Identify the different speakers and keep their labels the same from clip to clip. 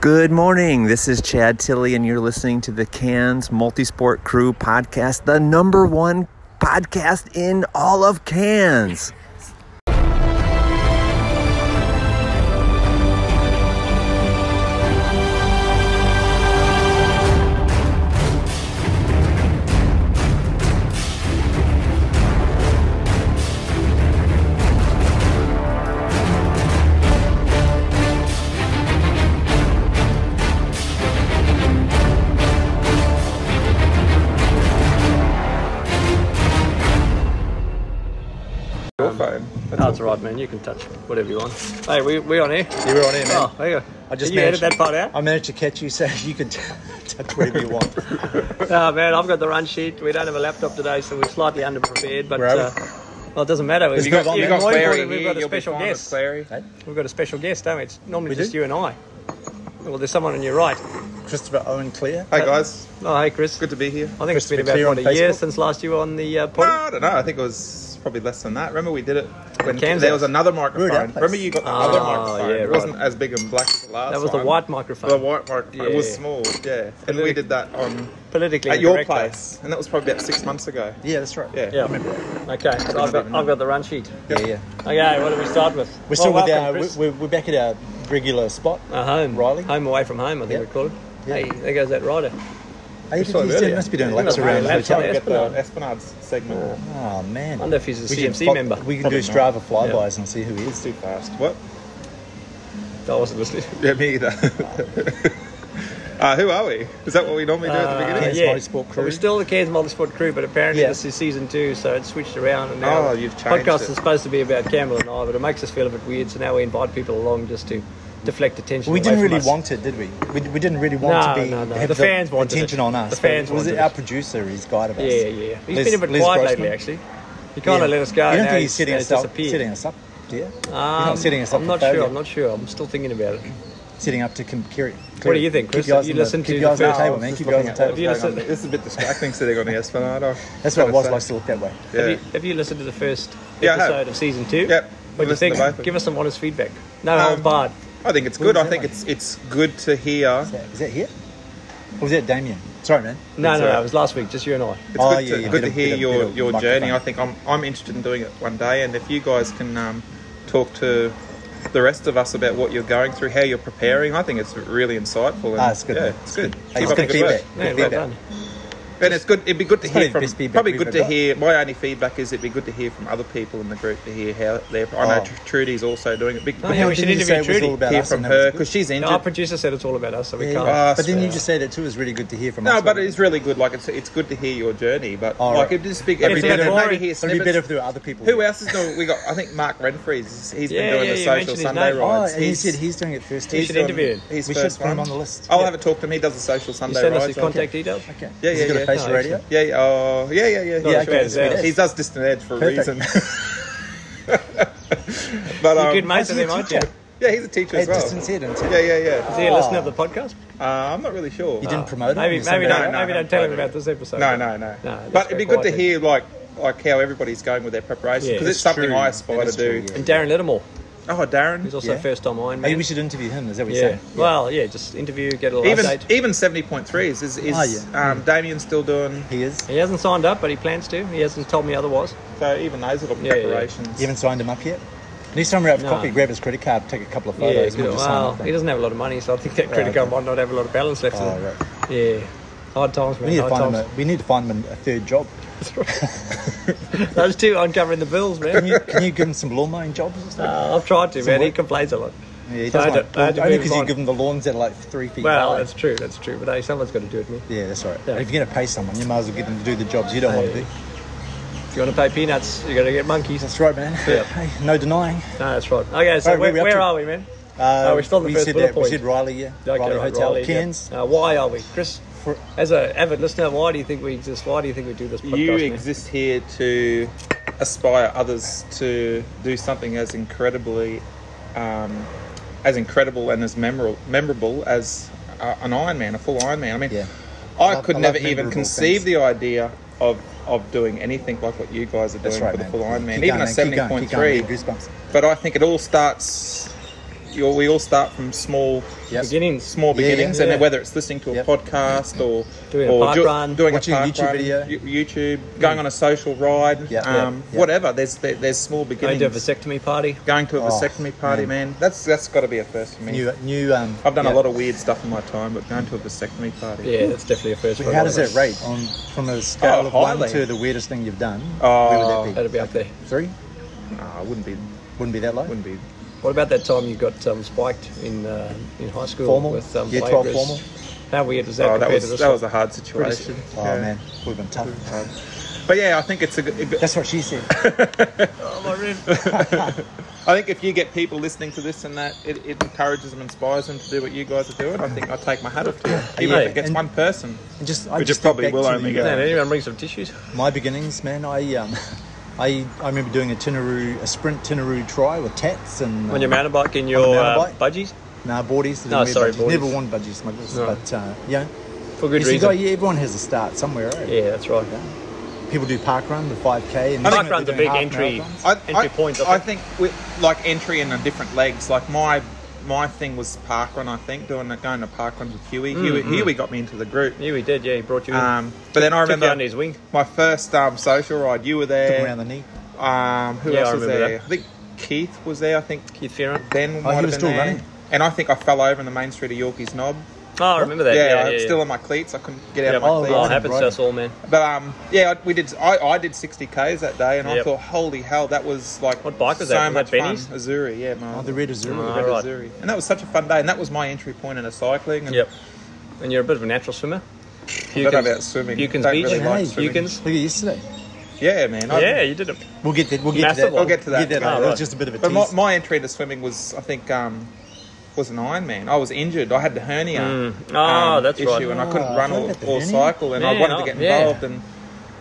Speaker 1: Good morning. This is Chad Tilley, and you're listening to the Cannes Multisport Crew podcast, the number one podcast in all of Cannes.
Speaker 2: You're fine.
Speaker 3: That's all right, man. You can touch whatever you want. Hey, we we on here?
Speaker 2: You were on here, man.
Speaker 3: Oh, there you go.
Speaker 4: I just
Speaker 3: Did you edit that
Speaker 4: managed-
Speaker 3: part out.
Speaker 4: I managed to catch you, so you can t- touch whatever you want.
Speaker 3: Oh man, I've got the run sheet. We don't have a laptop today, so we're slightly underprepared. But
Speaker 4: We're over.
Speaker 3: uh, well, it doesn't matter. We've
Speaker 4: We've got- we've got
Speaker 3: we've
Speaker 2: Clary
Speaker 3: we've
Speaker 2: here,
Speaker 3: got a
Speaker 2: you'll be
Speaker 3: special
Speaker 2: fine with
Speaker 3: guest.
Speaker 2: Clary.
Speaker 3: We've got a special guest, don't we? It's normally
Speaker 4: We
Speaker 3: just
Speaker 4: do?
Speaker 3: you and I. Well, there's someone on your right.
Speaker 4: Christopher Owen Clear.
Speaker 2: Hi guys,
Speaker 3: Oh, hey, Chris.
Speaker 2: good to be here.
Speaker 3: I think it's been
Speaker 4: Christopher
Speaker 3: about
Speaker 4: Clear
Speaker 3: what,
Speaker 4: on
Speaker 3: a year
Speaker 4: Facebook?
Speaker 3: since last you were on the uh,
Speaker 2: Well,
Speaker 3: pod.
Speaker 2: I don't know. I think it was probably less than that. Remember we did it when
Speaker 3: Kansas.
Speaker 2: there was another microphone.
Speaker 4: We were at place.
Speaker 2: Remember you got the other
Speaker 3: Ah,
Speaker 2: microphone.
Speaker 3: yeah,
Speaker 2: it wasn't as big and black as the last.
Speaker 3: That was the
Speaker 2: one.
Speaker 3: white
Speaker 2: The
Speaker 3: microphone.
Speaker 2: white microphone. It was
Speaker 3: Yeah.
Speaker 2: small. Yeah, and we did that on
Speaker 3: Politically
Speaker 2: at your
Speaker 3: incorrect, though.
Speaker 2: place, and that was probably about six months ago.
Speaker 4: Yeah, that's right.
Speaker 2: Yeah.
Speaker 3: Yeah.
Speaker 4: I remember that.
Speaker 3: Okay, so I've got, I've got the run sheet.
Speaker 4: Yeah, yeah.
Speaker 3: Okay, what do we start with?
Speaker 4: We're still
Speaker 3: well,
Speaker 4: with
Speaker 3: Oh, welcome,
Speaker 4: our.
Speaker 3: Chris.
Speaker 4: We're, we're back at our regular spot.
Speaker 3: Uh, home.
Speaker 4: Riley?
Speaker 3: Home away from home, I think
Speaker 4: Yeah.
Speaker 3: we call it.
Speaker 4: Yeah.
Speaker 3: Hey, there goes that rider.
Speaker 4: Hey,
Speaker 2: saw him
Speaker 4: he's doing,
Speaker 2: earlier.
Speaker 4: must be doing
Speaker 3: Yeah,
Speaker 4: laps
Speaker 3: we're
Speaker 4: around the
Speaker 3: doing laps
Speaker 4: hotel.
Speaker 3: on
Speaker 2: We
Speaker 3: the
Speaker 2: got the Esplanade segment.
Speaker 4: Oh man!
Speaker 3: wonder if he's a
Speaker 4: We can
Speaker 3: CMC
Speaker 4: fo-
Speaker 3: member.
Speaker 4: We can
Speaker 2: Probably
Speaker 4: do
Speaker 2: not.
Speaker 4: Strava flybys and see who he
Speaker 2: It's
Speaker 4: is.
Speaker 2: too fast. What?
Speaker 3: I wasn't listening.
Speaker 2: Yeah, me either. uh, who are we? Is that what we normally do at the
Speaker 3: Uh,
Speaker 2: beginning?
Speaker 4: Cairns
Speaker 3: yeah.
Speaker 4: Multisport
Speaker 3: So we're
Speaker 4: crew.
Speaker 3: still the Cairns Multisport crew, but apparently
Speaker 4: Yeah.
Speaker 3: this is season two, so it's switched around. And now
Speaker 2: Oh,
Speaker 3: the
Speaker 2: you've changed
Speaker 3: podcast
Speaker 2: it.
Speaker 3: is supposed to be about Campbell and I, but it makes us feel a bit weird. So now we invite people along just to deflect attention.
Speaker 4: We
Speaker 3: away
Speaker 4: didn't
Speaker 3: from
Speaker 4: really
Speaker 3: us.
Speaker 4: want it, did we? We, we didn't really want
Speaker 3: No,
Speaker 4: to be
Speaker 3: no, no.
Speaker 4: have
Speaker 3: The fans wanted
Speaker 4: attention
Speaker 3: it.
Speaker 4: on us.
Speaker 3: The fans
Speaker 4: but was
Speaker 3: wanted
Speaker 4: it our
Speaker 3: it.
Speaker 4: producer? He's guided us.
Speaker 3: Yeah, yeah, yeah. He's
Speaker 4: Liz-
Speaker 3: been a bit
Speaker 4: Liz
Speaker 3: quiet
Speaker 4: Grossman?
Speaker 3: lately, actually. He kind of let us go.
Speaker 4: You don't
Speaker 3: now
Speaker 4: think he's setting
Speaker 3: now
Speaker 4: us up?
Speaker 3: disappeared.
Speaker 4: Setting us up? Yeah. Um, You're
Speaker 3: Um,
Speaker 4: not setting us up.
Speaker 3: I'm
Speaker 4: for
Speaker 3: not sure.
Speaker 4: failure.
Speaker 3: I'm not sure. I'm still thinking about it.
Speaker 4: setting up to com- carry.
Speaker 3: What do you think, Chris?
Speaker 4: Keep your eyes
Speaker 3: You
Speaker 4: on the-
Speaker 3: listen to
Speaker 4: keep your
Speaker 3: the
Speaker 4: eyes on the
Speaker 3: fans.
Speaker 4: table, man. Keep your eyes on the
Speaker 3: looking
Speaker 4: table.
Speaker 3: at
Speaker 2: Hang on, This is a bit distracting sitting on the Esplanade. I-
Speaker 4: That's what it was
Speaker 2: gotta
Speaker 4: like
Speaker 2: say.
Speaker 4: to look that way.
Speaker 3: Have,
Speaker 2: Yeah.
Speaker 3: you, have you listened to the first
Speaker 2: Yeah, I have.
Speaker 3: episode of season two?
Speaker 2: Yep.
Speaker 3: What do you
Speaker 2: Listened
Speaker 3: think?
Speaker 2: to both of them.
Speaker 3: Give us some honest feedback. No
Speaker 2: Um,
Speaker 3: holds barred.
Speaker 2: I think it's good.
Speaker 4: was
Speaker 2: I
Speaker 4: that
Speaker 2: think
Speaker 4: one?
Speaker 2: it's it's good to hear.
Speaker 4: Is that, is that here? Or was that Damien? Sorry, man.
Speaker 3: No,
Speaker 2: it's
Speaker 3: no,
Speaker 2: all
Speaker 3: no.
Speaker 2: right.
Speaker 3: It was last week. Just you and I.
Speaker 2: It's
Speaker 4: Oh,
Speaker 2: good
Speaker 4: yeah,
Speaker 2: to,
Speaker 4: yeah,
Speaker 2: good
Speaker 4: bit
Speaker 2: to
Speaker 4: of-
Speaker 2: hear
Speaker 4: bit of-
Speaker 2: your,
Speaker 4: bit of
Speaker 2: your journey. I
Speaker 4: microphone.
Speaker 2: think I'm I'm interested in doing it one day, and if you guys can um, talk to the rest of us about what you're going through, how you're preparing, I think it's really insightful. And,
Speaker 4: Ah, it's good,
Speaker 2: Yeah,
Speaker 4: man.
Speaker 2: it's
Speaker 4: It's
Speaker 2: good.
Speaker 4: good.
Speaker 2: Keep
Speaker 4: It's
Speaker 2: up
Speaker 4: good
Speaker 2: the good work.
Speaker 4: feedback.
Speaker 3: Yeah,
Speaker 4: Good
Speaker 3: well
Speaker 4: feedback.
Speaker 3: done.
Speaker 2: And it's good. It'd be good to hear
Speaker 4: probably the
Speaker 2: from.
Speaker 4: best feedback
Speaker 2: Probably
Speaker 4: we've
Speaker 2: good
Speaker 4: ever
Speaker 2: to
Speaker 4: got.
Speaker 2: hear. My only feedback is it'd be good to hear from other people in the group to hear how they're. I know
Speaker 4: Oh.
Speaker 2: Tr- Trudy's also doing it. Be
Speaker 3: Oh,
Speaker 2: good
Speaker 3: yeah,
Speaker 2: to
Speaker 3: we should
Speaker 4: Didn't you say
Speaker 3: interview
Speaker 4: it was all
Speaker 3: Trudy.
Speaker 4: about
Speaker 2: hear
Speaker 4: us
Speaker 2: from
Speaker 4: and that was
Speaker 2: her
Speaker 4: good?
Speaker 2: because she's
Speaker 3: No,
Speaker 2: injured.
Speaker 3: our producer said it's all about us, so we
Speaker 4: Yeah,
Speaker 3: can't.
Speaker 4: yeah.
Speaker 2: Oh,
Speaker 4: But then you
Speaker 2: swear.
Speaker 4: just said it too is really good to hear from
Speaker 2: No,
Speaker 4: us.
Speaker 2: but it's really good. Like it's it's good to hear your journey. But
Speaker 4: All
Speaker 2: like
Speaker 4: right.
Speaker 2: if just big
Speaker 3: It'd
Speaker 2: every
Speaker 3: be
Speaker 2: bit of
Speaker 3: better-
Speaker 2: maybe hear
Speaker 4: It'd be better
Speaker 2: snippets.
Speaker 4: if there were other people.
Speaker 2: Who
Speaker 4: there.
Speaker 2: else is doing? We got I think Mark Renfree's. He's been
Speaker 3: Yeah,
Speaker 2: doing
Speaker 3: yeah,
Speaker 2: the
Speaker 3: you
Speaker 2: social
Speaker 3: mentioned his
Speaker 2: Sunday
Speaker 3: name.
Speaker 4: Oh,
Speaker 2: rides.
Speaker 4: and he
Speaker 2: he's
Speaker 4: said he's doing it first.
Speaker 3: We
Speaker 4: too.
Speaker 3: should
Speaker 2: doing
Speaker 3: interview him.
Speaker 4: We should
Speaker 2: first
Speaker 4: put him
Speaker 2: one.
Speaker 4: on the list.
Speaker 2: I'll
Speaker 4: Yeah.
Speaker 2: have a talk to him. He does the social
Speaker 3: You
Speaker 2: Sunday
Speaker 3: send us
Speaker 2: rides.
Speaker 3: your
Speaker 2: I
Speaker 3: contact
Speaker 2: think.
Speaker 3: details.
Speaker 4: Okay.
Speaker 2: Yeah,
Speaker 4: Is
Speaker 2: yeah,
Speaker 4: he got
Speaker 2: yeah.
Speaker 4: a face
Speaker 3: No,
Speaker 4: radio?
Speaker 3: excellent.
Speaker 2: Yeah, yeah, oh, yeah, yeah, yeah.
Speaker 3: Not
Speaker 2: yeah
Speaker 3: as bad
Speaker 2: sure.
Speaker 3: as that.
Speaker 2: He does distant edge for a
Speaker 4: Perfect.
Speaker 2: reason. but um,
Speaker 3: You're good mates
Speaker 4: Is
Speaker 3: with
Speaker 4: he
Speaker 3: him,
Speaker 4: a
Speaker 3: aren't you?
Speaker 4: teacher?
Speaker 2: yeah, he's a teacher as
Speaker 4: Hey,
Speaker 2: well.
Speaker 4: distance head and
Speaker 2: Yeah, yeah, yeah.
Speaker 3: Is he a
Speaker 4: Oh.
Speaker 3: listener of the podcast?
Speaker 2: Uh, I'm not really sure.
Speaker 4: You didn't promote it.
Speaker 3: Maybe,
Speaker 4: on your
Speaker 3: maybe
Speaker 4: Sunday?
Speaker 2: No,
Speaker 3: don't,
Speaker 2: no,
Speaker 3: maybe
Speaker 2: no,
Speaker 3: don't tell him
Speaker 2: no.
Speaker 3: about this episode.
Speaker 2: No, no, no,
Speaker 3: No,
Speaker 2: But
Speaker 3: that's
Speaker 2: it'd be good to
Speaker 3: quite it.
Speaker 2: hear like like how everybody's going with their preparation
Speaker 3: Yeah.
Speaker 2: because it's
Speaker 4: It's
Speaker 2: something
Speaker 4: true.
Speaker 2: I aspire
Speaker 4: It
Speaker 2: to
Speaker 4: is
Speaker 2: do.
Speaker 4: true, yeah.
Speaker 3: And Darren Littlemore,
Speaker 2: Oh, Darren,
Speaker 3: who's also
Speaker 4: Yeah.
Speaker 3: first time Iron Man.
Speaker 4: Maybe we should interview him. Is that what you're
Speaker 3: yeah.
Speaker 4: saying?
Speaker 3: Well, yeah, just interview, get a little
Speaker 2: even
Speaker 3: update.
Speaker 2: even seventy point three is is, is
Speaker 4: Oh, yeah.
Speaker 2: um, Damien still doing?
Speaker 4: He is.
Speaker 3: He hasn't signed up, but he plans to. He hasn't told me otherwise.
Speaker 2: So even those little
Speaker 3: Yeah, yeah, yeah.
Speaker 2: preparations.
Speaker 4: You haven't signed him up yet? Next time we're out for
Speaker 3: No.
Speaker 4: coffee, grab his credit card, take a couple of
Speaker 3: yeah,
Speaker 4: photos, and
Speaker 3: good.
Speaker 4: we'll just sign
Speaker 3: Well,
Speaker 4: up.
Speaker 3: he doesn't have a lot of money, so I think that credit
Speaker 4: Right,
Speaker 3: card
Speaker 4: okay.
Speaker 3: might not have a lot of balance left.
Speaker 4: Oh,
Speaker 3: in it.
Speaker 4: right.
Speaker 3: Yeah, hard times, man.
Speaker 4: We need to
Speaker 3: hard
Speaker 4: find him.
Speaker 3: times.
Speaker 4: A, we need to find him a third job.
Speaker 3: Those two aren't covering the bills,
Speaker 4: Can
Speaker 3: man.
Speaker 4: you, can you give him some lawn mowing jobs? Or something?
Speaker 3: Uh, I've tried to,
Speaker 4: Some
Speaker 3: man. He
Speaker 4: work?
Speaker 3: complains a lot.
Speaker 4: yeah, he
Speaker 3: so I
Speaker 4: doesn't
Speaker 3: had
Speaker 4: like,
Speaker 3: to- I had to
Speaker 4: only
Speaker 3: move
Speaker 4: because you
Speaker 3: on.
Speaker 4: give him the lawns that are like three feet
Speaker 3: Well,
Speaker 4: high.
Speaker 3: that's true. That's true. But hey, someone's got to do it. Man.
Speaker 4: Yeah, that's all right.
Speaker 3: Yeah.
Speaker 4: If you're going to pay someone, you might as well get them to do the jobs you don't want to
Speaker 3: Hey.
Speaker 4: do.
Speaker 3: If you want to pay peanuts, you got to get monkeys.
Speaker 4: That's right, man.
Speaker 3: Yeah.
Speaker 4: Hey, no denying.
Speaker 3: No, that's right. Okay, so
Speaker 4: Alright,
Speaker 3: where,
Speaker 4: where we up
Speaker 3: where
Speaker 4: to?
Speaker 3: are we, man? Oh,
Speaker 4: Uh,
Speaker 3: we're still on the
Speaker 4: we
Speaker 3: first
Speaker 4: said
Speaker 3: bullet
Speaker 4: that.
Speaker 3: point.
Speaker 4: We said Riley, yeah.
Speaker 3: Okay,
Speaker 4: Riley
Speaker 3: right,
Speaker 4: Hotel,
Speaker 3: Raleigh, yeah.
Speaker 4: Cairns.
Speaker 3: Uh, why are we, Chris?
Speaker 4: For-
Speaker 3: As a avid listener, why do you think we exist? Why do you think we do this podcast?
Speaker 2: you
Speaker 3: man?
Speaker 2: exist here to aspire others to do something as incredibly um, as incredible and as memorable, memorable as uh, an Ironman, a full Ironman. I mean,
Speaker 4: Yeah.
Speaker 2: I,
Speaker 4: love-
Speaker 2: could
Speaker 4: I love
Speaker 2: never even
Speaker 4: memorable
Speaker 2: conceive
Speaker 4: things.
Speaker 2: the idea of of doing anything like what you guys are
Speaker 4: That's
Speaker 2: doing
Speaker 4: right,
Speaker 2: for the
Speaker 4: man.
Speaker 2: full Ironman,
Speaker 4: Keep
Speaker 2: even
Speaker 4: going,
Speaker 2: a
Speaker 4: man. Keep
Speaker 2: seventy
Speaker 4: going,
Speaker 2: point
Speaker 4: keep going,
Speaker 2: three.
Speaker 4: man. Goosebumps.
Speaker 2: But I think it all starts you all, we all start from small
Speaker 4: Yes.
Speaker 3: Beginnings.
Speaker 2: small
Speaker 4: Yeah, yeah,
Speaker 2: beginnings,
Speaker 4: yeah.
Speaker 2: and whether it's listening to a
Speaker 4: Yep.
Speaker 2: podcast or
Speaker 3: Doing a
Speaker 2: or
Speaker 3: park run.
Speaker 2: doing
Speaker 4: Watching a
Speaker 2: a park
Speaker 4: YouTube
Speaker 2: run,
Speaker 4: video.
Speaker 2: you- YouTube, going on a social ride,
Speaker 4: Yeah, yeah,
Speaker 2: um,
Speaker 4: yeah.
Speaker 2: whatever. There's there, there's small beginnings.
Speaker 3: Going to a vasectomy party.
Speaker 2: going to a
Speaker 4: Oh,
Speaker 2: vasectomy party, man. That's that's got to be a first for me.
Speaker 4: New, new. Um,
Speaker 2: I've done
Speaker 4: yeah.
Speaker 2: a lot of weird stuff in my time, but going to a vasectomy party.
Speaker 3: Yeah, that's definitely a first.
Speaker 4: But
Speaker 3: for a
Speaker 4: How
Speaker 3: lot
Speaker 4: does
Speaker 3: of
Speaker 4: that
Speaker 3: us.
Speaker 4: rate on from a scale
Speaker 2: Oh,
Speaker 4: of one
Speaker 2: highly.
Speaker 4: to the weirdest thing you've done?
Speaker 2: Oh.
Speaker 4: where would that
Speaker 3: That'd be up there.
Speaker 4: be? Three?
Speaker 2: No, ah, I wouldn't be.
Speaker 4: Wouldn't be that low.
Speaker 2: Wouldn't be.
Speaker 3: What about that time you got um, spiked in uh, in high school
Speaker 4: Formal?
Speaker 3: with um,
Speaker 4: Year 12
Speaker 3: Viagras?
Speaker 4: formal?
Speaker 3: How weird was that
Speaker 2: Oh, that
Speaker 3: compared to
Speaker 2: was
Speaker 3: this
Speaker 2: that
Speaker 3: one?
Speaker 2: was a hard situation.
Speaker 4: Oh
Speaker 2: Yeah.
Speaker 4: man, would have been tough.
Speaker 2: Um, But yeah, I think it's a. good- a good-
Speaker 4: That's what she said.
Speaker 2: I think if you get people listening to this and that, it, it encourages them, inspires them to do what you guys are doing. I think I take my hat off to you, even if
Speaker 4: Yeah,
Speaker 2: it gets
Speaker 4: and-
Speaker 2: one person.
Speaker 4: And just, I
Speaker 2: Which
Speaker 4: just
Speaker 2: it probably
Speaker 4: think back
Speaker 2: will
Speaker 4: to
Speaker 2: only
Speaker 4: the,
Speaker 2: go.
Speaker 4: uh,
Speaker 3: Man, anyone bring some tissues?
Speaker 4: my beginnings, man. I um, I I remember doing a Tinaroo, a sprint Tinaroo try with tats and
Speaker 3: On your mountain bike in
Speaker 4: On
Speaker 3: your
Speaker 4: the
Speaker 3: uh,
Speaker 4: mountain
Speaker 3: budgies?
Speaker 4: Nah, boardies.
Speaker 3: No,
Speaker 4: Never
Speaker 3: sorry,
Speaker 4: budgies.
Speaker 3: boardies.
Speaker 4: Never won budgie smugglers,
Speaker 3: No.
Speaker 4: but uh, yeah.
Speaker 3: For good
Speaker 4: Yes, you
Speaker 3: reason.
Speaker 4: got- yeah, everyone has a start somewhere. Right?
Speaker 3: Yeah, that's right.
Speaker 4: People do park run, the five k. and
Speaker 3: Park
Speaker 4: they're
Speaker 3: run's a
Speaker 4: doing
Speaker 3: big
Speaker 4: half
Speaker 3: entry.
Speaker 4: marathons.
Speaker 2: I,
Speaker 3: Entry
Speaker 2: I,
Speaker 3: points, I
Speaker 2: I think with like entry in the different legs. Like my my thing was parkrun. I think doing that, going to parkrun with Huey. Huey, Huey got me into the group.
Speaker 3: Yeah, we did. Mm-hmm. Yeah, he brought you in.
Speaker 2: Um, but then I
Speaker 3: Took you
Speaker 2: remember
Speaker 3: under his wing.
Speaker 2: my first um, social ride. You were
Speaker 4: Took 'em
Speaker 2: there.
Speaker 4: around the knee.
Speaker 2: Um, who
Speaker 3: Yeah, I
Speaker 2: else was
Speaker 3: remember
Speaker 2: there?
Speaker 3: that. Oh,
Speaker 2: I think Keith was there. I think
Speaker 3: Keith Fearon.
Speaker 2: Ben might
Speaker 4: he
Speaker 2: have
Speaker 4: was
Speaker 2: been
Speaker 4: still
Speaker 2: there.
Speaker 4: running.
Speaker 2: And I think I fell over in the main street of Yorkie's Knob.
Speaker 3: Oh, I remember that.
Speaker 2: yeah,
Speaker 3: Yeah,
Speaker 2: I'm
Speaker 3: yeah, yeah.
Speaker 2: still in my cleats. I couldn't get out
Speaker 3: yeah,
Speaker 2: of my
Speaker 4: Oh,
Speaker 2: cleats.
Speaker 4: right.
Speaker 3: it happens to us all, man.
Speaker 2: But um, yeah, I- we did. I, I did sixty k's that day, and I
Speaker 3: Yep.
Speaker 2: thought, holy hell, that was like
Speaker 3: What bike was
Speaker 2: so
Speaker 3: that? Was
Speaker 2: much
Speaker 3: that
Speaker 2: fun.
Speaker 3: Benny's?
Speaker 2: Azuri, yeah, my
Speaker 4: Oh, the red Azura.
Speaker 3: Oh,
Speaker 2: Red
Speaker 3: right.
Speaker 2: Azuri, and that was such a fun day, and that was my entry point into cycling. And
Speaker 3: Yep. And you're a bit of a natural swimmer.
Speaker 2: don't know about swimming.
Speaker 3: Hukins
Speaker 2: Don't
Speaker 3: Beach.
Speaker 2: really
Speaker 4: like
Speaker 2: swimming.
Speaker 3: Hukins.
Speaker 4: Look at yesterday.
Speaker 2: yeah, man, I-
Speaker 3: Yeah, you did it.
Speaker 4: We'll get that. We'll get
Speaker 3: Massive
Speaker 4: to that.
Speaker 3: one. We'll
Speaker 2: get to that.
Speaker 4: Get
Speaker 3: Oh,
Speaker 4: that. later. It
Speaker 3: right.
Speaker 4: was just a bit of a
Speaker 2: But my,
Speaker 4: tease.
Speaker 2: my entry into swimming was, I think, um, was an Ironman. I was injured. I had the hernia um,
Speaker 3: Mm. Ah, that's
Speaker 2: issue,
Speaker 3: right.
Speaker 2: and I
Speaker 4: Ah,
Speaker 2: couldn't
Speaker 4: I
Speaker 2: run
Speaker 4: forgot
Speaker 2: or,
Speaker 4: about the
Speaker 2: or
Speaker 4: hernia.
Speaker 2: cycle, and I
Speaker 3: Man,
Speaker 2: wanted
Speaker 3: I-
Speaker 2: to get
Speaker 3: yeah.
Speaker 2: involved. And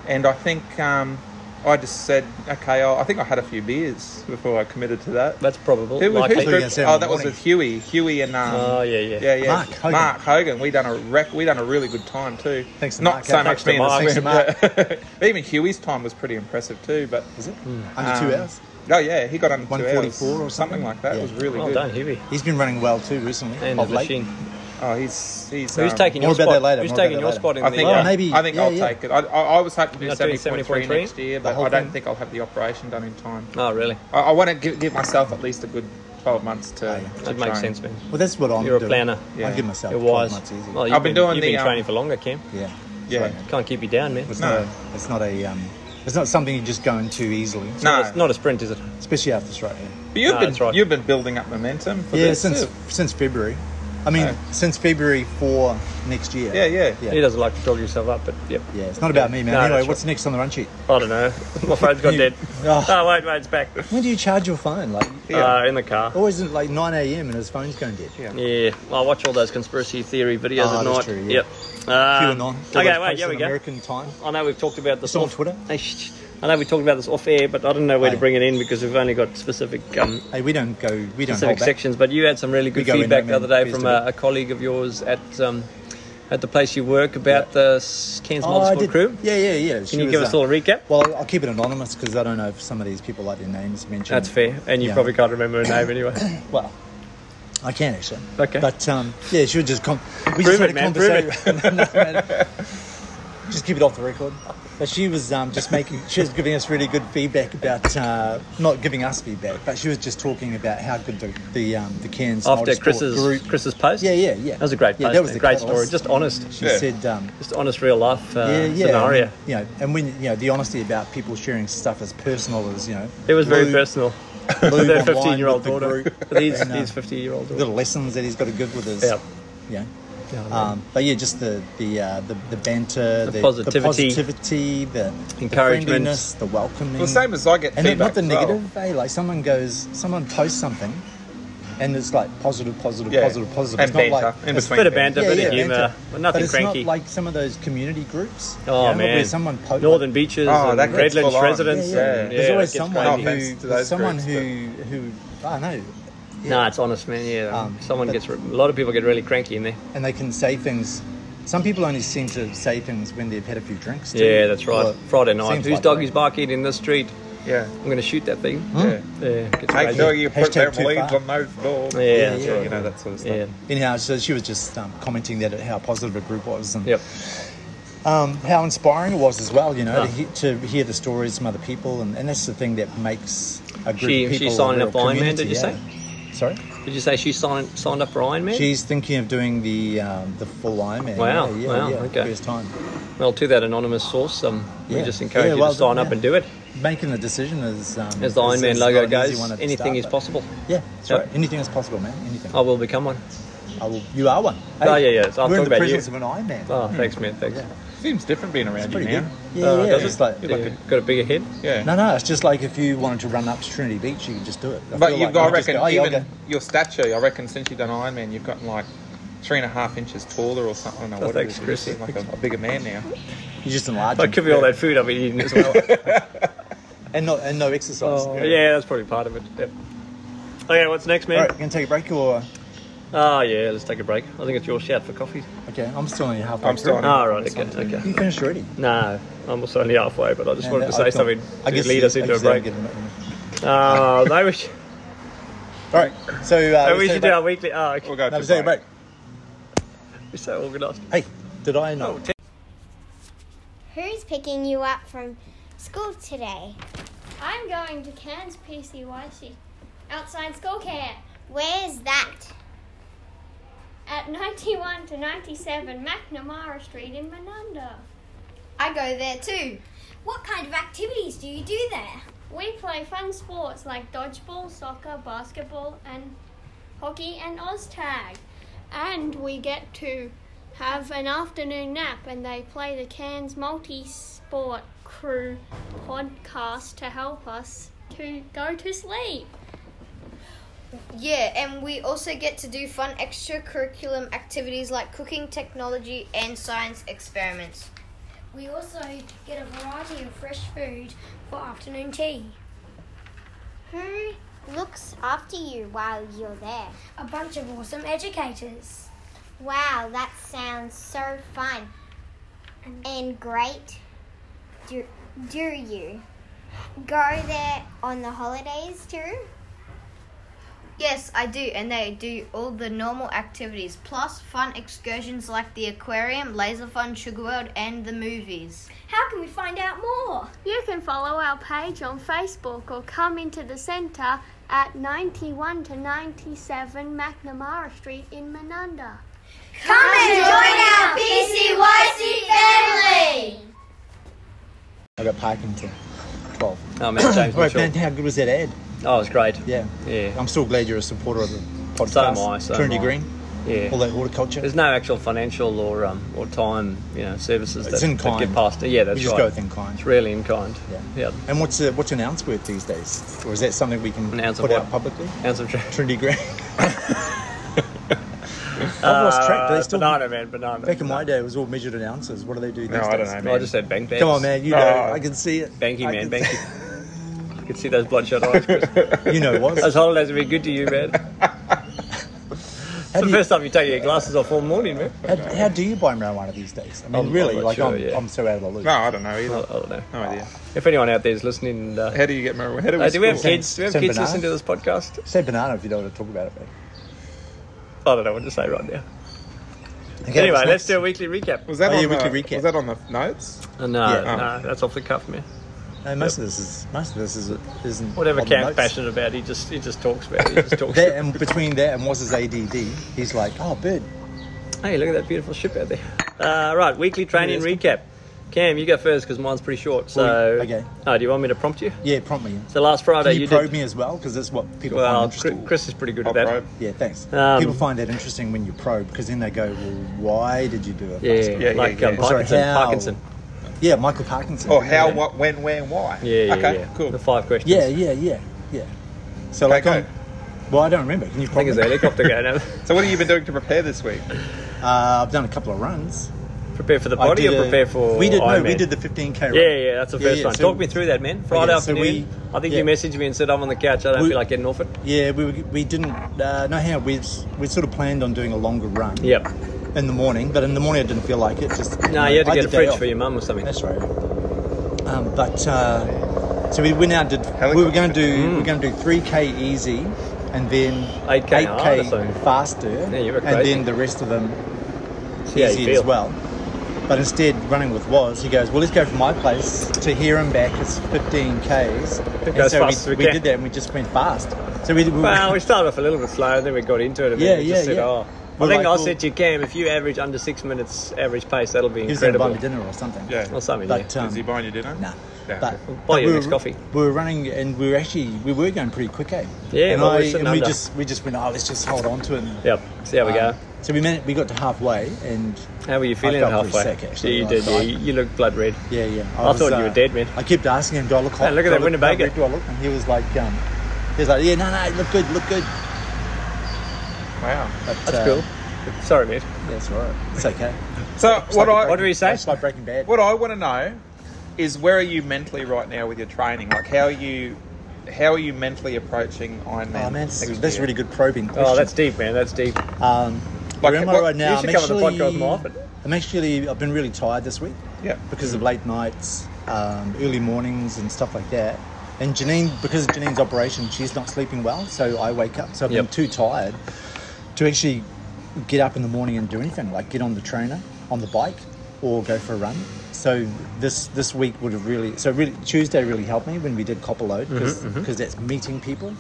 Speaker 2: and I think um, I just said, okay, I, I think I had a few beers before I committed to that.
Speaker 3: That's probable.
Speaker 2: Who, was
Speaker 3: likely.
Speaker 2: whose
Speaker 4: Hogan
Speaker 2: group?
Speaker 4: said in
Speaker 2: Oh,
Speaker 4: the
Speaker 2: that was
Speaker 4: morning.
Speaker 2: with Huey. Huey and um,
Speaker 3: Oh, yeah, yeah.
Speaker 2: yeah, yeah.
Speaker 4: Mark Hogan.
Speaker 2: Mark Hogan. We done a rec. We done a really good time too.
Speaker 4: Thanks to
Speaker 2: Not
Speaker 4: Mark, eh?
Speaker 2: so
Speaker 4: Thanks
Speaker 2: much
Speaker 4: to
Speaker 2: me in the
Speaker 4: Mark.
Speaker 2: swim.
Speaker 4: Thanks
Speaker 2: but even Huey's time was pretty impressive too. But
Speaker 4: Is it under two
Speaker 2: um,
Speaker 4: hours?
Speaker 2: Oh yeah, he got under two hours,
Speaker 4: 144 or something?
Speaker 2: like that.
Speaker 4: Yeah.
Speaker 2: It was really
Speaker 3: Well
Speaker 2: good.
Speaker 3: done, Huey.
Speaker 4: He's been running well too recently.
Speaker 3: And
Speaker 4: of
Speaker 3: the
Speaker 4: late.
Speaker 3: machine.
Speaker 2: Oh, he's he's.
Speaker 3: Who's
Speaker 2: um,
Speaker 3: taking
Speaker 4: more
Speaker 3: your
Speaker 4: about
Speaker 3: spot?
Speaker 4: that later,
Speaker 3: Who's
Speaker 4: more about
Speaker 3: taking
Speaker 4: that
Speaker 3: your
Speaker 4: later.
Speaker 3: spot in
Speaker 2: I
Speaker 3: the?
Speaker 2: think
Speaker 4: Well,
Speaker 2: I,
Speaker 3: uh,
Speaker 4: Oh, maybe-
Speaker 2: I think
Speaker 4: yeah,
Speaker 2: I'll
Speaker 4: yeah.
Speaker 2: take it. I, I, I was hoping to do
Speaker 3: Not doing
Speaker 2: 70.3
Speaker 3: 73?
Speaker 2: next year,
Speaker 4: The
Speaker 2: but
Speaker 4: whole
Speaker 2: I don't
Speaker 4: thing?
Speaker 2: think I'll have the operation done in time.
Speaker 3: Oh, really?
Speaker 2: I, I want to give, give myself at least a good 12 months to.
Speaker 4: Oh, yeah.
Speaker 2: to
Speaker 3: That makes
Speaker 2: train.
Speaker 3: sense, man.
Speaker 4: Well, that's what I'm
Speaker 3: You're a
Speaker 4: doing.
Speaker 3: planner.
Speaker 2: Yeah.
Speaker 4: I give myself
Speaker 3: It
Speaker 4: 12
Speaker 3: was.
Speaker 4: months easy.
Speaker 3: Well,
Speaker 2: I've
Speaker 3: you've
Speaker 2: been
Speaker 3: been
Speaker 2: doing
Speaker 3: You've
Speaker 2: the,
Speaker 3: been
Speaker 2: um,
Speaker 3: training for longer, Cam.
Speaker 4: yeah.
Speaker 2: Yeah.
Speaker 4: Sorry.
Speaker 3: Can't keep you down, man.
Speaker 4: It's
Speaker 2: No.
Speaker 4: not. A, it's not a. Um, it's not something you just go into easily,
Speaker 2: No,
Speaker 3: It's not a sprint, is it?
Speaker 4: especially after Australia.
Speaker 2: But you've
Speaker 3: No,
Speaker 2: been
Speaker 3: that's right.
Speaker 2: you've been building up momentum for
Speaker 4: yeah,
Speaker 2: this.
Speaker 4: since
Speaker 2: too.
Speaker 4: since February. I mean,
Speaker 2: Okay.
Speaker 4: since February for next year.
Speaker 2: Yeah, yeah.
Speaker 4: yeah.
Speaker 3: He doesn't like to talk yourself up, but yep.
Speaker 4: Yeah, it's not about me, man.
Speaker 3: No,
Speaker 4: anyway,
Speaker 3: that's
Speaker 4: what's next on the run sheet?
Speaker 3: I don't know. My phone's got
Speaker 4: You-
Speaker 3: dead.
Speaker 4: Oh.
Speaker 3: Oh. wait, wait, it's back.
Speaker 4: When do you charge your phone? Like,
Speaker 2: Yeah.
Speaker 3: Uh, in the car.
Speaker 4: always at like 9 a.m. and his phone's going dead.
Speaker 2: Yeah.
Speaker 3: Yeah, I watch all those conspiracy theory videos
Speaker 4: Ah,
Speaker 3: at
Speaker 4: that's
Speaker 3: night.
Speaker 4: true, yeah.
Speaker 3: Yep. Um, Okay,
Speaker 4: QAnon. Always
Speaker 3: wait, here
Speaker 4: posted
Speaker 3: we go.
Speaker 4: American time.
Speaker 3: I know we've talked about this
Speaker 4: It's on
Speaker 3: off-
Speaker 4: Twitter.
Speaker 3: Hey, shh, shh. I know we talked about this off air, but I didn't know where
Speaker 4: Aye.
Speaker 3: to bring it in because we've only got specific um,
Speaker 4: Hey, we don't go. We don't hold
Speaker 3: specific
Speaker 4: back.
Speaker 3: sections. But you had some really good
Speaker 4: go in
Speaker 3: feedback
Speaker 4: home
Speaker 3: the other
Speaker 4: and
Speaker 3: day
Speaker 4: fist
Speaker 3: from
Speaker 4: a
Speaker 3: a, a colleague of yours at um, at the place you work about the s- Cairns
Speaker 4: Oh, I
Speaker 3: Motorsport
Speaker 4: did-
Speaker 3: Crew.
Speaker 4: Yeah, yeah, yeah. She
Speaker 3: Can you
Speaker 4: was,
Speaker 3: give us a
Speaker 4: uh,
Speaker 3: little recap?
Speaker 4: Well, I'll- I'll keep it anonymous because I don't know if some of these people like their names mentioned.
Speaker 3: That's fair, and you
Speaker 4: Yeah.
Speaker 3: probably can't remember her name anyway.
Speaker 4: Well, I can actually.
Speaker 3: Okay.
Speaker 4: But um, yeah, she would just con- we
Speaker 3: Prove
Speaker 4: just had
Speaker 3: it,
Speaker 4: a
Speaker 3: man, prove
Speaker 4: conversation. just keep it off the record. But she was um, just making, she was giving us really good feedback about uh, not giving us feedback, but she was just talking about how good the the, um, the Cairns
Speaker 3: After
Speaker 4: Motorsport
Speaker 3: Chris's
Speaker 4: group.
Speaker 3: Chris's post.
Speaker 4: Yeah, yeah, yeah.
Speaker 3: That was a great post.
Speaker 4: Yeah, that was
Speaker 3: man.
Speaker 4: the
Speaker 3: great story.
Speaker 4: catalyst.
Speaker 3: Just honest.
Speaker 4: She
Speaker 2: Yeah.
Speaker 4: said, um,
Speaker 3: Just honest real life uh,
Speaker 4: yeah, yeah,
Speaker 3: scenario.
Speaker 4: and, you know, and when you know the honesty about people sharing stuff as personal as you know,
Speaker 3: It was very
Speaker 4: Lou-
Speaker 3: personal.
Speaker 4: Lou
Speaker 3: With their
Speaker 4: online
Speaker 3: 15 year old
Speaker 4: with the
Speaker 3: daughter.
Speaker 4: group.
Speaker 3: With his,
Speaker 4: And, uh,
Speaker 3: his 50 year old daughter.
Speaker 4: little lessons that he's got to give with his,
Speaker 3: Yeah.
Speaker 4: you know.
Speaker 3: Yeah, I know.
Speaker 4: Um, but yeah, just the the uh, the, the banter,
Speaker 3: The positivity.
Speaker 4: the, positivity, the
Speaker 3: Encouragement.
Speaker 4: the, friendliness, the welcoming.
Speaker 2: Well, same as I get
Speaker 4: and then
Speaker 2: feedback
Speaker 4: not the
Speaker 2: as well.
Speaker 4: negative. Eh? Like someone goes, someone posts something, and it's like positive, positive,
Speaker 2: Yeah.
Speaker 4: positive, positive.
Speaker 2: And
Speaker 4: it's not
Speaker 2: banter.
Speaker 4: like
Speaker 2: in
Speaker 3: It's a
Speaker 2: between
Speaker 3: bit of
Speaker 2: things.
Speaker 3: banter, bit of humour,
Speaker 4: banter.
Speaker 3: but nothing
Speaker 4: it's
Speaker 3: cranky.
Speaker 4: not like some of those community groups.
Speaker 3: oh,
Speaker 4: you know,
Speaker 3: man.
Speaker 4: Where someone posts
Speaker 3: Northern Beaches
Speaker 2: Oh,
Speaker 3: and
Speaker 2: that gets
Speaker 3: Redlands
Speaker 2: full on.
Speaker 3: residents.
Speaker 4: Yeah, yeah.
Speaker 2: Yeah,
Speaker 3: and-
Speaker 4: There's
Speaker 3: yeah,
Speaker 4: always
Speaker 3: it gets
Speaker 4: someone Oh,
Speaker 3: crazy.
Speaker 2: offense
Speaker 4: who,
Speaker 2: to
Speaker 4: there's
Speaker 2: those
Speaker 4: someone
Speaker 2: groups,
Speaker 4: who, who, I don't know,
Speaker 3: Nah, it's honest, man. Yeah,
Speaker 4: Um,
Speaker 3: someone
Speaker 4: but-
Speaker 3: gets re- a lot of people get really cranky in there.
Speaker 4: and they can say things. Some people only seem to say things when they've had a few drinks. Too.
Speaker 3: Yeah, that's right.
Speaker 4: Well,
Speaker 3: Friday
Speaker 4: seems
Speaker 3: night. Whose
Speaker 4: like
Speaker 3: dog is
Speaker 4: that. Hmm?
Speaker 3: barking in the street?
Speaker 5: Yeah.
Speaker 3: I'm going to shoot that thing.
Speaker 5: Yeah.
Speaker 3: Yeah, gets
Speaker 5: Make
Speaker 3: crazy.
Speaker 5: sure you put
Speaker 4: Hashtag
Speaker 5: them
Speaker 4: too
Speaker 5: leads
Speaker 4: far.
Speaker 5: on those doors.
Speaker 3: Yeah, that's
Speaker 5: yeah,
Speaker 3: right.
Speaker 5: you know that sort of stuff.
Speaker 3: Yeah.
Speaker 4: Anyhow, so she was just um, commenting that at how positive a group was and
Speaker 3: Yep.
Speaker 4: um, how inspiring it was as well. You know,
Speaker 3: Ah.
Speaker 4: to, he- to hear the stories from other people, and, and that's the thing that makes a group
Speaker 3: She-
Speaker 4: of
Speaker 3: she's
Speaker 4: people. a
Speaker 3: signing
Speaker 4: real
Speaker 3: up for Iron Man,
Speaker 4: community,
Speaker 3: did you
Speaker 4: yeah. Sorry.
Speaker 3: Did you say she signed signed up for Iron Man?
Speaker 4: She's thinking of doing the um, the full Ironman.
Speaker 3: Wow,
Speaker 4: Yeah, yeah,
Speaker 3: wow,
Speaker 4: yeah,
Speaker 3: okay.
Speaker 4: First time.
Speaker 3: well, to that anonymous source, um, we
Speaker 4: Yeah.
Speaker 3: just encourage
Speaker 4: Yeah,
Speaker 3: you
Speaker 4: well
Speaker 3: to sign
Speaker 4: done,
Speaker 3: up
Speaker 4: yeah.
Speaker 3: and do it.
Speaker 4: Making the decision is um,
Speaker 3: As the
Speaker 4: is-
Speaker 3: Iron Man
Speaker 4: is
Speaker 3: logo
Speaker 4: not an easy
Speaker 3: goes,
Speaker 4: one at the
Speaker 3: anything
Speaker 4: start,
Speaker 3: is
Speaker 4: but-
Speaker 3: possible.
Speaker 4: Yeah, that's
Speaker 3: Yep.
Speaker 4: right. Anything is possible, man. Anything.
Speaker 3: I will become one.
Speaker 4: I will, you are one.
Speaker 3: Oh, yeah, yeah, so I'm talking
Speaker 4: we're in the
Speaker 3: about you.
Speaker 4: presence of an Iron Man.
Speaker 3: Oh, thanks, man. Thanks.
Speaker 4: Yeah.
Speaker 5: Seems different being around
Speaker 4: It's
Speaker 5: you
Speaker 4: pretty
Speaker 5: now.
Speaker 4: good. Yeah,
Speaker 3: Oh,
Speaker 4: yeah.
Speaker 3: does
Speaker 4: it's
Speaker 3: it?
Speaker 4: like,
Speaker 3: Yeah, Got a bigger head.
Speaker 5: Yeah.
Speaker 4: No, no, it's just like if you wanted to run up to Trinity Beach, you could just do it. I
Speaker 5: But
Speaker 4: feel
Speaker 5: you've
Speaker 4: like
Speaker 5: got, I
Speaker 4: would just
Speaker 5: reckon,
Speaker 4: go, "Oh, yeah, I'll
Speaker 5: even
Speaker 4: go."
Speaker 5: your stature, I reckon since you've done Ironman, you've gotten like three and a half inches taller or something. I don't know
Speaker 3: Oh,
Speaker 5: what
Speaker 3: thanks,
Speaker 5: it is.
Speaker 3: Chris.
Speaker 5: You seem like a, a bigger man now.
Speaker 4: you just enlarge
Speaker 3: I'd
Speaker 4: it.
Speaker 3: give you all that food I've been eating as well.
Speaker 4: and no, and no exercise.
Speaker 3: Oh,
Speaker 4: All
Speaker 3: yeah. that's probably part of it. Yep. Okay, what's next, man?
Speaker 4: right, gonna take a break or
Speaker 3: Oh, yeah, let's take a break. I think it's your shout for coffee.
Speaker 4: okay? I'm still only halfway.
Speaker 5: I'm still
Speaker 4: through.
Speaker 5: on
Speaker 3: Oh, right, okay,
Speaker 4: You
Speaker 3: okay.
Speaker 4: finished already.
Speaker 3: No, I'm also only halfway, but I just wanted to
Speaker 4: And
Speaker 3: say
Speaker 4: I thought-
Speaker 3: something
Speaker 4: I
Speaker 3: to
Speaker 4: guess
Speaker 3: lead
Speaker 4: you-
Speaker 3: us
Speaker 4: I
Speaker 3: into a
Speaker 4: guess you
Speaker 3: break.
Speaker 4: didn't get it.
Speaker 3: Oh, no, we should,
Speaker 4: All right, so uh,
Speaker 3: no, we
Speaker 4: let's
Speaker 3: should
Speaker 4: take
Speaker 3: do
Speaker 4: a
Speaker 3: our
Speaker 4: break.
Speaker 3: weekly. Oh, okay.
Speaker 5: We'll go
Speaker 4: No,
Speaker 5: to
Speaker 4: let's take a
Speaker 5: break.
Speaker 4: break.
Speaker 3: We're so organised.
Speaker 4: Hey, did I know?
Speaker 3: Oh, Ted-
Speaker 6: Who's picking you up from school today?
Speaker 7: I'm going to Cairns PCYC outside school camp
Speaker 6: Where's that?
Speaker 7: at 91 to 97 McNamara Street in Monunda.
Speaker 6: I go there too. What kind of activities do you do there?
Speaker 7: We play fun sports like dodgeball, soccer, basketball, and hockey and OzTag. And we get to have an afternoon nap and they play the Cairns Multi Sport Crew podcast to help us to go to sleep.
Speaker 8: Yeah, and we also get to do fun extracurriculum activities like cooking, technology, and science experiments.
Speaker 7: We also get a variety of fresh food for afternoon tea.
Speaker 6: Who looks after you while you're there?
Speaker 7: A bunch of awesome educators.
Speaker 6: Wow, that sounds so fun and great. Do, do you go there on the holidays too?
Speaker 8: Yes, I do, and they do all the normal activities, plus fun excursions like the aquarium, laser fun, Sugar World, and the movies.
Speaker 6: How can we find out more?
Speaker 7: You can follow our page on Facebook or come into the centre at 91 to 97 McNamara Street in Monunda.
Speaker 6: Come and join our PCYC family!
Speaker 4: I got Parkinson. Twelve.
Speaker 3: oh man, James
Speaker 4: All right,
Speaker 3: Mitchell.
Speaker 4: man. How good was that ad?
Speaker 3: Oh, it's great.
Speaker 4: Yeah.
Speaker 3: Yeah.
Speaker 4: I'm still glad you're a supporter of the podcast.
Speaker 3: am I, so am
Speaker 4: Trinity
Speaker 3: I.
Speaker 4: Green, all
Speaker 3: Yeah.
Speaker 4: that horticulture.
Speaker 3: There's no actual financial or um, or time, you know, services
Speaker 4: It's
Speaker 3: that,
Speaker 4: in
Speaker 3: that get
Speaker 4: kind.
Speaker 3: passed. Yeah, that's
Speaker 4: we just
Speaker 3: right.
Speaker 4: go with in kind.
Speaker 3: It's really in kind.
Speaker 4: Yeah. And what's uh, what's an ounce worth these days? Or is that something we can
Speaker 3: An ounce of
Speaker 4: put
Speaker 3: what?
Speaker 4: out publicly?
Speaker 3: Yeah. Ounce of tra-
Speaker 4: Trinity Green. I've lost track. Do they
Speaker 3: Uh,
Speaker 4: still
Speaker 3: banana, man, banana.
Speaker 4: Back in my day, it was all measured in ounces. What do they do these
Speaker 5: No, I
Speaker 4: days?
Speaker 5: don't know,
Speaker 3: I
Speaker 5: man.
Speaker 3: just said bank bags.
Speaker 4: Come on, man. You know,
Speaker 5: No.
Speaker 4: I can see it.
Speaker 3: Banky,
Speaker 4: I
Speaker 3: man,
Speaker 4: can see-
Speaker 3: banky. I can see those bloodshot eyes. Chris.
Speaker 4: You know what?
Speaker 3: Those holidays have been good to you, man.
Speaker 4: How
Speaker 3: It's the
Speaker 4: do you,
Speaker 3: first time you take your glasses off all morning, man.
Speaker 4: how, how do you buy marijuana these days? I mean,
Speaker 3: I'm- I'm
Speaker 4: really,
Speaker 3: not
Speaker 4: like
Speaker 3: sure,
Speaker 4: I'm,
Speaker 3: yeah.
Speaker 4: I'm so out of the loop.
Speaker 5: No, I don't know
Speaker 3: I I
Speaker 2: Oh,
Speaker 5: either.
Speaker 3: don't know.
Speaker 5: No idea.
Speaker 3: If anyone out there is listening, uh,
Speaker 5: How do you get married? How do we
Speaker 3: uh, do we have
Speaker 5: score?
Speaker 3: kids? Do we have
Speaker 4: Send
Speaker 3: kids
Speaker 4: banana?
Speaker 3: listening to this podcast?
Speaker 4: Say banana if you don't want to talk about it. Mate.
Speaker 3: I don't know what to say right now.
Speaker 4: Okay,
Speaker 3: anyway,
Speaker 4: what's
Speaker 3: let's do a
Speaker 4: next?
Speaker 3: weekly recap.
Speaker 5: Was that,
Speaker 4: Oh,
Speaker 5: on
Speaker 4: yeah,
Speaker 5: the,
Speaker 4: weekly recap.
Speaker 5: was that on the notes?
Speaker 3: Uh, no,
Speaker 4: Yeah.
Speaker 3: no, that's off the cuff, man.
Speaker 4: No, most of this is most of this is isn't
Speaker 3: Whatever
Speaker 4: on the
Speaker 3: Cam's
Speaker 4: notes.
Speaker 3: passionate about, he just he just talks about. It. He just talks.
Speaker 4: That and between that and what's his ADD, he's like, oh, bird.
Speaker 3: Hey, look at that beautiful ship out there. Uh, right, weekly training
Speaker 4: Yes.
Speaker 3: recap. Cam, you go first because mine's pretty short. So,
Speaker 4: Well, okay.
Speaker 3: Oh, do you want me to prompt you?
Speaker 4: Yeah, prompt me.
Speaker 3: So last Friday
Speaker 4: Can
Speaker 3: you,
Speaker 4: you, probe
Speaker 3: did.
Speaker 4: me as well? Because that's what people find
Speaker 3: well, Chris,
Speaker 4: interesting.
Speaker 3: Chris is pretty good
Speaker 5: I'll
Speaker 3: at that.
Speaker 5: probe.
Speaker 4: Yeah, thanks.
Speaker 3: Um,
Speaker 4: People find that interesting when you probe because then they go, well, why did you do it?
Speaker 3: Yeah,
Speaker 4: last
Speaker 3: yeah,
Speaker 4: week?
Speaker 5: Yeah,
Speaker 3: like
Speaker 5: yeah,
Speaker 3: um,
Speaker 5: yeah.
Speaker 3: Parkinson.
Speaker 4: Sorry, how?
Speaker 3: Parkinson.
Speaker 4: Yeah, Michael Parkinson.
Speaker 5: Or Oh, how, what, when, where, why?
Speaker 3: Yeah, yeah,
Speaker 5: Okay,
Speaker 3: yeah.
Speaker 5: cool.
Speaker 3: The five questions.
Speaker 4: Yeah, yeah, yeah, yeah. So like,
Speaker 5: Okay.
Speaker 4: on, well, I don't remember. Can
Speaker 3: I
Speaker 4: you
Speaker 3: think
Speaker 4: prompt
Speaker 3: it's
Speaker 4: me?
Speaker 3: a helicopter going now.
Speaker 5: So what have you been doing to prepare this week?
Speaker 4: Uh, I've done a couple of runs.
Speaker 3: Prepare for the
Speaker 4: I
Speaker 3: body
Speaker 4: did
Speaker 3: or
Speaker 4: a-
Speaker 3: prepare for
Speaker 4: We did
Speaker 3: Iron
Speaker 4: no, we
Speaker 3: Man?
Speaker 4: did the 15k. Run.
Speaker 3: Yeah, yeah, that's the
Speaker 4: Yeah,
Speaker 3: first
Speaker 4: yeah,
Speaker 3: one.
Speaker 4: so-
Speaker 3: Talk me through that, man. Friday
Speaker 4: Okay, so
Speaker 3: afternoon.
Speaker 4: we-
Speaker 3: I think
Speaker 4: yeah.
Speaker 3: you messaged me and said I'm on the couch. I don't
Speaker 4: We-
Speaker 3: feel like getting off it.
Speaker 4: Yeah, we, were- we didn't. Uh, no, how we we sort of planned on doing a longer run.
Speaker 3: Yep.
Speaker 4: In the morning, but in the morning I didn't feel like it. Just
Speaker 3: No, you had to
Speaker 4: I
Speaker 3: get a
Speaker 4: the day
Speaker 3: fridge
Speaker 4: off.
Speaker 3: for your mum or something.
Speaker 4: That's right. Um, but uh, So we went out and did. We were going to do. We
Speaker 2: Helicopter.
Speaker 4: were going to do three k easy, and then
Speaker 3: 8K
Speaker 4: eight
Speaker 3: hard or
Speaker 4: k
Speaker 3: something.
Speaker 4: faster,
Speaker 3: oh, Yeah, you were
Speaker 4: and
Speaker 3: crazy.
Speaker 4: then the rest of them
Speaker 3: See how you
Speaker 4: easy as
Speaker 3: feel.
Speaker 4: well. But instead, running with Woz, he goes, "Well, let's go from my place to here and back. It's fifteen k's." And
Speaker 3: as
Speaker 4: so
Speaker 3: fast as
Speaker 4: we,
Speaker 3: we can.
Speaker 4: did that, and we just went fast. So we, we
Speaker 3: Well, we started off a little bit slow, and then we got into it a bit.
Speaker 4: Yeah,
Speaker 3: we just
Speaker 4: yeah,
Speaker 3: said,
Speaker 4: yeah.
Speaker 3: Oh.
Speaker 4: We're
Speaker 3: I think
Speaker 4: like,
Speaker 3: I
Speaker 4: well-
Speaker 3: said to you, Cam, if you average under six minutes average pace, that'll be
Speaker 4: he was going to buy
Speaker 3: incredible.
Speaker 4: me dinner or something.
Speaker 2: Yeah.
Speaker 3: Or something. yeah.
Speaker 4: But um,
Speaker 2: Does he buy you dinner?
Speaker 4: Nah.
Speaker 2: Yeah.
Speaker 4: But,
Speaker 3: We'll buy
Speaker 4: but
Speaker 3: you
Speaker 4: we
Speaker 3: a next
Speaker 4: were,
Speaker 3: coffee.
Speaker 4: We were running, and we were actually we were going pretty quick, eh?
Speaker 3: Yeah,
Speaker 4: and,
Speaker 3: well, we're
Speaker 4: I,
Speaker 3: sitting
Speaker 4: and we
Speaker 3: under.
Speaker 4: just we just went, oh, let's just hold on to it. And,
Speaker 3: Yep. See how we
Speaker 4: um,
Speaker 3: go.
Speaker 4: So we managed, we got to halfway, and
Speaker 3: How were you feeling
Speaker 4: felt pretty
Speaker 3: halfway?
Speaker 4: sick, actually,
Speaker 3: Yeah, you
Speaker 4: like,
Speaker 3: did. Yeah,
Speaker 4: I-
Speaker 3: you, you looked blood red.
Speaker 4: yeah, yeah.
Speaker 3: I thought you were dead, man.
Speaker 4: I kept asking him, do I look hot?
Speaker 3: Hey, look at
Speaker 4: Do I
Speaker 3: that
Speaker 4: look-
Speaker 3: Winnebago.
Speaker 4: Do I look? And he was like, um, he was like, yeah, no, no, look good, look good.
Speaker 2: Wow.
Speaker 4: But,
Speaker 3: That's
Speaker 4: uh,
Speaker 3: cool. Sorry, mate.
Speaker 4: That's all right. It's okay.
Speaker 2: So what I
Speaker 3: What do we say?
Speaker 4: That's like Breaking Bad.
Speaker 2: What I want to know is where are you mentally right now with your training? Like how are you how are you mentally approaching Ironman?
Speaker 4: Oh man, this
Speaker 2: next
Speaker 4: is, that's
Speaker 2: year?
Speaker 4: really good probing. Question.
Speaker 3: Oh, that's deep, man. That's deep.
Speaker 4: um,
Speaker 2: Like,
Speaker 4: where am I
Speaker 2: what-
Speaker 4: right now?
Speaker 3: you should
Speaker 4: I'm
Speaker 3: come on the
Speaker 4: actually-
Speaker 3: podcast more often.
Speaker 4: I'm actually. I've been really tired this week.
Speaker 2: Yeah.
Speaker 4: because of late nights, um, early mornings, and stuff like that. And Janine, because of Janine's operation, she's not sleeping well, so I wake up. So I've been
Speaker 3: Yep.
Speaker 4: too tired to actually get up in the morning and do anything, like get on the trainer, on the bike, or go for a run. So this this week would have really so really Tuesday really helped me when we did copper load
Speaker 3: Mm-hmm,
Speaker 4: because that's meeting people.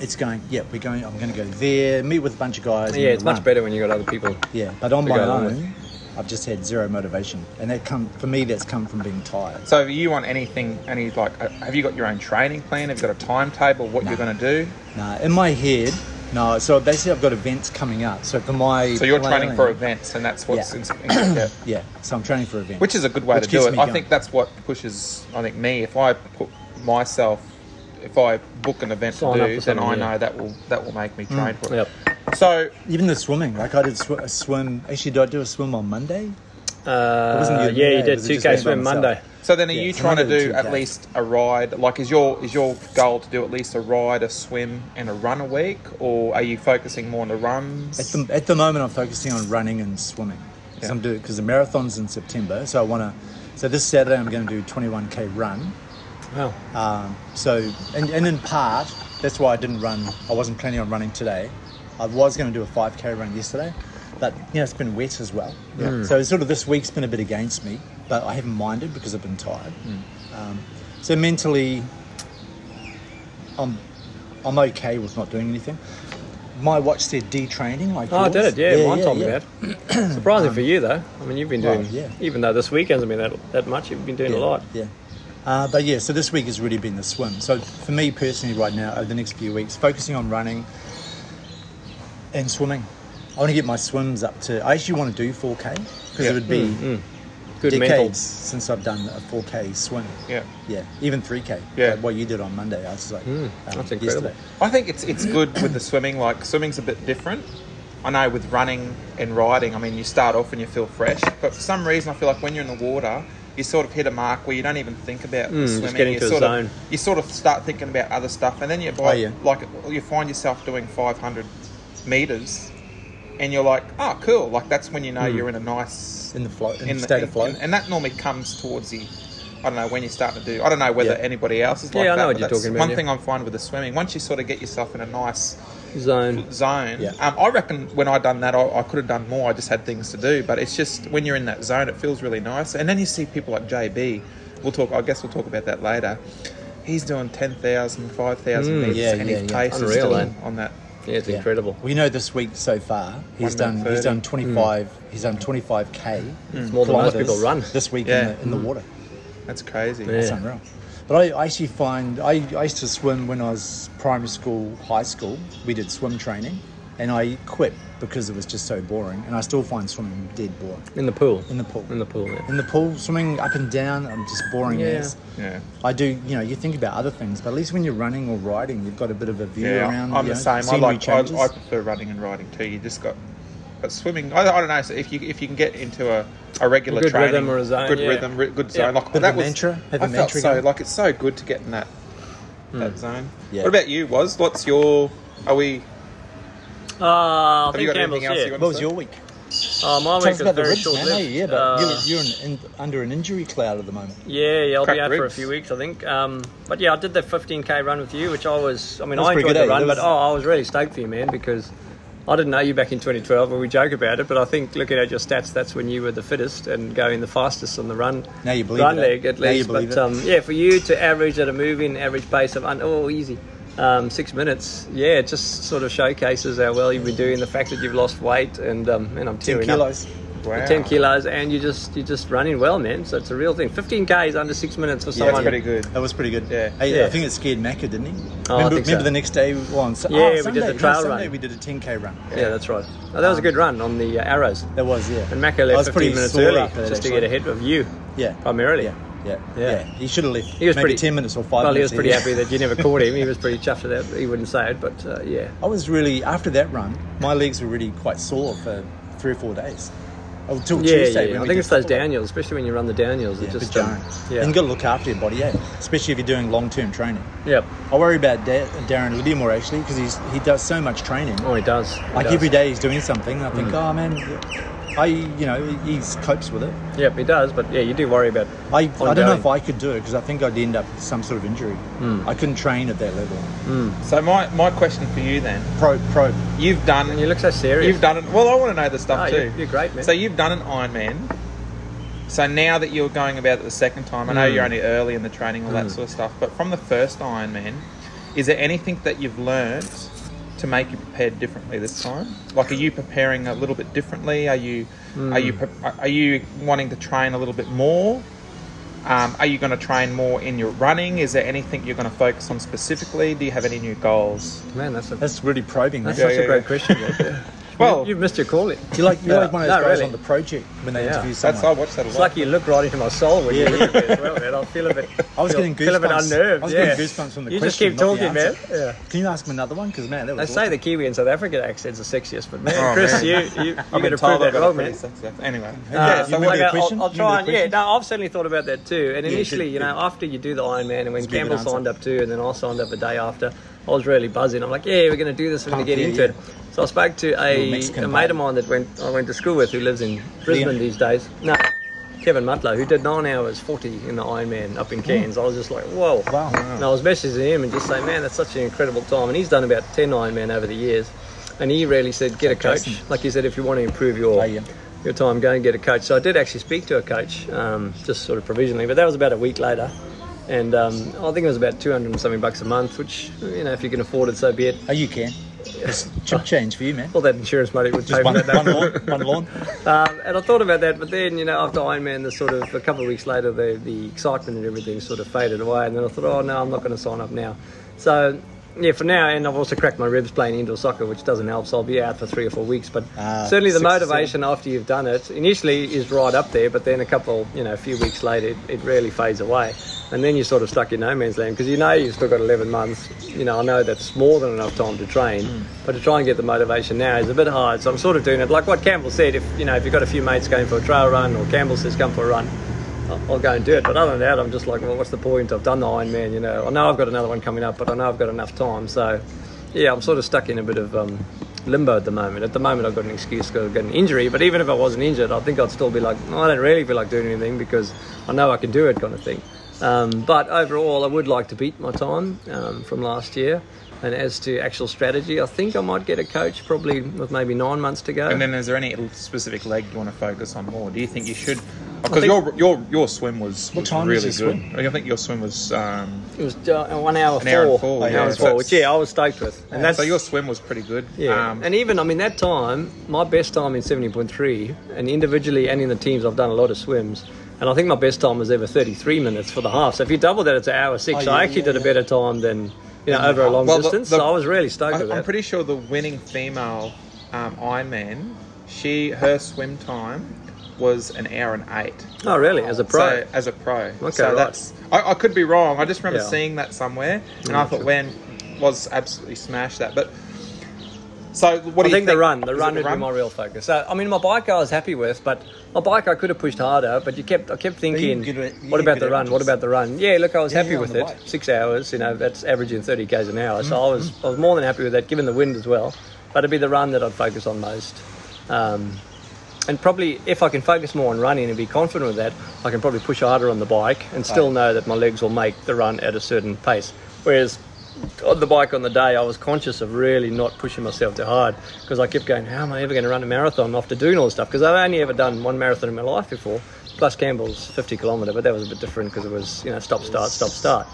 Speaker 4: It's going, yeah, we're going. I'm going to go there, meet with a bunch of guys. and
Speaker 3: Yeah, it's much
Speaker 4: run.
Speaker 3: better when you got other people.
Speaker 4: Yeah, but on
Speaker 3: To
Speaker 4: my
Speaker 3: go along
Speaker 4: own, I've just had zero motivation, and that come for me. That's come from being tired.
Speaker 2: So have you on anything any like uh, have you got your own training plan? Have you got a timetable what you're going to do?
Speaker 4: Nah, in my head, no. So basically, I've got events coming up. So for my,
Speaker 2: So you're training for
Speaker 4: planning-
Speaker 2: events and that's what's
Speaker 4: Yeah.
Speaker 2: in, in, yeah.
Speaker 4: Yeah, so I'm training for events,
Speaker 2: which is a good way
Speaker 4: Which
Speaker 2: to do
Speaker 4: keeps
Speaker 2: it.
Speaker 4: me
Speaker 2: I
Speaker 4: going.
Speaker 2: think that's what pushes. I think me, if I put myself, if I book an event
Speaker 3: Sign
Speaker 2: to
Speaker 3: up
Speaker 2: do,
Speaker 3: for
Speaker 2: then I
Speaker 3: something, yeah.
Speaker 2: know that will that will make me
Speaker 4: Mm,
Speaker 2: train for it.
Speaker 3: Yep.
Speaker 2: So
Speaker 4: even the swimming. Like I did sw- a swim. Actually, did I do a swim on Monday?
Speaker 3: Uh,
Speaker 4: wasn't you,
Speaker 3: yeah, you
Speaker 4: yeah, it
Speaker 3: did
Speaker 4: was
Speaker 3: two
Speaker 4: just me
Speaker 3: K
Speaker 4: by
Speaker 3: swim
Speaker 4: myself.
Speaker 3: Monday.
Speaker 2: So then, are
Speaker 4: Yeah,
Speaker 2: you
Speaker 4: so
Speaker 2: trying to
Speaker 4: another
Speaker 2: do
Speaker 4: two
Speaker 2: at
Speaker 4: days.
Speaker 2: least a ride? Like, is your is your goal to do at least a ride, a swim, and a run a week, or are you focusing more on the runs?
Speaker 4: At the, at the moment, I'm focusing on running and swimming.
Speaker 2: Yeah.
Speaker 4: Because I'm doing because the marathon's in September, so I want to. So this Saturday, I'm going to do 21k run.
Speaker 3: Wow.
Speaker 4: Um, so, and, and in part, that's why I didn't run. I wasn't planning on running today. I was going to do a 5k run yesterday, but you know it's been wet as well. So sort of this week's been a bit against me, but I haven't minded because I've been tired.
Speaker 3: Mm.
Speaker 4: Um, so mentally, I'm I'm okay with not doing anything. My watch said detraining. Like
Speaker 3: Oh, I
Speaker 4: yours.
Speaker 3: did it. Yeah, mine told me
Speaker 4: yeah.
Speaker 3: that. Surprising for you though. I mean, you've been
Speaker 4: well,
Speaker 3: doing.
Speaker 4: yeah.
Speaker 3: Even though this week hasn't been that, that much, you've been doing a
Speaker 4: yeah,
Speaker 3: lot.
Speaker 4: Yeah. Uh, but yeah, so this week has really been the swim. So for me personally, right now, over the next few weeks, focusing on running and swimming. I want to get my swims up to. I actually want to do 4K because
Speaker 2: Yeah.
Speaker 4: it would be
Speaker 3: Mm, Good
Speaker 4: decades
Speaker 3: mental.
Speaker 4: since I've done a 4K swim.
Speaker 2: yeah,
Speaker 4: Yeah, even 3K.
Speaker 2: Yeah.
Speaker 4: like what you did on Monday, I was like, um,
Speaker 3: Mm, that's incredible.
Speaker 4: yesterday.
Speaker 2: I think it's it's good with the swimming. Like swimming's a bit different. I know with running and riding, I mean, you start off and you feel fresh, but for some reason, I feel like when you're in the water, you sort of hit a mark where you don't even think about
Speaker 4: Hmm,
Speaker 3: Mm, just
Speaker 2: swimming.
Speaker 3: get
Speaker 2: You
Speaker 3: into the
Speaker 2: sort
Speaker 3: zone.
Speaker 2: Of, you sort of start thinking about other stuff, and then you
Speaker 4: Oh,
Speaker 2: buy,
Speaker 4: yeah.
Speaker 2: like you find yourself doing 500 meters, and you're like, oh, cool! Like that's when you know you're in a nice
Speaker 4: Hmm. in the flow, in, the state of flow.
Speaker 2: in- and that normally comes towards the, I don't know when you're starting to do. I don't know whether
Speaker 4: Yeah.
Speaker 2: anybody else is like
Speaker 3: Yeah, I know
Speaker 2: that.
Speaker 3: what
Speaker 2: but
Speaker 3: you're
Speaker 2: that's
Speaker 3: talking about,
Speaker 2: One
Speaker 3: yeah.
Speaker 2: thing I'm finding with the swimming, once you sort of get yourself in a nice
Speaker 3: Zone.
Speaker 2: zone,
Speaker 4: Yeah.
Speaker 2: um, I reckon when I done that, I, I could have done more. I just had things to do, but it's just when you're in that zone, it feels really nice. And then you see people like JB. We'll talk. I guess we'll talk about that later. He's doing 10,000, 5,000
Speaker 3: Mm,
Speaker 2: meters,
Speaker 4: yeah,
Speaker 2: and
Speaker 4: yeah,
Speaker 2: his
Speaker 4: yeah.
Speaker 2: pace is
Speaker 3: Unreal,
Speaker 2: still
Speaker 3: eh?
Speaker 2: on, on that.
Speaker 3: Yeah, it's
Speaker 4: Yeah.
Speaker 3: incredible.
Speaker 4: We know this week so far, he's
Speaker 2: One minute
Speaker 4: done. He's
Speaker 2: 30.
Speaker 4: done 25. He's done 25k. It's
Speaker 3: Mm. more than most people run. Mm.
Speaker 4: this week
Speaker 2: Yeah.
Speaker 4: in, the, in the water.
Speaker 2: That's crazy.
Speaker 3: Yeah.
Speaker 4: It's unreal. But I, I actually find I, I used to swim when I was primary school, high school. We did swim training, and I quit because it was just so boring. And I still find swimming dead boring
Speaker 3: In the pool.
Speaker 4: in the pool.
Speaker 3: In the pool. Yeah.
Speaker 4: In the pool, swimming up and down, I'm just boring
Speaker 3: Yeah.
Speaker 4: as.
Speaker 2: Yeah.
Speaker 4: I do, you know, you think about other things, but at least when you're running or riding, you've got a bit of a view
Speaker 2: Yeah,
Speaker 4: around.
Speaker 2: I'm
Speaker 4: you
Speaker 2: the
Speaker 4: know,
Speaker 2: same. I
Speaker 4: scenery
Speaker 2: like. I,
Speaker 4: changes.
Speaker 2: I prefer running and riding too. You just got, but swimming. I, I don't know. So if you if you can get into a, a regular
Speaker 3: A good
Speaker 2: training,
Speaker 3: rhythm or a zone,
Speaker 2: good
Speaker 3: yeah.
Speaker 2: rhythm, ri- good
Speaker 3: Yeah.
Speaker 2: zone. Like
Speaker 4: Bit of
Speaker 2: that
Speaker 4: a
Speaker 2: was.
Speaker 4: mantra, have
Speaker 2: I
Speaker 4: a
Speaker 2: felt
Speaker 4: mantra
Speaker 2: so
Speaker 4: going.
Speaker 2: like it's so good to get in that
Speaker 3: Hmm.
Speaker 2: that zone.
Speaker 4: Yeah.
Speaker 2: What about you? Was what's your? Are we?
Speaker 3: Uh, I
Speaker 2: Have you
Speaker 3: think
Speaker 2: got anything
Speaker 3: Uh,
Speaker 2: else you
Speaker 3: Campbell's yeah.
Speaker 2: want
Speaker 4: what was your week?
Speaker 3: Uh, my
Speaker 4: Tell
Speaker 3: week
Speaker 4: us
Speaker 3: was
Speaker 4: about the
Speaker 3: very Uh,
Speaker 4: ribs,
Speaker 3: short
Speaker 4: man.
Speaker 3: lived.
Speaker 4: Hey, yeah, but you're, you're in, in, under an injury cloud at the moment.
Speaker 3: Yeah, yeah, I'll
Speaker 2: Crack
Speaker 3: be out for a
Speaker 2: ribs.
Speaker 3: few weeks, I think. Um, but yeah, I did that 15k run with you, which I was. I mean,
Speaker 4: That was
Speaker 3: I
Speaker 4: pretty
Speaker 3: enjoyed
Speaker 4: good,
Speaker 3: the
Speaker 4: eh?
Speaker 3: run, but
Speaker 4: That was-
Speaker 3: oh, I was really stoked for you, man, because I didn't know you back in 2012, and we joke about it. But I think looking at your stats, that's when you were the fittest and going the fastest on the run.
Speaker 4: Now you believe
Speaker 3: run
Speaker 4: it, eh?
Speaker 3: leg at
Speaker 4: Now you
Speaker 3: least.
Speaker 4: believe
Speaker 3: But
Speaker 4: it.
Speaker 3: um, yeah, for you to average at a moving average pace of un- oh easy. Um, six minutes, yeah, it just sort of showcases how well you've been doing. The fact that you've lost weight, and um, and I'm
Speaker 4: Ten
Speaker 3: tearing up.
Speaker 4: kilos.
Speaker 2: Wow.
Speaker 3: 10 kilos and you just you're just running well man so it's a real thing 15k is under six minutes for
Speaker 2: That's
Speaker 3: someone
Speaker 2: pretty good.
Speaker 4: That was pretty good.
Speaker 2: Yeah.
Speaker 4: Hey,
Speaker 3: Yeah.
Speaker 4: I think it scared Macca, didn't he?
Speaker 3: Oh, I
Speaker 4: remember,
Speaker 3: think so.
Speaker 4: remember the next day we were on. So,
Speaker 3: Yeah,
Speaker 4: oh,
Speaker 3: we did
Speaker 4: Sunday,
Speaker 3: the
Speaker 4: no,
Speaker 3: trial
Speaker 4: Sunday
Speaker 3: run.
Speaker 4: we did a 10k run.
Speaker 3: yeah that's right oh, that was a good run on the uh, arrows
Speaker 4: That was yeah.
Speaker 3: and Macca
Speaker 4: I
Speaker 3: left
Speaker 4: was
Speaker 3: 15
Speaker 4: pretty
Speaker 3: minutes
Speaker 4: sore
Speaker 3: early
Speaker 4: after that,
Speaker 3: just to
Speaker 4: actually.
Speaker 3: get ahead of you
Speaker 4: Yeah.
Speaker 3: primarily
Speaker 4: Yeah. Yeah.
Speaker 3: Yeah.
Speaker 4: Yeah. He should have left.
Speaker 3: he was
Speaker 4: maybe
Speaker 3: pretty
Speaker 4: 10 minutes or five.
Speaker 3: well he was
Speaker 4: minutes
Speaker 3: pretty
Speaker 4: early.
Speaker 3: happy that you never caught him he was pretty chuffed at that he wouldn't say it but uh, yeah
Speaker 4: I was really after that run. My legs were really quite sore for three or four days. Until
Speaker 3: yeah,
Speaker 4: Tuesday.
Speaker 3: yeah.
Speaker 4: when
Speaker 3: I
Speaker 4: we
Speaker 3: think
Speaker 4: did
Speaker 3: it's those
Speaker 4: double.
Speaker 3: Daniels, especially when you run the Daniels.
Speaker 4: Yeah,
Speaker 3: it just
Speaker 4: but
Speaker 3: um,
Speaker 4: don't.
Speaker 3: yeah,
Speaker 4: And you got to look after your body, yeah. Especially if you're doing long-term training.
Speaker 3: yep.
Speaker 4: I worry about da- Darren Liddimore actually because he's he does so much training.
Speaker 3: Oh, he does. He does.
Speaker 4: like
Speaker 3: Hmm.
Speaker 4: every day he's doing something. and I think, oh man, I you know he's copes with it.
Speaker 3: Yep, he does. But yeah, you do worry about.
Speaker 4: I, I don't know
Speaker 3: Ongoing.
Speaker 4: if I could do it because I think I'd end up with some sort of injury.
Speaker 3: Hmm.
Speaker 4: I couldn't train at that level.
Speaker 2: So my, my question for you then,
Speaker 4: Pro pro.
Speaker 2: you've done
Speaker 3: And you look so serious.
Speaker 2: You've done it. Well, I want to know the stuff
Speaker 3: No,
Speaker 2: too.
Speaker 3: you're- you're great, man.
Speaker 2: So you've done an Ironman. So now that you're going about it the second time, I know
Speaker 3: Hmm.
Speaker 2: you're only early in the training, all that sort of stuff. But from the first Ironman, is there anything that you've learned to make you prepared differently this time? Like, are you preparing a little bit differently? Are you are you
Speaker 3: Hmm.
Speaker 2: pre- are you wanting to train a little bit more? Um, are you going to train more in your running? Is there anything you're going to focus on specifically? Do you have any new goals?
Speaker 3: man. That's a that's
Speaker 4: That's really probing.
Speaker 3: such
Speaker 4: That's
Speaker 2: Yeah,
Speaker 3: a
Speaker 2: yeah,
Speaker 3: great
Speaker 2: yeah.
Speaker 3: question. man.
Speaker 2: Well,
Speaker 3: you've missed your calling.
Speaker 4: you like you are like one of those
Speaker 3: No,
Speaker 4: guys
Speaker 3: really.
Speaker 4: on the project when they
Speaker 3: Yeah.
Speaker 4: interview
Speaker 2: that's I
Speaker 4: someone.
Speaker 2: watched that a lot.
Speaker 3: It's like you look right into my soul when you
Speaker 4: Yeah.
Speaker 3: look at me as well, man. I feel a bit.
Speaker 4: I was
Speaker 3: feel,
Speaker 4: getting
Speaker 3: Feel a bit
Speaker 4: goosebumps.
Speaker 3: unnerved.
Speaker 4: I was
Speaker 3: yeah.
Speaker 4: getting goosebumps from the
Speaker 3: You just
Speaker 4: question,
Speaker 3: keep
Speaker 4: not the
Speaker 3: talking, man.
Speaker 4: answer.
Speaker 3: Yeah.
Speaker 4: Can you ask him another one? Because man, that
Speaker 3: They
Speaker 4: was
Speaker 3: say
Speaker 4: awesome.
Speaker 3: the Kiwi and South African accent's the sexiest, but man,
Speaker 2: Oh,
Speaker 3: Chris,
Speaker 2: man.
Speaker 3: you you, you
Speaker 2: I've
Speaker 3: better
Speaker 2: been
Speaker 3: prove
Speaker 2: told I've
Speaker 3: that
Speaker 2: got
Speaker 3: wrong,
Speaker 2: a pretty
Speaker 3: man.
Speaker 2: sex life. Anyway.
Speaker 4: Yeah,
Speaker 3: Uh,
Speaker 4: you
Speaker 3: so
Speaker 4: remember
Speaker 3: like
Speaker 4: your
Speaker 3: I-
Speaker 4: question?
Speaker 3: I'll, I'll
Speaker 4: You remember
Speaker 3: try and
Speaker 4: the
Speaker 3: yeah.
Speaker 4: question?
Speaker 3: No, I've certainly thought about that too. And
Speaker 4: Yeah,
Speaker 3: initially,
Speaker 4: good,
Speaker 3: you know, after you do the Ironman, and when
Speaker 4: That's a good
Speaker 3: Campbell
Speaker 4: answer.
Speaker 3: signed up too, and then I signed up a day after, I was really buzzing. I'm like, yeah, we're going to do this. We're going
Speaker 4: Pumped,
Speaker 3: to get
Speaker 4: yeah,
Speaker 3: into
Speaker 4: yeah.
Speaker 3: it. So I spoke to
Speaker 4: Little
Speaker 3: a,
Speaker 4: Mexican
Speaker 3: a mate
Speaker 4: vibe.
Speaker 3: of mine that went I went to school with, who lives in Brisbane these days. No, Kevin Mutlow, who did nine hours forty in the Ironman up in Cairns. I was just like, whoa.
Speaker 4: Mm. Wow.
Speaker 3: And I was messaging him and just saying, man, that's such an incredible time. And he's done about 10 Ironman over the years. And he really said, get a
Speaker 4: Jason.
Speaker 3: coach. Like he said, if you want to improve your
Speaker 4: Oh, yeah.
Speaker 3: your time, go and get a coach. So I did actually speak to a coach, um, just sort of provisionally, but that was about a week later. And um, I think it was about 200 and something bucks a month, which, you know, if you can afford it, so be it.
Speaker 4: Oh, you can. It's chip change for you, man.
Speaker 3: All that insurance money would pay
Speaker 4: Just
Speaker 3: for
Speaker 4: one,
Speaker 3: that.
Speaker 4: one lawn, one lawn.
Speaker 3: Um, and I thought about that, but then you know, after Ironman, the sort of a couple of weeks later, the the excitement and everything sort of faded away, and then I thought, oh no, I'm not going to sign up now. So yeah, for now, and I've also cracked my ribs playing indoor soccer, which doesn't help. So I'll be out for three or four weeks. But
Speaker 4: Ah,
Speaker 3: certainly the
Speaker 4: six or seven.
Speaker 3: motivation after you've done it initially is right up there, but then a couple, you know, a few weeks later, it, it really fades away, and then you're sort of stuck in no man's land because you know you've still got 11 months. You know, I know that's more than enough time to train, but to try and get the motivation now is a bit hard. So I'm sort of doing it like what Campbell said. If you know, if you've got a few mates going for a trail run, or Campbell says come for a run. I'll- I'll go and do it, but other than that, I'm just like, well, what's the point? I've done the Ironman, you know. I know I've got another one coming up, but I know I've got enough time, so yeah, I'm sort of stuck in a bit of um, limbo at the moment. At the moment, I've got an excuse because I've got an injury. But even if I wasn't injured, I think I'd still be like, "No, I don't really feel like doing anything because I know I can do it, kind of thing. Um, but overall, I would like to beat my time um, from last year. And as to actual strategy, I think I might get a coach probably with maybe nine months to go.
Speaker 2: And then, is there any specific leg you want to focus on more? Do you think you should?
Speaker 3: think-
Speaker 2: Because your your your swim was,
Speaker 4: What
Speaker 2: was
Speaker 4: time
Speaker 2: really
Speaker 4: was your
Speaker 2: good. I think your swim was. Um,
Speaker 3: it was uh, one hour
Speaker 2: An
Speaker 3: four.
Speaker 2: hour and four,
Speaker 3: An
Speaker 2: yeah.
Speaker 3: hour and
Speaker 2: So
Speaker 3: four, which
Speaker 2: it's-
Speaker 3: yeah, I was stoked with. And
Speaker 2: so your swim was pretty good.
Speaker 3: Yeah,
Speaker 2: Um,
Speaker 3: and even I mean that time, my best time in seventy point three, and individually and in the teams, I've done a lot of swims, and I think my best time was ever thirty three minutes for the half. So if you double that, it's an hour six.
Speaker 4: Oh,
Speaker 3: So
Speaker 4: yeah,
Speaker 3: I actually
Speaker 4: yeah,
Speaker 3: did a
Speaker 4: yeah.
Speaker 3: better time than you know over a long
Speaker 2: Well, the-
Speaker 3: distance.
Speaker 2: the-
Speaker 3: so I was really stoked with
Speaker 2: I, I'm
Speaker 3: that.
Speaker 2: pretty sure the winning female um, Ironman, she her swim time was an hour and eight.
Speaker 3: oh really? As a pro,
Speaker 2: So, as a pro.
Speaker 3: Okay,
Speaker 2: so
Speaker 3: right.
Speaker 2: that's I, I could be wrong. I just remember
Speaker 3: Yeah. Mm.
Speaker 2: seeing that somewhere, and I thought Wen was absolutely smashed that. But so what do
Speaker 3: I
Speaker 2: you
Speaker 3: think, the run, the
Speaker 2: Is it
Speaker 3: run would be my real focus. So I mean, my bike I was happy with, but my bike I could have pushed harder. But you kept, I kept thinking,
Speaker 4: good at- you
Speaker 3: what
Speaker 4: get
Speaker 3: about
Speaker 4: good
Speaker 3: the run? What
Speaker 4: averages.
Speaker 3: about the run? Yeah, look, I was
Speaker 4: Yeah,
Speaker 3: happy
Speaker 4: yeah, on
Speaker 3: with
Speaker 4: the
Speaker 3: it.
Speaker 4: bike.
Speaker 3: Six hours, you know, that's averaging thirty k's an hour. So I was, I was more than happy with that, given the wind as well. But it'd be the run that I'd focus on most. Um, And probably if I can focus more on running and be confident with that, I can probably push harder on the bike and still know that my legs will make the run at a certain pace. Whereas on the bike on the day, I was conscious of really not pushing myself too hard because I kept going, how am I ever going to run a marathon after doing all this stuff? Because I've only ever done one marathon in my life before, plus Campbell's 50 kilometre, but that was a bit different because it was, you know, stop, start, stop, start.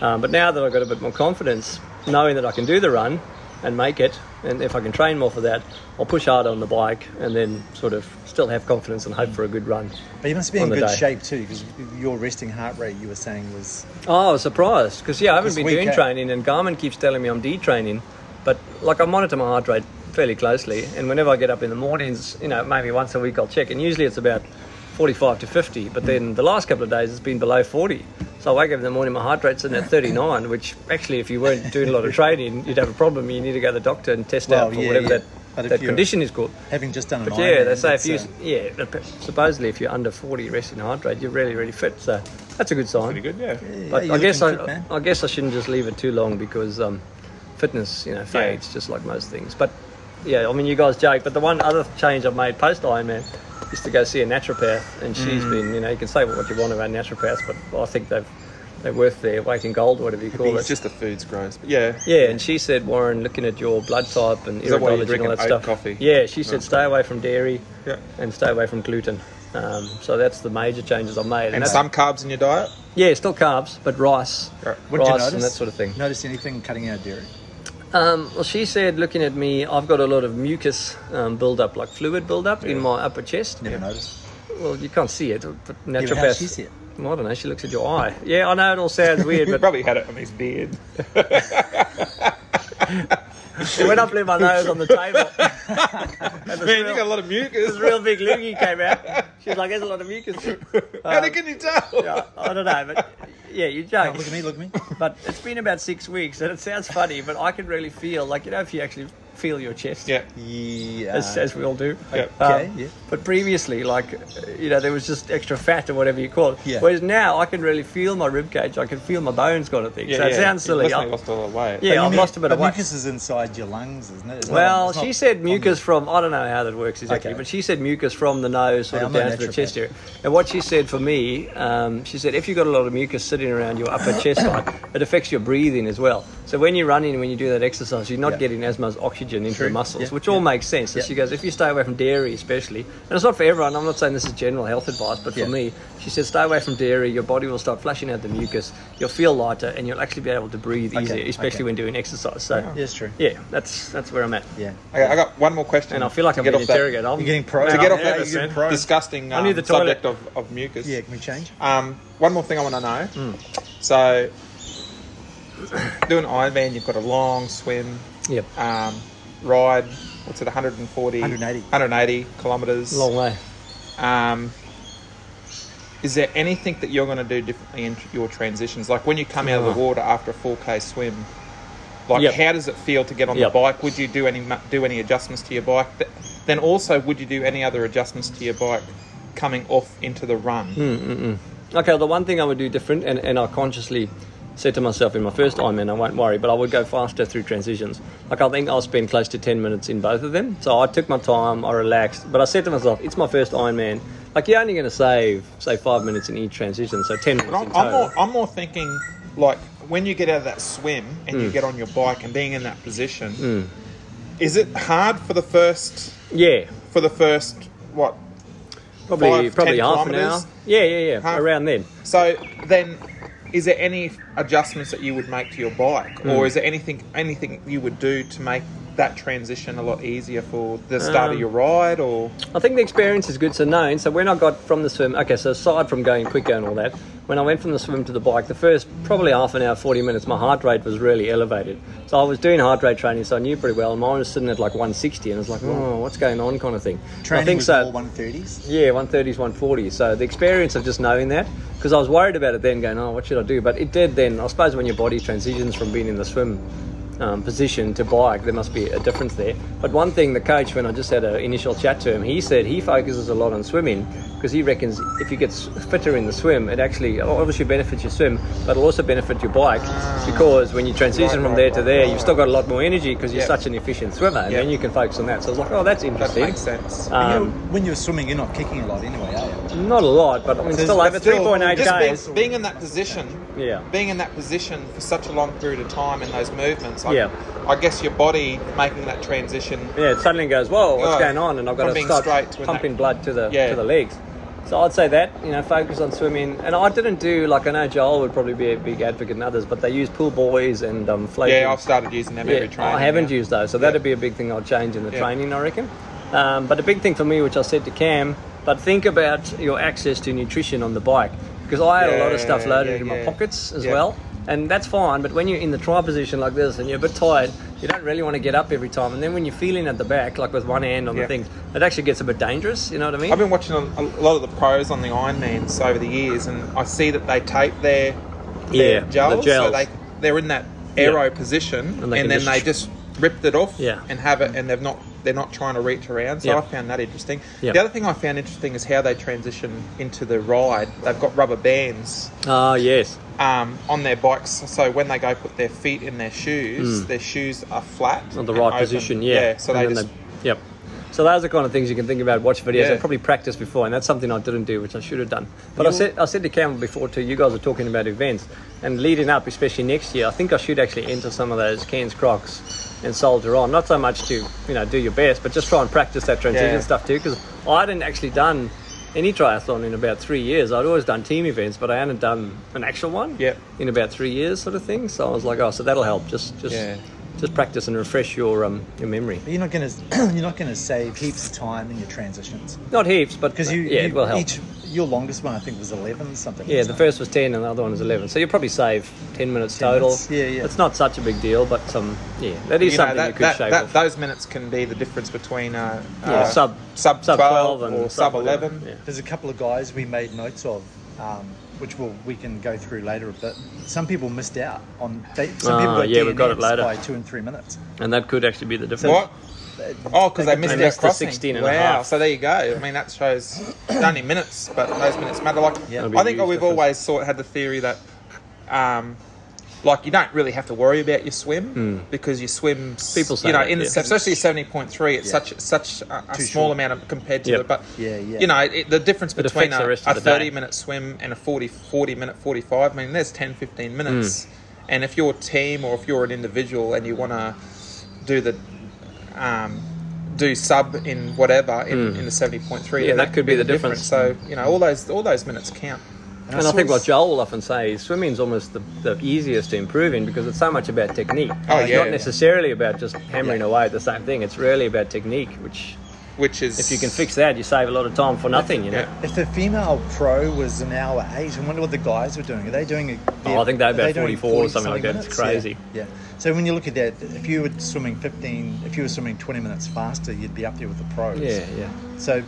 Speaker 3: Um, but now that I've got a bit more confidence, knowing that I can do the run and make it, and if I can train more for that, I'll push harder on the bike and then sort of still have confidence and hope for a good run.
Speaker 4: But you must be
Speaker 3: on
Speaker 4: in
Speaker 3: the
Speaker 4: good
Speaker 3: day.
Speaker 4: shape too, because your resting heart rate you were saying was
Speaker 3: Oh, I was surprised because yeah, I haven't
Speaker 4: This
Speaker 3: been
Speaker 4: week,
Speaker 3: doing
Speaker 4: eh?
Speaker 3: training, and Garmin keeps telling me I'm detraining, but like I monitor my heart rate fairly closely, and whenever I get up in the mornings, you know, maybe once a week I'll check, and usually it's about 45 to 50, but then the last couple of days it's been below 40. So I wake up in the morning, my heart rate's sitting at 39, which actually, if you weren't doing a lot of training, you'd have a problem. You need to go to the doctor and test
Speaker 4: Well,
Speaker 3: out for
Speaker 4: yeah,
Speaker 3: whatever
Speaker 4: yeah. But
Speaker 3: that,
Speaker 4: if
Speaker 3: that
Speaker 4: you're-
Speaker 3: condition is called.
Speaker 4: having just done an
Speaker 3: But
Speaker 4: Ironman,
Speaker 3: yeah, they say if
Speaker 4: that's,
Speaker 3: you
Speaker 4: uh,
Speaker 3: yeah, but supposedly if you're under 40 resting heart rate, you're really really fit. So that's a good sign.
Speaker 2: Pretty good, yeah.
Speaker 3: But
Speaker 4: you're
Speaker 3: I guess
Speaker 4: looking
Speaker 3: I, uh,
Speaker 4: fit, man.
Speaker 3: I guess I shouldn't just leave it too long because um, fitness, you know, fades just like most things. But yeah, I mean, you guys joke. But the one other change I've made post Ironman is to go see a naturopath, and she's
Speaker 2: Mm.
Speaker 3: been, you know, you can say what you want about naturopaths, but I think they've they're worth their weight in gold, whatever you call it.
Speaker 2: It's just the food's gross. But yeah.
Speaker 3: Yeah, and she said, Warren, looking at your blood type and
Speaker 2: Is that why you
Speaker 3: iridology and
Speaker 2: drink
Speaker 3: all
Speaker 2: an
Speaker 3: that
Speaker 2: oat
Speaker 3: stuff.
Speaker 2: coffee?
Speaker 3: Yeah, she said
Speaker 2: That's
Speaker 3: stay away from dairy
Speaker 2: Yeah.
Speaker 3: and stay away from gluten. Um, so that's the major changes I've made.
Speaker 2: And
Speaker 3: that's-
Speaker 2: some carbs in your diet?
Speaker 3: yeah, still carbs, but rice,
Speaker 2: Right.
Speaker 4: What did you
Speaker 3: rice,
Speaker 4: notice?
Speaker 3: and that sort of thing.
Speaker 4: Notice anything cutting out dairy?
Speaker 3: Um, well, she said, looking at me, I've got a lot of mucus um, buildup, like fluid buildup in my upper chest.
Speaker 4: Never noticed.
Speaker 3: Well, you can't see it, but naturopath.
Speaker 4: Yeah, but how does she see it?
Speaker 3: Well, I don't know. She looks at your eye. Yeah, I know it all sounds weird,
Speaker 2: He
Speaker 3: but
Speaker 2: probably had it on his beard.
Speaker 3: when I blew my nose on the table, and this,
Speaker 2: Man, you
Speaker 3: real,
Speaker 2: got a lot of
Speaker 3: this
Speaker 2: mucus.
Speaker 3: real big loogie came out. She was like, "There's a lot of mucus."
Speaker 2: How
Speaker 3: uh,
Speaker 2: the- can you tell?
Speaker 3: I, I don't know, but yeah, you
Speaker 4: Oh,
Speaker 3: joke.
Speaker 4: look at me, look at me.
Speaker 3: But it's been about six weeks, and it sounds funny, but I can really feel, like you know, if you actually feel your chest.
Speaker 2: Yeah.
Speaker 4: Yeah.
Speaker 3: as, uh, as we all do.
Speaker 2: Yep.
Speaker 4: Okay, yeah.
Speaker 3: But previously, like, uh, you know, there was just extra fat or whatever you call it.
Speaker 4: Yeah.
Speaker 3: Whereas now I can really feel my rib cage. I can feel my bones kind of thing. so it sounds silly.
Speaker 2: Listen,
Speaker 3: I-
Speaker 2: he lost all the weight.
Speaker 3: yeah,
Speaker 4: You
Speaker 3: I've
Speaker 4: mean-
Speaker 3: lost a bit
Speaker 4: but
Speaker 3: of weight.
Speaker 4: mucus is inside your lungs, isn't it? It's not-
Speaker 3: Well,
Speaker 4: it's not
Speaker 3: she said
Speaker 4: on
Speaker 3: mucus
Speaker 4: the-
Speaker 3: from I don't know how that works exactly,
Speaker 4: Okay.
Speaker 3: but she said mucus from the nose sort
Speaker 4: Hey,
Speaker 3: of
Speaker 4: I'm a
Speaker 3: down to the
Speaker 4: naturopath.
Speaker 3: chest area. And what she said for me, um, she said if you've got a lot of mucus sitting around your upper chest line, it affects your breathing as well. So when you're running and when you do that exercise, you're not
Speaker 4: Yeah.
Speaker 3: getting as much oxygen into the muscles,
Speaker 4: Yeah.
Speaker 3: which all makes sense. So
Speaker 4: Yeah.
Speaker 3: she goes, if you stay away from dairy, especially, and it's not for everyone. I'm not saying this is general health advice, but
Speaker 4: Yeah.
Speaker 3: for me, she said stay away from dairy. Your body will start flushing out the mucus. You'll feel lighter, and you'll actually be able to breathe easier, especially
Speaker 4: okay.
Speaker 3: when doing exercise. So.
Speaker 4: Yeah, it's true.
Speaker 3: Yeah, that's that's where I'm at.
Speaker 4: Yeah.
Speaker 2: Okay, I got one more question.
Speaker 3: And I feel like
Speaker 2: to
Speaker 3: I'm
Speaker 2: get
Speaker 3: being
Speaker 2: off that-
Speaker 3: interrogated. I'm
Speaker 4: You're getting pro-
Speaker 3: man,
Speaker 2: To get
Speaker 3: I'm
Speaker 2: off that
Speaker 3: nervous,
Speaker 4: you're
Speaker 3: man.
Speaker 4: pro-
Speaker 2: disgusting
Speaker 3: I
Speaker 2: um,
Speaker 3: need the toilet.
Speaker 2: subject of, of mucus.
Speaker 4: Yeah, can we change?
Speaker 2: Um, one more thing I want to know.
Speaker 3: Mm.
Speaker 2: So, doing Ironman, you've got a long swim,
Speaker 3: Yep.
Speaker 2: um, ride. What's it? 140,
Speaker 4: 180.
Speaker 2: 180 kilometers.
Speaker 3: Long way.
Speaker 2: Um, is there anything that you're going to do differently in your transitions? Like when you come out of the
Speaker 3: Oh.
Speaker 2: water after a 4K swim, like
Speaker 3: Yep.
Speaker 2: how does it feel to get on
Speaker 3: Yep.
Speaker 2: the bike? Would you do any mu- do any adjustments to your bike? Th- Then also, would you do any other adjustments to your bike coming off into the run?
Speaker 3: Okay, the one thing I would do different, and, and I consciously said to myself in my first Ironman, I won't worry, but I would go faster through transitions. Like I think I'll spend close to 10 minutes in both of them. So I took my time, I relaxed, but I said to myself, it's my first Ironman. Like you're only going to save, say, five minutes in each transition, so 10 minutes
Speaker 2: But I'm,
Speaker 3: in total.
Speaker 2: I'm more I'm more thinking like when you get out of that swim and
Speaker 3: Mm.
Speaker 2: you get on your bike and being in that position, is it hard for the first
Speaker 3: yeah,
Speaker 2: for the first what
Speaker 3: probably
Speaker 2: Five,
Speaker 3: probably
Speaker 2: 10
Speaker 3: half an hour.
Speaker 2: kilometres?
Speaker 3: Yeah, yeah, yeah,
Speaker 2: Half.
Speaker 3: around then.
Speaker 2: So then, is there any adjustments that you would make to your bike,
Speaker 3: Mm.
Speaker 2: or is there anything anything you would do to make that transition a lot easier for the start of
Speaker 3: Um,
Speaker 2: your ride? Or
Speaker 3: I think the experience is good. So knowing, so when I got from the swim, okay, so aside from going quicker and all that, when I went from the swim to the bike, the first probably half an hour, 40 minutes, my heart rate was really elevated. So I was doing heart rate training, so I knew pretty well. And mine was sitting at like 160, and it's like, oh, what's going on, kind of thing. And
Speaker 4: Hmm. Training
Speaker 3: I think
Speaker 4: was
Speaker 3: so.
Speaker 4: all 130s.
Speaker 3: Yeah, 130s, 140s. So the experience of just knowing that, because I was worried about it then, going, oh, what should I do? But it did then. I suppose when your body transitions from being in the swim um, position to bike, there must be a difference there. But one thing, the coach, when I just had an initial chat to him, he said he focuses a lot on swimming because he reckons if you get s- fitter in the swim, it actually obviously benefits your swim, but it'll also benefit your bike
Speaker 2: Ah.
Speaker 3: because when you transition from there to there, you've still got a lot more energy because you're
Speaker 2: Yep.
Speaker 3: such an efficient swimmer, and
Speaker 2: Yep.
Speaker 3: then you can focus on that. So I was like, oh, that's
Speaker 2: That
Speaker 3: interesting.
Speaker 2: makes sense.
Speaker 4: When
Speaker 3: Um,
Speaker 4: you're- when you're swimming, you're not kicking a lot anyway, are you?
Speaker 3: Not a lot, but I mean,
Speaker 4: So
Speaker 3: still
Speaker 4: it's-
Speaker 3: over
Speaker 4: it's still-
Speaker 3: three point eight
Speaker 2: just
Speaker 3: days.
Speaker 2: being, being in that position,
Speaker 3: Yeah.
Speaker 2: being in that position for such a long period of time in those movements, I,
Speaker 3: Yeah.
Speaker 2: I guess your body making that transition.
Speaker 3: Yeah, it suddenly goes, whoa, what's
Speaker 2: Oh,
Speaker 3: going on? And I've
Speaker 2: from
Speaker 3: got to
Speaker 2: being
Speaker 3: start
Speaker 2: straight to an
Speaker 3: pumping
Speaker 2: act-
Speaker 3: blood to the
Speaker 2: Yeah.
Speaker 3: to the legs. So I'd say that you know, focus on swimming. And I didn't do like I know Joel would probably be a big advocate and others, but they use pool buoys and um, floating.
Speaker 2: Yeah, I've started using them every
Speaker 3: Yeah,
Speaker 2: training.
Speaker 3: I haven't
Speaker 2: now.
Speaker 3: used those, so that'd be a big thing I'll change in the
Speaker 2: Yeah.
Speaker 3: training, I reckon. Um, but a big thing for me, which I said to Cam, but think about your access to nutrition on the bike because I had a lot of stuff
Speaker 2: Yeah,
Speaker 3: loaded
Speaker 2: yeah,
Speaker 3: in my
Speaker 2: yeah.
Speaker 3: pockets as
Speaker 2: Yeah.
Speaker 3: well, and that's fine. But when you're in the try position like this and you're a bit tired, you don't really want to get up every time. And then when you're feeling at the back, like with one hand on
Speaker 2: Yeah.
Speaker 3: the things, it actually gets a bit dangerous. You know what I mean?
Speaker 2: I've been watching a, a lot of the pros on the Ironmans over the years, and I see that they tape their, their
Speaker 3: Yeah, the
Speaker 2: gels, so
Speaker 3: gels.
Speaker 2: they they're in that aero position, and,
Speaker 3: And they can
Speaker 2: then
Speaker 3: just-
Speaker 2: they just ripped it off
Speaker 3: Yeah.
Speaker 2: and have it, and they've not they're not trying to reach around. So
Speaker 3: Yeah.
Speaker 2: I found that interesting.
Speaker 3: Yeah.
Speaker 2: The other thing I found interesting is how they transition into the ride. They've got rubber bands
Speaker 3: Ah, yes.
Speaker 2: um, on their bikes, so when they go put their feet in their shoes, their shoes are flat.
Speaker 3: Not Hmm. the
Speaker 2: and
Speaker 3: right
Speaker 2: open.
Speaker 3: position, yeah.
Speaker 2: so
Speaker 3: And
Speaker 2: they
Speaker 3: then
Speaker 2: just
Speaker 3: yep. So those are the kind of things you can think about, watch videos,
Speaker 2: Yeah.
Speaker 3: and probably practice before. And that's something I didn't do, which I should have done. But I said I said to Campbell before too. You guys are talking about events, and leading up, especially next year, I think I should actually enter some of those Cairns Crocs and soldier on. Not so much to you know do your best, but just try and practice that transition
Speaker 2: Yeah.
Speaker 3: stuff too. Because I hadn't actually done any triathlon in about three years. I'd always done team events, but I hadn't done an actual one
Speaker 2: Yep.
Speaker 3: in about three years, sort of thing. So I was like, oh, so that'll help. Just just
Speaker 2: Yeah.
Speaker 3: just practice and refresh your um, your memory.
Speaker 4: But you're not gonna you're not gonna save heaps of time in your transitions
Speaker 3: Not heaps, but
Speaker 4: because you
Speaker 3: yeah,
Speaker 4: you-
Speaker 3: it will help.
Speaker 4: Each, your longest one I think was eleven something.
Speaker 3: yeah, the
Speaker 4: wasn't it?
Speaker 3: first was ten, and the other one was eleven. So you'll probably save ten minutes
Speaker 4: 10
Speaker 3: total.
Speaker 4: minutes, yeah, yeah.
Speaker 3: It's not such a big deal, but some yeah, that is
Speaker 2: you know,
Speaker 3: something
Speaker 2: that,
Speaker 3: you could
Speaker 2: that,
Speaker 3: shave
Speaker 2: that-
Speaker 3: off.
Speaker 2: those minutes can be the difference between uh,
Speaker 3: Yeah,
Speaker 2: uh,
Speaker 3: sub
Speaker 2: sub
Speaker 3: sub
Speaker 2: 12,
Speaker 3: and
Speaker 2: or sub
Speaker 3: whatever.
Speaker 2: 11.
Speaker 3: Yeah.
Speaker 4: There's a couple of guys we made notes of, um, which we'll, we can go through later a bit. Some people missed out on. They, some
Speaker 3: Ah,
Speaker 4: people got
Speaker 3: yeah, we've got it
Speaker 4: DNFs
Speaker 3: later.
Speaker 4: by two and three minutes.
Speaker 3: and that could actually be the difference.
Speaker 2: What? Oh, because they
Speaker 4: they
Speaker 2: missed
Speaker 3: missed
Speaker 2: their
Speaker 3: the
Speaker 2: crossing.
Speaker 3: 16 and
Speaker 2: wow!
Speaker 3: a half.
Speaker 2: So there you go. I mean, that shows only minutes, but those minutes matter. Like, I
Speaker 4: Yeah.
Speaker 2: think
Speaker 3: That'd be a
Speaker 2: we've
Speaker 3: huge
Speaker 2: always sort had the theory that, um, like, you don't really have to worry about your swim
Speaker 3: Hmm.
Speaker 2: because your swims,
Speaker 3: People say
Speaker 2: you know,
Speaker 3: that,
Speaker 2: in
Speaker 3: yeah.
Speaker 2: especially seventy point three, it's
Speaker 4: Yeah.
Speaker 2: such such a, a
Speaker 4: Too
Speaker 2: small
Speaker 4: short.
Speaker 2: amount of, compared to
Speaker 3: Yep.
Speaker 2: the, but
Speaker 4: Yeah, yeah.
Speaker 2: you know, it, the difference
Speaker 3: It
Speaker 2: between
Speaker 3: affects
Speaker 2: a,
Speaker 3: the rest
Speaker 2: a
Speaker 3: of the day.
Speaker 2: thirty minute swim and a 40, 40 minute forty five. I mean, there's 10, 15
Speaker 3: Hmm.
Speaker 2: minutes, and if you're a team or if you're an individual and you want to do the um, do sub in whatever in, in the seventy point three.
Speaker 3: Hmm. Yeah, that could be the
Speaker 2: So you know, all those all those minutes count.
Speaker 4: I
Speaker 3: And I
Speaker 4: saw
Speaker 3: think what
Speaker 4: this-
Speaker 3: Joel will often say is swimming's almost the, the easiest to improve in because it's so much about technique.
Speaker 2: Oh,
Speaker 3: it's
Speaker 2: yeah.
Speaker 3: not necessarily about just hammering away at the same thing. It's really about technique, which
Speaker 2: Which is
Speaker 3: if you can fix that, you save a lot of time for nothing. You know.
Speaker 2: Yeah.
Speaker 4: If the female pro was an hour eight, I wonder what the guys were doing. Are they doing it?
Speaker 3: Oh, I think they're
Speaker 4: are
Speaker 3: about
Speaker 4: doing
Speaker 3: 44 or
Speaker 4: 40
Speaker 3: something like that. It's
Speaker 4: minutes?
Speaker 3: crazy.
Speaker 4: Yeah. yeah. So when you look at that, if you were swimming 15, if you were swimming 20 minutes faster, you'd be up there with the pros.
Speaker 3: Yeah, yeah.
Speaker 4: So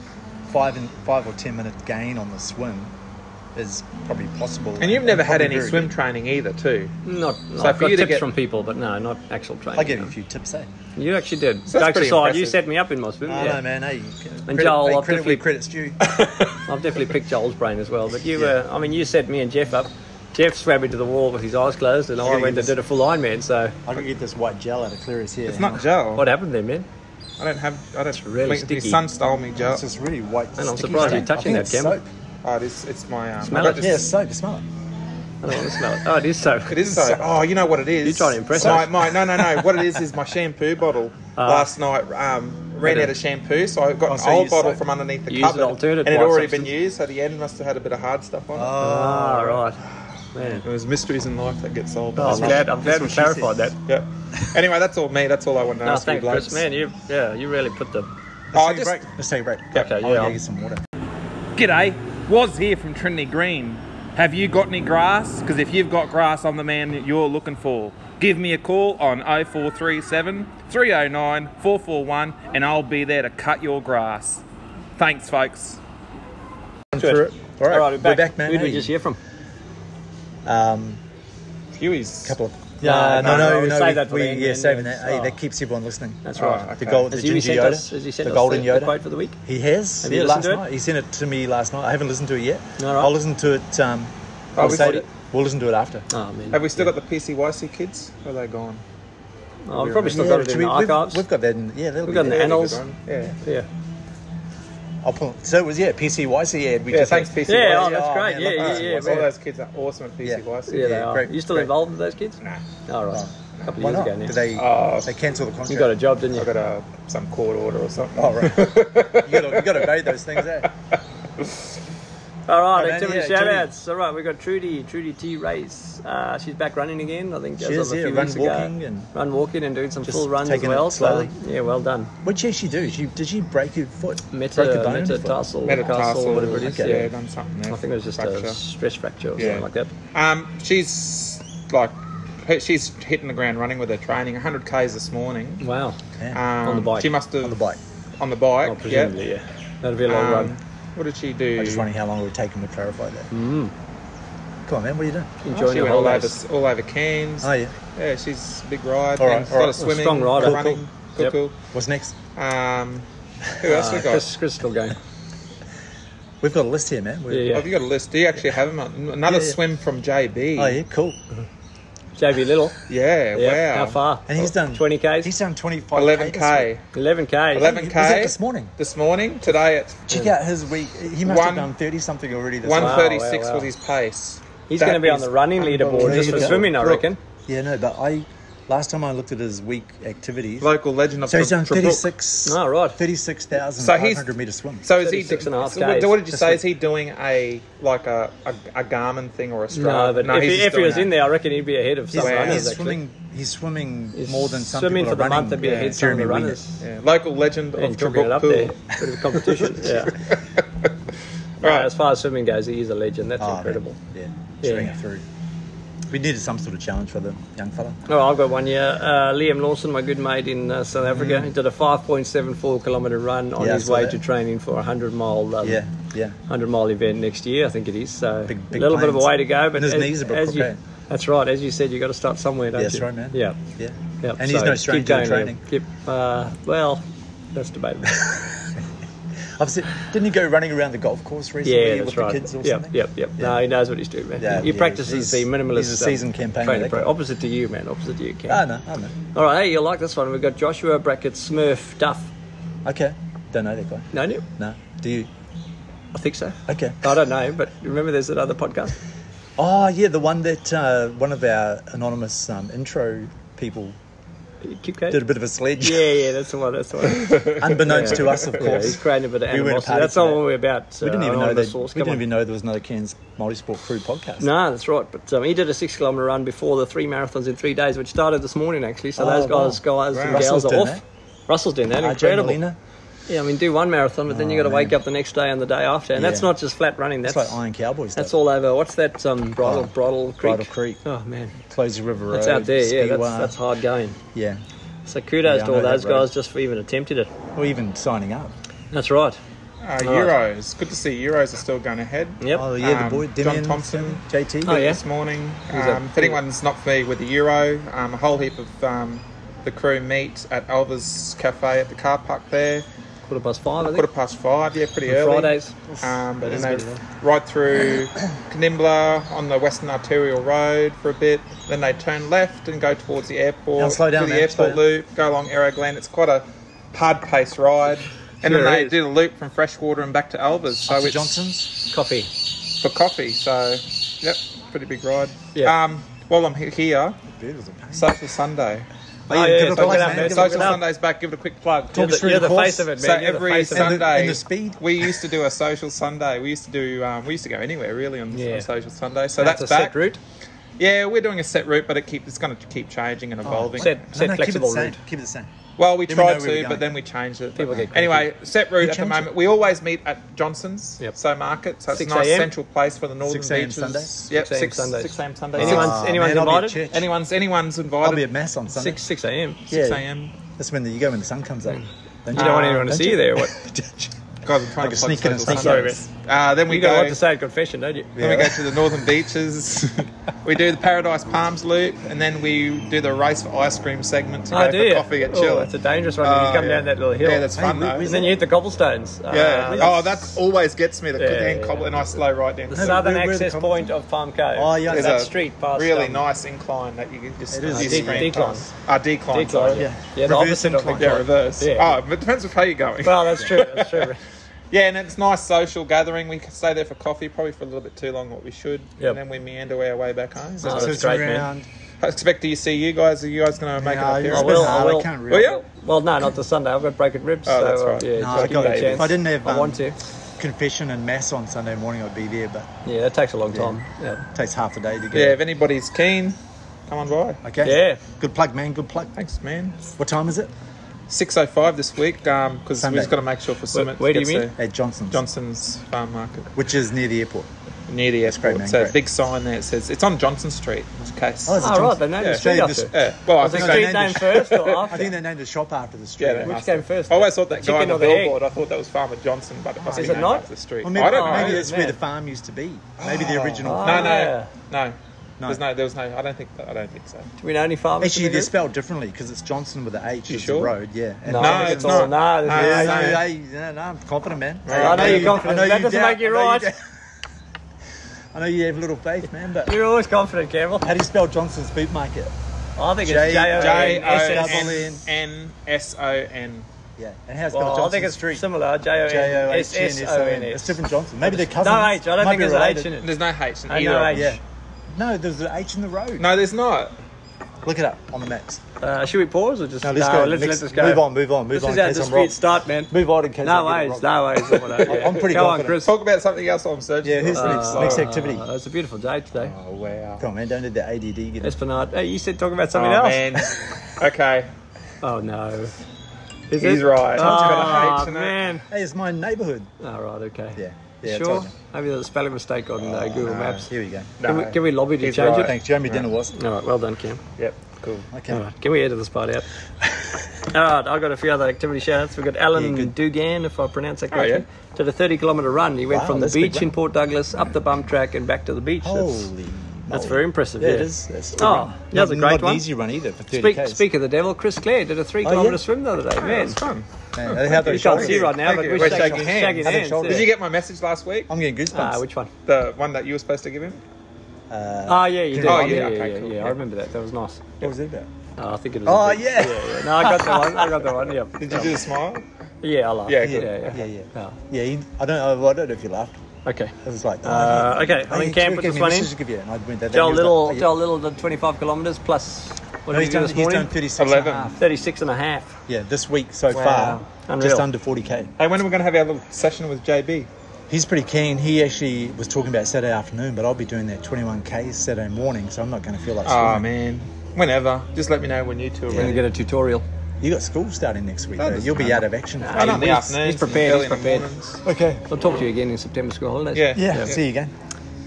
Speaker 4: five and five or 10 minute gain on the swim is probably possible.
Speaker 2: and you've never had
Speaker 4: probably
Speaker 2: any
Speaker 4: very
Speaker 2: swim
Speaker 4: good.
Speaker 2: training either, too.
Speaker 3: Not, no,
Speaker 2: So
Speaker 3: I've
Speaker 2: for
Speaker 3: got
Speaker 2: you to
Speaker 3: tips
Speaker 2: get-
Speaker 3: from people, but no, not actual training.
Speaker 4: I gave you
Speaker 3: no.
Speaker 4: a few tips, eh?
Speaker 3: You actually did.
Speaker 2: So that's
Speaker 3: Jokes
Speaker 2: pretty
Speaker 3: aside, you
Speaker 2: impressive.
Speaker 3: set me up in my swim.
Speaker 4: I
Speaker 3: yeah.
Speaker 4: know, man. Hey,
Speaker 3: And
Speaker 4: credit,
Speaker 3: Joel,
Speaker 4: hey,
Speaker 3: I've
Speaker 4: credit
Speaker 3: definitely-
Speaker 4: where credit's due.
Speaker 3: I've definitely picked Joel's brain as well. But you were, I mean, you set me and Jeff up. Jeff swam me to the wall with his eyes closed, and I
Speaker 4: gotta
Speaker 3: went
Speaker 4: give
Speaker 3: and did a full Ironman. So
Speaker 4: I can get this white gel out of Clary's hair.
Speaker 2: It's
Speaker 4: Hang
Speaker 2: not
Speaker 4: on.
Speaker 2: gel.
Speaker 3: what happened then, man?
Speaker 2: I don't have. I don't.
Speaker 3: really
Speaker 2: my-
Speaker 3: sticky.
Speaker 2: My son stole me gel.
Speaker 4: It's just really white.
Speaker 3: I'm
Speaker 4: sticky
Speaker 3: surprised you're
Speaker 4: stuff. I
Speaker 3: touching
Speaker 4: think
Speaker 3: that,
Speaker 4: it's
Speaker 3: Cameron.
Speaker 4: soap.
Speaker 2: Oh, it is. It's my. Um,
Speaker 3: Smell
Speaker 2: I got
Speaker 3: it.
Speaker 2: this-
Speaker 4: Yeah, it's soap. Smell it.
Speaker 3: I don't want to smell it. Oh, it is so.
Speaker 2: It is so. Oh, you know what it is.
Speaker 3: You're trying to impress
Speaker 2: my,
Speaker 3: us. Ah.
Speaker 2: My, no, no, no. What it is is my shampoo bottle last night um, ran
Speaker 3: Okay.
Speaker 2: out of shampoo, so I got
Speaker 4: Oh,
Speaker 2: an
Speaker 4: so you
Speaker 2: old
Speaker 4: used
Speaker 2: bottle
Speaker 4: soap.
Speaker 2: from underneath the
Speaker 3: You used an
Speaker 2: cupboard,
Speaker 3: alternate
Speaker 2: and it had
Speaker 3: white
Speaker 2: already
Speaker 3: substance.
Speaker 2: been used, so the end must have had a bit of hard stuff on it.
Speaker 3: Ah, right. Man.
Speaker 2: There's mysteries in life that get solved.
Speaker 3: Oh, I'm glad, I'm glad we
Speaker 4: what she said.
Speaker 3: clarified that.
Speaker 2: Yeah. Anyway, that's all me. That's all I wanted to
Speaker 3: No,
Speaker 2: ask you,
Speaker 3: thanks,
Speaker 2: blokes.
Speaker 3: Chris. Man, you, yeah, you really put the.
Speaker 2: Oh, I
Speaker 4: Let's
Speaker 2: just-
Speaker 4: take a break. Let's take a break.
Speaker 3: Okay,
Speaker 4: I'll
Speaker 3: yeah.
Speaker 4: go get some water.
Speaker 9: G'day, Was here from Trinity Green. Have you got any grass? Because if you've got grass, I'm the man that you're looking for. Give me a call on 0437 309 441 and I'll be there to cut your grass. Thanks, folks.
Speaker 3: Good.
Speaker 4: All right,
Speaker 3: All right,
Speaker 4: we're back, man.
Speaker 3: Who did we
Speaker 4: Hey.
Speaker 3: just hear from?
Speaker 4: Um,
Speaker 2: Huey's
Speaker 4: couple of Yeah, no, no, no.
Speaker 3: we save that for
Speaker 4: we,
Speaker 3: the end
Speaker 4: yeah,
Speaker 3: and-
Speaker 4: saving that. Hey,
Speaker 3: oh.
Speaker 4: that keeps everyone listening. Oh,
Speaker 3: That's right.
Speaker 4: The gold, the
Speaker 3: Has he
Speaker 4: ginger
Speaker 3: sent
Speaker 4: Yoda,
Speaker 3: us? Has he sent
Speaker 4: the
Speaker 3: us
Speaker 4: golden
Speaker 3: the,
Speaker 4: Yoda.
Speaker 3: the quote for the week?
Speaker 4: He has.
Speaker 3: Have
Speaker 4: yeah,
Speaker 3: you listened
Speaker 4: last
Speaker 3: to it?
Speaker 4: night. He sent it to me last night. I haven't listened to it yet.
Speaker 3: All right.
Speaker 4: I'll listen to it. Um, I'll
Speaker 5: we've
Speaker 4: save
Speaker 5: got
Speaker 4: it. We'll listen to it after.
Speaker 3: Oh man,
Speaker 5: Have we still got the PCYC kids? Or are they gone?
Speaker 3: Oh, I've probably still
Speaker 4: Yeah,
Speaker 3: got it
Speaker 4: should
Speaker 3: in
Speaker 4: we-
Speaker 3: the
Speaker 4: we've-
Speaker 3: archives.
Speaker 4: We've, got that. In, yeah, that'll
Speaker 3: We've
Speaker 4: be
Speaker 3: got an
Speaker 4: good.
Speaker 3: annals.
Speaker 5: Yeah.
Speaker 3: Yeah.
Speaker 4: I'll pull. So it was yeah, PCYC ad. We
Speaker 5: Yeah,
Speaker 4: just
Speaker 5: thanks,
Speaker 4: had.
Speaker 5: PCYC.
Speaker 3: Yeah, oh, that's
Speaker 4: oh,
Speaker 3: great.
Speaker 4: man,
Speaker 3: Yeah, yeah,
Speaker 4: love
Speaker 3: yeah.
Speaker 5: All
Speaker 3: man.
Speaker 5: those kids are awesome at PCYC.
Speaker 3: Yeah, they
Speaker 4: Yeah,
Speaker 3: are.
Speaker 4: great,
Speaker 3: you still
Speaker 4: great.
Speaker 3: involved with those kids?
Speaker 5: Nah.
Speaker 3: All right. A couple
Speaker 4: Why
Speaker 3: of
Speaker 4: not?
Speaker 3: years ago now.
Speaker 4: Did they?
Speaker 5: Oh.
Speaker 4: they cancel the contract.
Speaker 3: you got a job, didn't you?
Speaker 5: I got a, some court order or something.
Speaker 4: Oh right. you got to you got to obey those things. Eh?
Speaker 3: All right,
Speaker 4: Oh, man,
Speaker 3: activity
Speaker 4: yeah,
Speaker 3: shout
Speaker 4: activity.
Speaker 3: outs. All right, we've got Trudy, Trudy T. Race. Uh, she's back running again, I think. as
Speaker 4: She
Speaker 3: of
Speaker 4: is,
Speaker 3: a
Speaker 4: yeah,
Speaker 3: few
Speaker 4: run
Speaker 3: weeks
Speaker 4: walking
Speaker 3: ago.
Speaker 4: and-
Speaker 3: Run walking and doing some
Speaker 4: Just
Speaker 3: full runs as
Speaker 4: taking it
Speaker 3: well.
Speaker 4: slowly.
Speaker 3: So, yeah, well done.
Speaker 4: What did she do? She did she break her foot? break
Speaker 3: Meta,
Speaker 4: a bone in her foot?
Speaker 3: metatarsal,
Speaker 5: Metatarsal,
Speaker 3: castle, whatever it is.
Speaker 5: Yeah,
Speaker 3: Yeah.
Speaker 5: done something there.
Speaker 3: I think it was just a
Speaker 5: Fracture.
Speaker 3: stress fracture or
Speaker 5: Yeah.
Speaker 3: something like that.
Speaker 5: Um, she's like, he- she's hitting the ground running with her training. 100 k's this morning.
Speaker 3: Wow.
Speaker 5: Um,
Speaker 4: Yeah.
Speaker 3: On the bike.
Speaker 5: She must have
Speaker 4: on the bike.
Speaker 5: On the bike.
Speaker 3: Oh,
Speaker 5: yeah.
Speaker 3: presumably, yeah. That'd be a long
Speaker 5: Um,
Speaker 3: run.
Speaker 5: What did she do?
Speaker 4: I'm just wondering how long it would take him to clarify that.
Speaker 3: Mm.
Speaker 4: Come on, man. What are you doing?
Speaker 5: Oh,
Speaker 3: Enjoying
Speaker 5: she
Speaker 3: your
Speaker 5: went all over,
Speaker 3: holidays.
Speaker 5: all over Cairns.
Speaker 4: Oh yeah.
Speaker 5: Yeah, she's a big ride.
Speaker 4: All right,
Speaker 5: and
Speaker 4: all
Speaker 5: A
Speaker 4: right.
Speaker 5: lot of swimming.
Speaker 3: Strong rider.
Speaker 5: lot
Speaker 3: Cool,
Speaker 5: of running. Cool,
Speaker 3: cool.
Speaker 5: cool.
Speaker 4: What's next?
Speaker 5: Um, who else we
Speaker 3: Uh,
Speaker 5: got?
Speaker 3: Chris, Chris still going.
Speaker 4: We've got a list here, man.
Speaker 3: Yeah,
Speaker 4: We're-
Speaker 3: yeah.
Speaker 5: Oh, Have you got a list? Do you actually have them? Another
Speaker 4: Yeah, yeah.
Speaker 5: swim from JB.
Speaker 4: Oh yeah, cool.
Speaker 3: JB Little.
Speaker 5: Yeah,
Speaker 3: Yeah.
Speaker 5: wow.
Speaker 3: How far?
Speaker 4: And he's done
Speaker 3: 20 Ks.
Speaker 4: He's done twenty five.
Speaker 5: 11k.
Speaker 3: 11K.
Speaker 5: 11
Speaker 4: Was
Speaker 5: 11K?
Speaker 4: that this morning?
Speaker 5: This morning, today at
Speaker 4: Check out his week. He must
Speaker 5: One-
Speaker 4: have done thirty something already. This
Speaker 3: Wow,
Speaker 4: week.
Speaker 5: 136
Speaker 3: wow, wow.
Speaker 5: was his pace.
Speaker 3: He's
Speaker 5: That
Speaker 3: going to be on
Speaker 5: is
Speaker 3: the running leaderboard just for
Speaker 4: unbelievable.
Speaker 3: swimming, I
Speaker 5: Look,
Speaker 3: reckon.
Speaker 4: Yeah, no, but I last time I looked at his week activities.
Speaker 5: Local legend of
Speaker 4: so he's
Speaker 5: Tre-
Speaker 4: done
Speaker 5: Trebrook.
Speaker 4: thirty six.
Speaker 3: Oh, right.
Speaker 4: Thirty six thousand
Speaker 5: So
Speaker 4: five
Speaker 5: he's-
Speaker 4: hundred meter swim.
Speaker 5: So is he?
Speaker 3: 36 and a half
Speaker 5: so what,
Speaker 3: Ks.
Speaker 5: what did you say? Is he doing a like a, a, a Garmin thing or a Strava?
Speaker 3: No, but if,
Speaker 5: he's
Speaker 3: he,
Speaker 5: just
Speaker 3: if he
Speaker 5: doing
Speaker 3: was
Speaker 5: a-
Speaker 3: in there, I reckon he'd be ahead of
Speaker 4: he's,
Speaker 3: some
Speaker 5: Wow.
Speaker 3: runners,
Speaker 4: he's
Speaker 3: actually.
Speaker 4: swimming. He's swimming
Speaker 3: He's
Speaker 4: more than some
Speaker 3: swimming
Speaker 4: people
Speaker 3: for
Speaker 4: are
Speaker 3: the
Speaker 4: running.
Speaker 3: month to be ahead some of
Speaker 4: Jeremy
Speaker 3: the
Speaker 4: Weiner.
Speaker 3: runners.
Speaker 5: Yeah, local legend of
Speaker 3: And talking it
Speaker 5: Trebrook
Speaker 3: up
Speaker 5: Pool.
Speaker 3: there. Bit of a competition. yeah.
Speaker 5: All right.
Speaker 3: As far as swimming goes, he is a legend. That's
Speaker 4: Oh, man.
Speaker 3: incredible.
Speaker 4: Yeah,
Speaker 3: Yeah.
Speaker 4: string it through. We needed some sort of challenge for the young fella.
Speaker 3: Oh, I've got one, yeah. Uh, Liam Lawson, my good mate in uh, South Africa, he did a 5.74 kilometre run on
Speaker 4: Mm. Yeah, I
Speaker 3: his
Speaker 4: saw
Speaker 3: way
Speaker 4: that.
Speaker 3: to training for a 100 mile um,
Speaker 4: Yeah, yeah.
Speaker 3: 100 mile event next year, I think it is. So
Speaker 4: Big- big
Speaker 3: a little bit of a
Speaker 4: plans.
Speaker 3: way to go, but
Speaker 4: And his
Speaker 3: as,
Speaker 4: knees are
Speaker 3: as you,
Speaker 4: broken.
Speaker 3: that's right. As you said, you got to start somewhere, don't
Speaker 4: Yeah, that's
Speaker 3: you?
Speaker 4: right, man.
Speaker 3: Yeah,
Speaker 4: Yeah,
Speaker 3: yeah.
Speaker 4: And he's no
Speaker 3: keep
Speaker 4: stranger to
Speaker 3: going there.
Speaker 4: training.
Speaker 3: Keep, uh, well, that's debatable.
Speaker 4: I've seen, didn't he go running around the golf course recently
Speaker 3: yeah,
Speaker 4: with
Speaker 3: that's
Speaker 4: the
Speaker 3: right.
Speaker 4: kids or
Speaker 3: yep,
Speaker 4: something?
Speaker 3: yep, yep. No,
Speaker 4: Yeah.
Speaker 3: he knows what he's doing, man.
Speaker 4: Yeah,
Speaker 3: he
Speaker 4: yeah,
Speaker 3: minimalist
Speaker 4: he's-
Speaker 3: the minimalist.
Speaker 4: he's a seasoned campaigner,
Speaker 3: training
Speaker 4: that
Speaker 3: pro-
Speaker 4: guy.
Speaker 3: Opposite to you, man. Opposite to you, Ken.
Speaker 4: I know, Ah, I know.
Speaker 3: All right, hey, you'll like this one. We've got Joshua bracket Smurf Duff.
Speaker 4: Okay, don't know that guy.
Speaker 3: No, no,
Speaker 4: No, do you?
Speaker 3: I think so.
Speaker 4: Okay.
Speaker 3: I don't know, but remember, there's another podcast.
Speaker 4: Oh yeah, the one that uh, one of our anonymous um, intro people
Speaker 3: Keep going.
Speaker 4: did a bit of a sledge,
Speaker 3: yeah, yeah, that's the one. That's the one.
Speaker 4: unbeknownst to us, of
Speaker 3: Yeah,
Speaker 4: course.
Speaker 3: he's creating a bit of
Speaker 4: We weren't a
Speaker 3: animosity.
Speaker 4: party
Speaker 3: That's
Speaker 4: to
Speaker 3: not
Speaker 4: that.
Speaker 3: what we're about.
Speaker 4: we didn't
Speaker 3: uh,
Speaker 4: even
Speaker 3: on
Speaker 4: know
Speaker 3: the
Speaker 4: that.
Speaker 3: source.
Speaker 4: We
Speaker 3: Come
Speaker 4: didn't
Speaker 3: on.
Speaker 4: even know there was another Cairns multi-sport crew podcast.
Speaker 3: No, that's right. But um, he did a six kilometre run before the three marathons in three days, which started this morning actually. So those
Speaker 4: Oh,
Speaker 3: guys, guys and
Speaker 4: Russell's
Speaker 3: gals are
Speaker 4: doing
Speaker 3: off.
Speaker 4: that.
Speaker 3: Russell's doing that.
Speaker 4: RJ
Speaker 3: Incredible.
Speaker 4: Molina,
Speaker 3: Yeah, I mean, do one marathon, but then you got to wake up the next day and the day after, and that's
Speaker 4: Oh, Yeah.
Speaker 3: not just flat running. That's
Speaker 4: that's like Iron Cowboys.
Speaker 3: that's
Speaker 4: though.
Speaker 3: all over. What's that? Um, bridle,
Speaker 4: Oh,
Speaker 3: bridle creek.
Speaker 4: Bridle Creek.
Speaker 3: Oh man,
Speaker 4: Closey River Road.
Speaker 3: that's out there. Yeah, that's,
Speaker 4: Speewah.
Speaker 3: that's hard going.
Speaker 4: yeah.
Speaker 3: So kudos
Speaker 4: Yeah, I
Speaker 3: to all
Speaker 4: know that
Speaker 3: those
Speaker 4: road.
Speaker 3: guys just for even attempting it.
Speaker 4: Or even signing up.
Speaker 3: That's right.
Speaker 5: Uh, Euros. Good to see Euros are still going ahead.
Speaker 3: Yep.
Speaker 4: Oh yeah,
Speaker 5: Um,
Speaker 4: the boy
Speaker 5: John
Speaker 4: Demian
Speaker 5: Thompson.
Speaker 4: JT.
Speaker 3: Oh, yeah.
Speaker 5: This morning,
Speaker 3: that?
Speaker 5: um, if anyone's not familiar with the Euro, um, a whole heap of um, the crew meet at Alva's Cafe at the car park there.
Speaker 3: Quarter past five, I think.
Speaker 5: Quarter past five, yeah, pretty
Speaker 3: On
Speaker 5: early.
Speaker 3: Fridays.
Speaker 5: Um,
Speaker 4: That
Speaker 5: and
Speaker 4: is
Speaker 5: they
Speaker 4: good,
Speaker 5: ride through Canimbla on the Western Arterial Road for a bit. Then they turn left and go towards the airport.
Speaker 4: Now slow down,
Speaker 5: do the
Speaker 4: man, slow
Speaker 5: airport
Speaker 4: down.
Speaker 5: loop, go along Arrow Glen. It's quite a hard paced ride. And
Speaker 3: Sure
Speaker 5: then they
Speaker 3: is.
Speaker 5: do the loop from Freshwater and back to Alva's. So
Speaker 4: Arthur
Speaker 5: it's
Speaker 4: Johnson's.
Speaker 3: Coffee.
Speaker 5: for coffee. So, yep, pretty big ride.
Speaker 3: Yeah.
Speaker 5: Um, while I'm he- here,
Speaker 4: Beautiful.
Speaker 5: Social Sunday.
Speaker 3: Oh, yeah,
Speaker 4: give
Speaker 3: yeah,
Speaker 4: it a
Speaker 3: talk
Speaker 4: plug,
Speaker 3: it out,
Speaker 4: man,
Speaker 3: man.
Speaker 4: give it a
Speaker 3: Talk
Speaker 5: Social
Speaker 3: it out.
Speaker 5: Sunday's back. Give it a quick plug.
Speaker 3: You're
Speaker 4: Talk us
Speaker 3: the,
Speaker 4: through
Speaker 3: you're
Speaker 4: the
Speaker 3: the face
Speaker 4: course.
Speaker 3: of it, man.
Speaker 5: So
Speaker 3: you're the
Speaker 5: every
Speaker 3: face of it.
Speaker 4: And the-
Speaker 5: Sunday,
Speaker 4: and the speed.
Speaker 5: we used to do a social Sunday. We used to do, um, we used to go anywhere really on,
Speaker 3: Yeah.
Speaker 5: on social Sunday. So
Speaker 3: that's,
Speaker 5: that's,
Speaker 3: a
Speaker 5: back.
Speaker 3: set route.
Speaker 5: Yeah, we're doing a set route, but it keep it's going to keep changing and evolving.
Speaker 3: Set, set
Speaker 4: No, no, keep it the
Speaker 3: flexible
Speaker 4: same.
Speaker 3: route.
Speaker 4: Keep it the same.
Speaker 5: Well, we
Speaker 4: Then we Oh, know
Speaker 5: tried
Speaker 4: where we're
Speaker 5: to,
Speaker 4: going.
Speaker 5: but then we changed it.
Speaker 3: People get
Speaker 5: anyway. Set route at the
Speaker 4: changed
Speaker 5: moment.
Speaker 4: it?
Speaker 5: We always meet at Johnson's,
Speaker 3: Yep.
Speaker 5: so market. So it's a
Speaker 3: 6
Speaker 5: nice
Speaker 3: a.m.?
Speaker 5: central place for the northern
Speaker 4: 6 a.m.
Speaker 5: beaches.
Speaker 4: Sunday?
Speaker 5: Yep,
Speaker 3: 6 a.m.
Speaker 5: six
Speaker 3: Sundays.
Speaker 5: six a.m. Sundays.
Speaker 3: Anyone's-
Speaker 4: Ah,
Speaker 3: anyone's
Speaker 4: man, I'll be at
Speaker 3: invited?
Speaker 4: church.
Speaker 5: Anyone's anyone's invited.
Speaker 4: I'll be at mass on Sunday.
Speaker 3: Six six a.m.
Speaker 4: Yeah.
Speaker 5: six a.m.
Speaker 4: That's when the, you go when the sun comes up. Don't
Speaker 3: You don't want anyone to
Speaker 4: Don't
Speaker 3: see you there. What?
Speaker 4: Don't you?
Speaker 5: Guys, I'm
Speaker 4: Like
Speaker 5: trying to
Speaker 4: a
Speaker 5: plug
Speaker 4: sneak in and
Speaker 5: Social
Speaker 4: sneak
Speaker 5: Sundays. Uh, then we
Speaker 3: You got a
Speaker 5: go.
Speaker 3: lot to say at confession, don't you?
Speaker 5: Then we go to the northern beaches. we do the Paradise Palms loop, and then we do the race for ice cream segment to
Speaker 3: Oh,
Speaker 5: go
Speaker 3: do
Speaker 5: for
Speaker 3: you?
Speaker 5: coffee at
Speaker 3: Oh,
Speaker 5: Chile.
Speaker 3: that's a dangerous one. when
Speaker 5: Oh,
Speaker 3: you come
Speaker 5: yeah.
Speaker 3: down that little hill.
Speaker 5: Yeah, that's fun
Speaker 4: Hey,
Speaker 5: though.
Speaker 3: And then you hit the cobblestones. Uh,
Speaker 5: yeah. oh, that's
Speaker 3: the
Speaker 5: always gets me. The
Speaker 3: Yeah,
Speaker 5: yeah,
Speaker 3: yeah,
Speaker 5: cobble, and I slow right down.
Speaker 3: the
Speaker 5: to it.
Speaker 3: southern
Speaker 4: where- where the
Speaker 3: access
Speaker 4: cobble-
Speaker 3: point of Palm Cove.
Speaker 4: Oh, yeah,
Speaker 3: There's
Speaker 4: yeah.
Speaker 3: that
Speaker 5: a
Speaker 3: street past.
Speaker 5: really
Speaker 3: um,
Speaker 5: nice incline that you can just
Speaker 4: It is.
Speaker 5: you
Speaker 4: De-
Speaker 5: sprint
Speaker 3: decline.
Speaker 5: past. Ah, decline.
Speaker 3: Decline.
Speaker 5: sorry.
Speaker 3: Yeah,
Speaker 4: Yeah.
Speaker 3: yeah the
Speaker 4: Reverse
Speaker 3: opposite of
Speaker 4: incline.
Speaker 5: Yeah,
Speaker 3: decline.
Speaker 5: reverse.
Speaker 3: Yeah.
Speaker 5: Oh, but it depends which way you're going.
Speaker 3: Well, that's true. That's true.
Speaker 5: Yeah, and it's nice social gathering. We could stay there for coffee, probably for a little bit too long, what we should,
Speaker 3: Yep.
Speaker 5: and then we meander our way back home.
Speaker 3: Oh,
Speaker 4: So
Speaker 3: that's
Speaker 4: it's
Speaker 3: great, man.
Speaker 4: around.
Speaker 5: I expect to see you guys. Are you guys going to make
Speaker 4: Nah,
Speaker 5: an
Speaker 4: it's
Speaker 3: I
Speaker 4: been
Speaker 5: appearance?
Speaker 3: will, I
Speaker 4: hard,
Speaker 3: will.
Speaker 4: can't really.
Speaker 5: Will you?
Speaker 3: Well, no, not the Sunday. I've got broken ribs.
Speaker 5: Oh,
Speaker 3: so,
Speaker 5: that's
Speaker 3: uh,
Speaker 5: right.
Speaker 3: Yeah,
Speaker 4: No,
Speaker 3: just
Speaker 4: I
Speaker 3: give
Speaker 4: got
Speaker 3: me a
Speaker 4: it.
Speaker 3: chance.
Speaker 4: If I didn't have,
Speaker 3: I want
Speaker 4: um,
Speaker 3: to.
Speaker 4: confession and mass on Sunday morning, I'd be there, but
Speaker 3: Yeah, that takes a long time. Yeah.
Speaker 4: it takes half a day to
Speaker 5: Yeah, if
Speaker 4: get.
Speaker 5: anybody's keen, come on by.
Speaker 4: Okay.
Speaker 3: Yeah.
Speaker 4: Good plug, man. Good plug.
Speaker 5: Thanks, man.
Speaker 4: What time is it?
Speaker 5: Six oh five this week because we
Speaker 4: Sunday.
Speaker 5: just got to make sure for Summit.
Speaker 3: where do you
Speaker 5: gets
Speaker 3: mean?
Speaker 5: there.
Speaker 4: At Johnson's,
Speaker 5: Johnson's Farm Market
Speaker 4: which is near the airport.
Speaker 5: near the airport.
Speaker 4: man,
Speaker 5: so a
Speaker 4: great.
Speaker 5: big sign there. It says it's on Johnson Street. In case.
Speaker 4: Oh, is it?
Speaker 3: Oh, right. They named
Speaker 5: Yeah.
Speaker 3: the street
Speaker 4: Yeah,
Speaker 3: after.
Speaker 4: this-
Speaker 3: it.
Speaker 5: yeah. Well, I
Speaker 3: Was the
Speaker 5: think
Speaker 4: they
Speaker 3: street
Speaker 4: named
Speaker 3: name
Speaker 4: it-
Speaker 3: first or
Speaker 4: I
Speaker 3: after?
Speaker 4: think they named a shop after the street.
Speaker 5: Yeah, they
Speaker 4: right?
Speaker 3: Which
Speaker 5: must have.
Speaker 3: came first?
Speaker 5: I always thought that
Speaker 3: The
Speaker 5: guy on
Speaker 3: chicken
Speaker 5: the
Speaker 3: or the egg?
Speaker 5: billboard. I thought that was Farmer Johnson, but it must
Speaker 3: Is
Speaker 5: be
Speaker 3: it
Speaker 5: named
Speaker 3: not?
Speaker 5: after the street.
Speaker 4: Well, maybe,
Speaker 5: I don't know.
Speaker 4: maybe
Speaker 3: Oh,
Speaker 4: that's
Speaker 3: yeah.
Speaker 4: where the farm used to be. Maybe the original.
Speaker 3: Oh.
Speaker 5: No, no,
Speaker 3: Yeah.
Speaker 5: no,
Speaker 4: No.
Speaker 5: There's no, there was no. I don't think. I don't think so.
Speaker 3: Do we know any farmers?
Speaker 4: Actually,
Speaker 3: in the
Speaker 4: they're
Speaker 3: group?
Speaker 4: spelled differently because it's Johnson with a H.
Speaker 5: You
Speaker 4: is the
Speaker 5: sure?
Speaker 4: road, yeah. And
Speaker 3: No,
Speaker 5: No,
Speaker 3: I think
Speaker 5: it's
Speaker 3: it's all.
Speaker 5: not.
Speaker 3: No, there's
Speaker 5: No,
Speaker 4: Yeah,
Speaker 5: it's
Speaker 3: no-
Speaker 5: not.
Speaker 4: no, hey, no, no, I'm confident, man.
Speaker 5: I know you're
Speaker 3: confident, but that doesn't
Speaker 4: doubt-
Speaker 3: make you
Speaker 4: I know
Speaker 3: right.
Speaker 4: doubt- I know you have little faith, man, but
Speaker 3: You're always confident, Campbell.
Speaker 4: how do you spell Johnson's food market?
Speaker 3: I think
Speaker 4: J-
Speaker 3: it's J
Speaker 5: J
Speaker 3: O S
Speaker 5: O
Speaker 3: S.
Speaker 4: double
Speaker 5: N N S O N.
Speaker 4: Yeah, and how's it got a
Speaker 3: Well, I
Speaker 4: Johnson
Speaker 3: think it's
Speaker 4: Street?
Speaker 3: similar. J O
Speaker 4: J O
Speaker 3: N
Speaker 4: H
Speaker 3: S
Speaker 4: N
Speaker 3: S
Speaker 4: S
Speaker 3: O N
Speaker 4: It's
Speaker 3: S.
Speaker 4: different Johnson. Maybe they're cousins.
Speaker 3: No H. I don't
Speaker 4: Might
Speaker 3: think
Speaker 4: be
Speaker 3: there's an H
Speaker 4: related.
Speaker 3: in it.
Speaker 5: There's no H in
Speaker 3: No,
Speaker 5: either.
Speaker 3: no
Speaker 5: of
Speaker 3: H.
Speaker 5: them.
Speaker 4: Yeah. No, there's an H in the road.
Speaker 5: No, there's not.
Speaker 4: Look it up on the maps.
Speaker 3: Uh, should we pause or just
Speaker 4: No, let's
Speaker 3: no,
Speaker 4: go.
Speaker 3: Let's,
Speaker 4: Next-
Speaker 3: let this go.
Speaker 4: Move on, move on, move
Speaker 3: This
Speaker 4: on.
Speaker 3: is
Speaker 4: in
Speaker 3: our
Speaker 4: case I'm
Speaker 3: dispute
Speaker 4: wrong.
Speaker 3: start, man.
Speaker 4: Move on in case
Speaker 3: No
Speaker 4: I get it
Speaker 3: ways,
Speaker 4: wrong.
Speaker 3: no ways. or whatever, yeah.
Speaker 4: I'm pretty
Speaker 3: Go on,
Speaker 4: confident.
Speaker 3: Chris.
Speaker 5: Talk about something else. While I'm searching.
Speaker 4: Yeah, who's
Speaker 5: for.
Speaker 4: next? Next activity.
Speaker 3: Uh, it's a beautiful day today.
Speaker 5: Oh wow.
Speaker 4: Come on, man, don't let the ADD get us.
Speaker 3: Esplanade. Hey, you said talk about
Speaker 5: Oh
Speaker 3: something else.
Speaker 5: man. okay.
Speaker 3: Oh no. Is
Speaker 5: He's
Speaker 3: it?
Speaker 5: right.
Speaker 3: Oh,
Speaker 5: It's got a H in it.
Speaker 3: man.
Speaker 4: Hey, it's my neighbourhood.
Speaker 3: All right. Okay.
Speaker 4: Yeah.
Speaker 3: You
Speaker 4: Yeah, I
Speaker 3: sure.
Speaker 4: told you. Oh,
Speaker 3: Maybe there's a spelling mistake on uh, Google Maps.
Speaker 4: Here we go.
Speaker 5: No.
Speaker 3: Can, we, can we lobby to
Speaker 5: He's
Speaker 3: change
Speaker 5: right.
Speaker 4: Thanks, Jeremy Dinner was.
Speaker 3: it? All right. Well done, Cam.
Speaker 5: Yep. Cool.
Speaker 4: Okay.
Speaker 3: All right. Can we edit this part out? All right, I've got a few other activity shout-outs. We've got Alan
Speaker 4: Yeah, good.
Speaker 3: Dugan, if I pronounce that
Speaker 5: Oh, yeah.
Speaker 3: correctly, to the 30-kilometre run. He went
Speaker 4: Wow,
Speaker 3: from the
Speaker 4: that's a big
Speaker 3: beach in
Speaker 4: run.
Speaker 3: Port Douglas, up the bump track, and back to the beach. That's,
Speaker 4: Holy.
Speaker 3: that's
Speaker 4: moly.
Speaker 3: very impressive.
Speaker 4: Yeah,
Speaker 3: Yeah,
Speaker 4: it is. That's
Speaker 3: Oh,
Speaker 4: not-
Speaker 3: that was a great
Speaker 4: not
Speaker 3: one.
Speaker 4: an easy run either for 30
Speaker 3: Speak,
Speaker 4: Ks.
Speaker 3: speak of the devil, Chris Clare did a three-kilometre
Speaker 4: Oh, yeah?
Speaker 3: swim the other day. Man,
Speaker 5: Fun.
Speaker 4: Man, they have
Speaker 3: you can't
Speaker 4: those shoulders.
Speaker 3: see right now,
Speaker 5: Thank
Speaker 3: but
Speaker 5: you.
Speaker 3: we're
Speaker 5: We're
Speaker 3: shaking,
Speaker 5: shaking
Speaker 3: shaking hands.
Speaker 5: hands.
Speaker 4: Other shoulders.
Speaker 5: Did
Speaker 3: yeah.
Speaker 5: you get my message last week?
Speaker 4: I'm getting goosebumps.
Speaker 3: Ah, which one?
Speaker 5: The one that you were supposed to give him.
Speaker 3: Oh, yeah, you did.
Speaker 5: Oh,
Speaker 3: yeah,
Speaker 5: yeah,
Speaker 3: yeah,
Speaker 5: okay,
Speaker 3: yeah,
Speaker 5: cool,
Speaker 3: yeah, I
Speaker 5: yeah.
Speaker 3: remember that. That was nice.
Speaker 4: What was it about?
Speaker 3: Oh, I think it was.
Speaker 4: Oh,
Speaker 3: a bit-
Speaker 4: yeah.
Speaker 3: yeah, yeah. No, I got that one. I got that one. Yeah.
Speaker 5: Did you do a smile?
Speaker 3: Yeah, I laughed.
Speaker 5: Yeah,
Speaker 3: yeah,
Speaker 5: good.
Speaker 3: yeah,
Speaker 4: Yeah,
Speaker 3: yeah.
Speaker 4: yeah. Yeah, he, I don't know. I don't know if you laughed.
Speaker 3: Okay.
Speaker 4: It was like, oh,
Speaker 3: Uh, okay, I think Cam put this one in.
Speaker 4: Give you, and I went that
Speaker 3: Joel Little,
Speaker 4: Like,
Speaker 3: Joel Little did 25 kilometres plus. What
Speaker 4: no,
Speaker 3: did
Speaker 4: Oh, he's
Speaker 3: he do
Speaker 4: done,
Speaker 3: this
Speaker 4: he's
Speaker 3: morning?
Speaker 4: done 36 and a
Speaker 5: 11.
Speaker 4: half.
Speaker 3: 36 and a half.
Speaker 4: Yeah, this week so
Speaker 3: Wow.
Speaker 4: far,
Speaker 3: Unreal.
Speaker 4: just under 40k.
Speaker 5: Hey, when are we going to have our little session with JB?
Speaker 4: He's pretty keen. He actually was talking about Saturday afternoon, but I'll be doing that 21k Saturday morning, so I'm not going to feel like.
Speaker 5: Oh
Speaker 4: swimming.
Speaker 5: man. Whenever. Just let me know when you two are
Speaker 3: We're going to
Speaker 5: ready.
Speaker 3: get a tutorial.
Speaker 4: You got school starting next week.
Speaker 5: No,
Speaker 4: though.
Speaker 5: there's
Speaker 4: You'll be
Speaker 5: no-
Speaker 4: out of action.
Speaker 5: Oh, not in the
Speaker 3: He's-
Speaker 5: afternoons,
Speaker 3: he's prepared,
Speaker 5: early
Speaker 3: he's
Speaker 5: in the
Speaker 3: prepared.
Speaker 5: mornings.
Speaker 4: Okay.
Speaker 3: I'll talk to you again in September school holidays.
Speaker 5: Yeah.
Speaker 4: Yeah, See you again.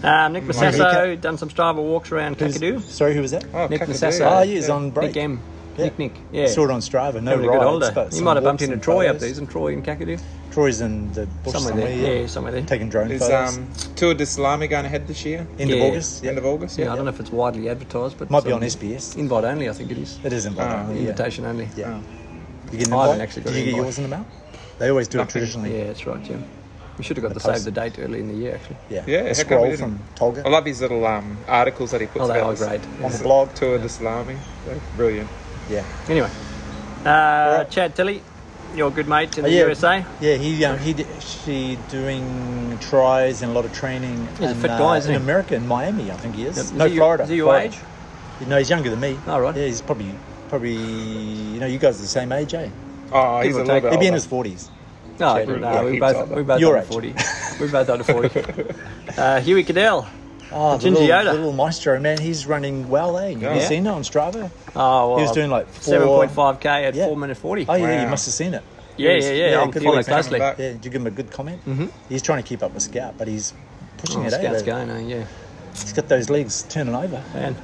Speaker 3: Um, Nick
Speaker 4: Nick,
Speaker 3: Massasso done some Strava walks around Kakadu.
Speaker 4: Sorry, who was that?
Speaker 5: Oh,
Speaker 3: Nick
Speaker 5: cock a
Speaker 3: Massasso.
Speaker 5: doodle.
Speaker 4: Oh, yeah, he's on break.
Speaker 3: Nick M.
Speaker 4: Yeah.
Speaker 3: Nick Nick. Yeah.
Speaker 4: Saw it on Strava. No
Speaker 3: Having a good
Speaker 4: rides,
Speaker 3: holiday.
Speaker 4: but
Speaker 3: You
Speaker 4: some
Speaker 3: might have bumped
Speaker 4: walks
Speaker 3: into
Speaker 4: and
Speaker 3: Troy up
Speaker 4: photos.
Speaker 3: there. Isn't Troy in Kakadu?
Speaker 4: Troy's in the bush
Speaker 3: Somewhere there.
Speaker 4: somewhere.
Speaker 3: Yeah,
Speaker 4: yeah.
Speaker 3: somewhere there.
Speaker 4: Taking drone
Speaker 5: Is
Speaker 4: photos.
Speaker 5: um, Tour de Salami going ahead this year?
Speaker 4: End of
Speaker 3: yeah.
Speaker 4: August. Yeah.
Speaker 5: End of August?
Speaker 3: Yeah, I don't know if it's widely advertised, but
Speaker 4: Might be
Speaker 3: it's
Speaker 4: on SBS.
Speaker 3: Invite only, I think it is.
Speaker 4: It is involved.
Speaker 5: Ah,
Speaker 4: yeah.
Speaker 3: Invitation only.
Speaker 4: Yeah. You get an
Speaker 3: I
Speaker 4: invite?
Speaker 3: haven't actually got
Speaker 4: Did you
Speaker 3: an
Speaker 4: get
Speaker 3: invite.
Speaker 4: yours in the mail? They always do it
Speaker 5: Nothing.
Speaker 4: traditionally.
Speaker 3: Yeah, that's right, Jim. We should have got the, save
Speaker 4: post-
Speaker 3: the date early in the year, actually.
Speaker 4: Yeah.
Speaker 5: Yeah,
Speaker 4: A
Speaker 5: heck, I
Speaker 4: scroll
Speaker 5: didn't.
Speaker 4: from Tolga.
Speaker 5: I love his little um, articles that he puts
Speaker 3: Oh, they
Speaker 5: about
Speaker 3: are
Speaker 5: this-
Speaker 3: great.
Speaker 5: this
Speaker 4: the blog.
Speaker 5: Tour de Salami. They're Brilliant.
Speaker 4: Yeah.
Speaker 3: Anyway, uh, Chad Tilly, your good mate in the
Speaker 4: yeah.
Speaker 3: USA.
Speaker 4: Yeah, he um, he d- actually doing tries and a lot of training.
Speaker 3: He's a
Speaker 4: in,
Speaker 3: fit guy,
Speaker 4: uh,
Speaker 3: isn't
Speaker 4: in
Speaker 3: he?
Speaker 4: America, in Miami, I think he is.
Speaker 3: Yep. Is
Speaker 4: No,
Speaker 3: he your-
Speaker 4: Florida.
Speaker 3: is he your
Speaker 4: Florida.
Speaker 3: age?
Speaker 4: No, he's younger than me.
Speaker 3: Oh, right.
Speaker 4: Yeah, he's probably probably you know you guys are the same age, eh?
Speaker 5: Oh, he's
Speaker 3: Give
Speaker 5: a
Speaker 3: or
Speaker 5: little
Speaker 3: take.
Speaker 5: bit
Speaker 4: He'd be in
Speaker 5: older.
Speaker 4: his forties.
Speaker 3: No,
Speaker 4: Chad,
Speaker 3: no,
Speaker 5: yeah,
Speaker 3: Oh, uh, we
Speaker 5: he's
Speaker 3: both
Speaker 5: older.
Speaker 3: we both
Speaker 4: Your
Speaker 3: under
Speaker 4: age.
Speaker 3: forty. we both under forty. Uh, Huey Cadell.
Speaker 4: Oh, the
Speaker 3: Ginger
Speaker 4: little,
Speaker 3: Yoda.
Speaker 4: the little maestro man, he's running well, eh? Have you
Speaker 3: Yeah.
Speaker 4: seen it on Strava?
Speaker 3: Oh, well,
Speaker 4: He was doing like four-
Speaker 3: seven point five k at
Speaker 4: Yeah.
Speaker 3: four minute forty.
Speaker 4: Oh yeah,
Speaker 5: Wow.
Speaker 4: you must have seen it.
Speaker 3: yeah,
Speaker 4: He's-
Speaker 3: yeah, yeah. I'm
Speaker 4: good
Speaker 3: following
Speaker 4: work, man.
Speaker 3: closely.
Speaker 5: back.
Speaker 4: Yeah, did you give him a good comment? Mm-hmm. He's trying to keep up with Scout, but he's pushing
Speaker 3: Oh,
Speaker 4: it.
Speaker 3: Scout's
Speaker 4: eh?
Speaker 3: going, eh? yeah.
Speaker 4: He's got those legs turning over.
Speaker 3: Man,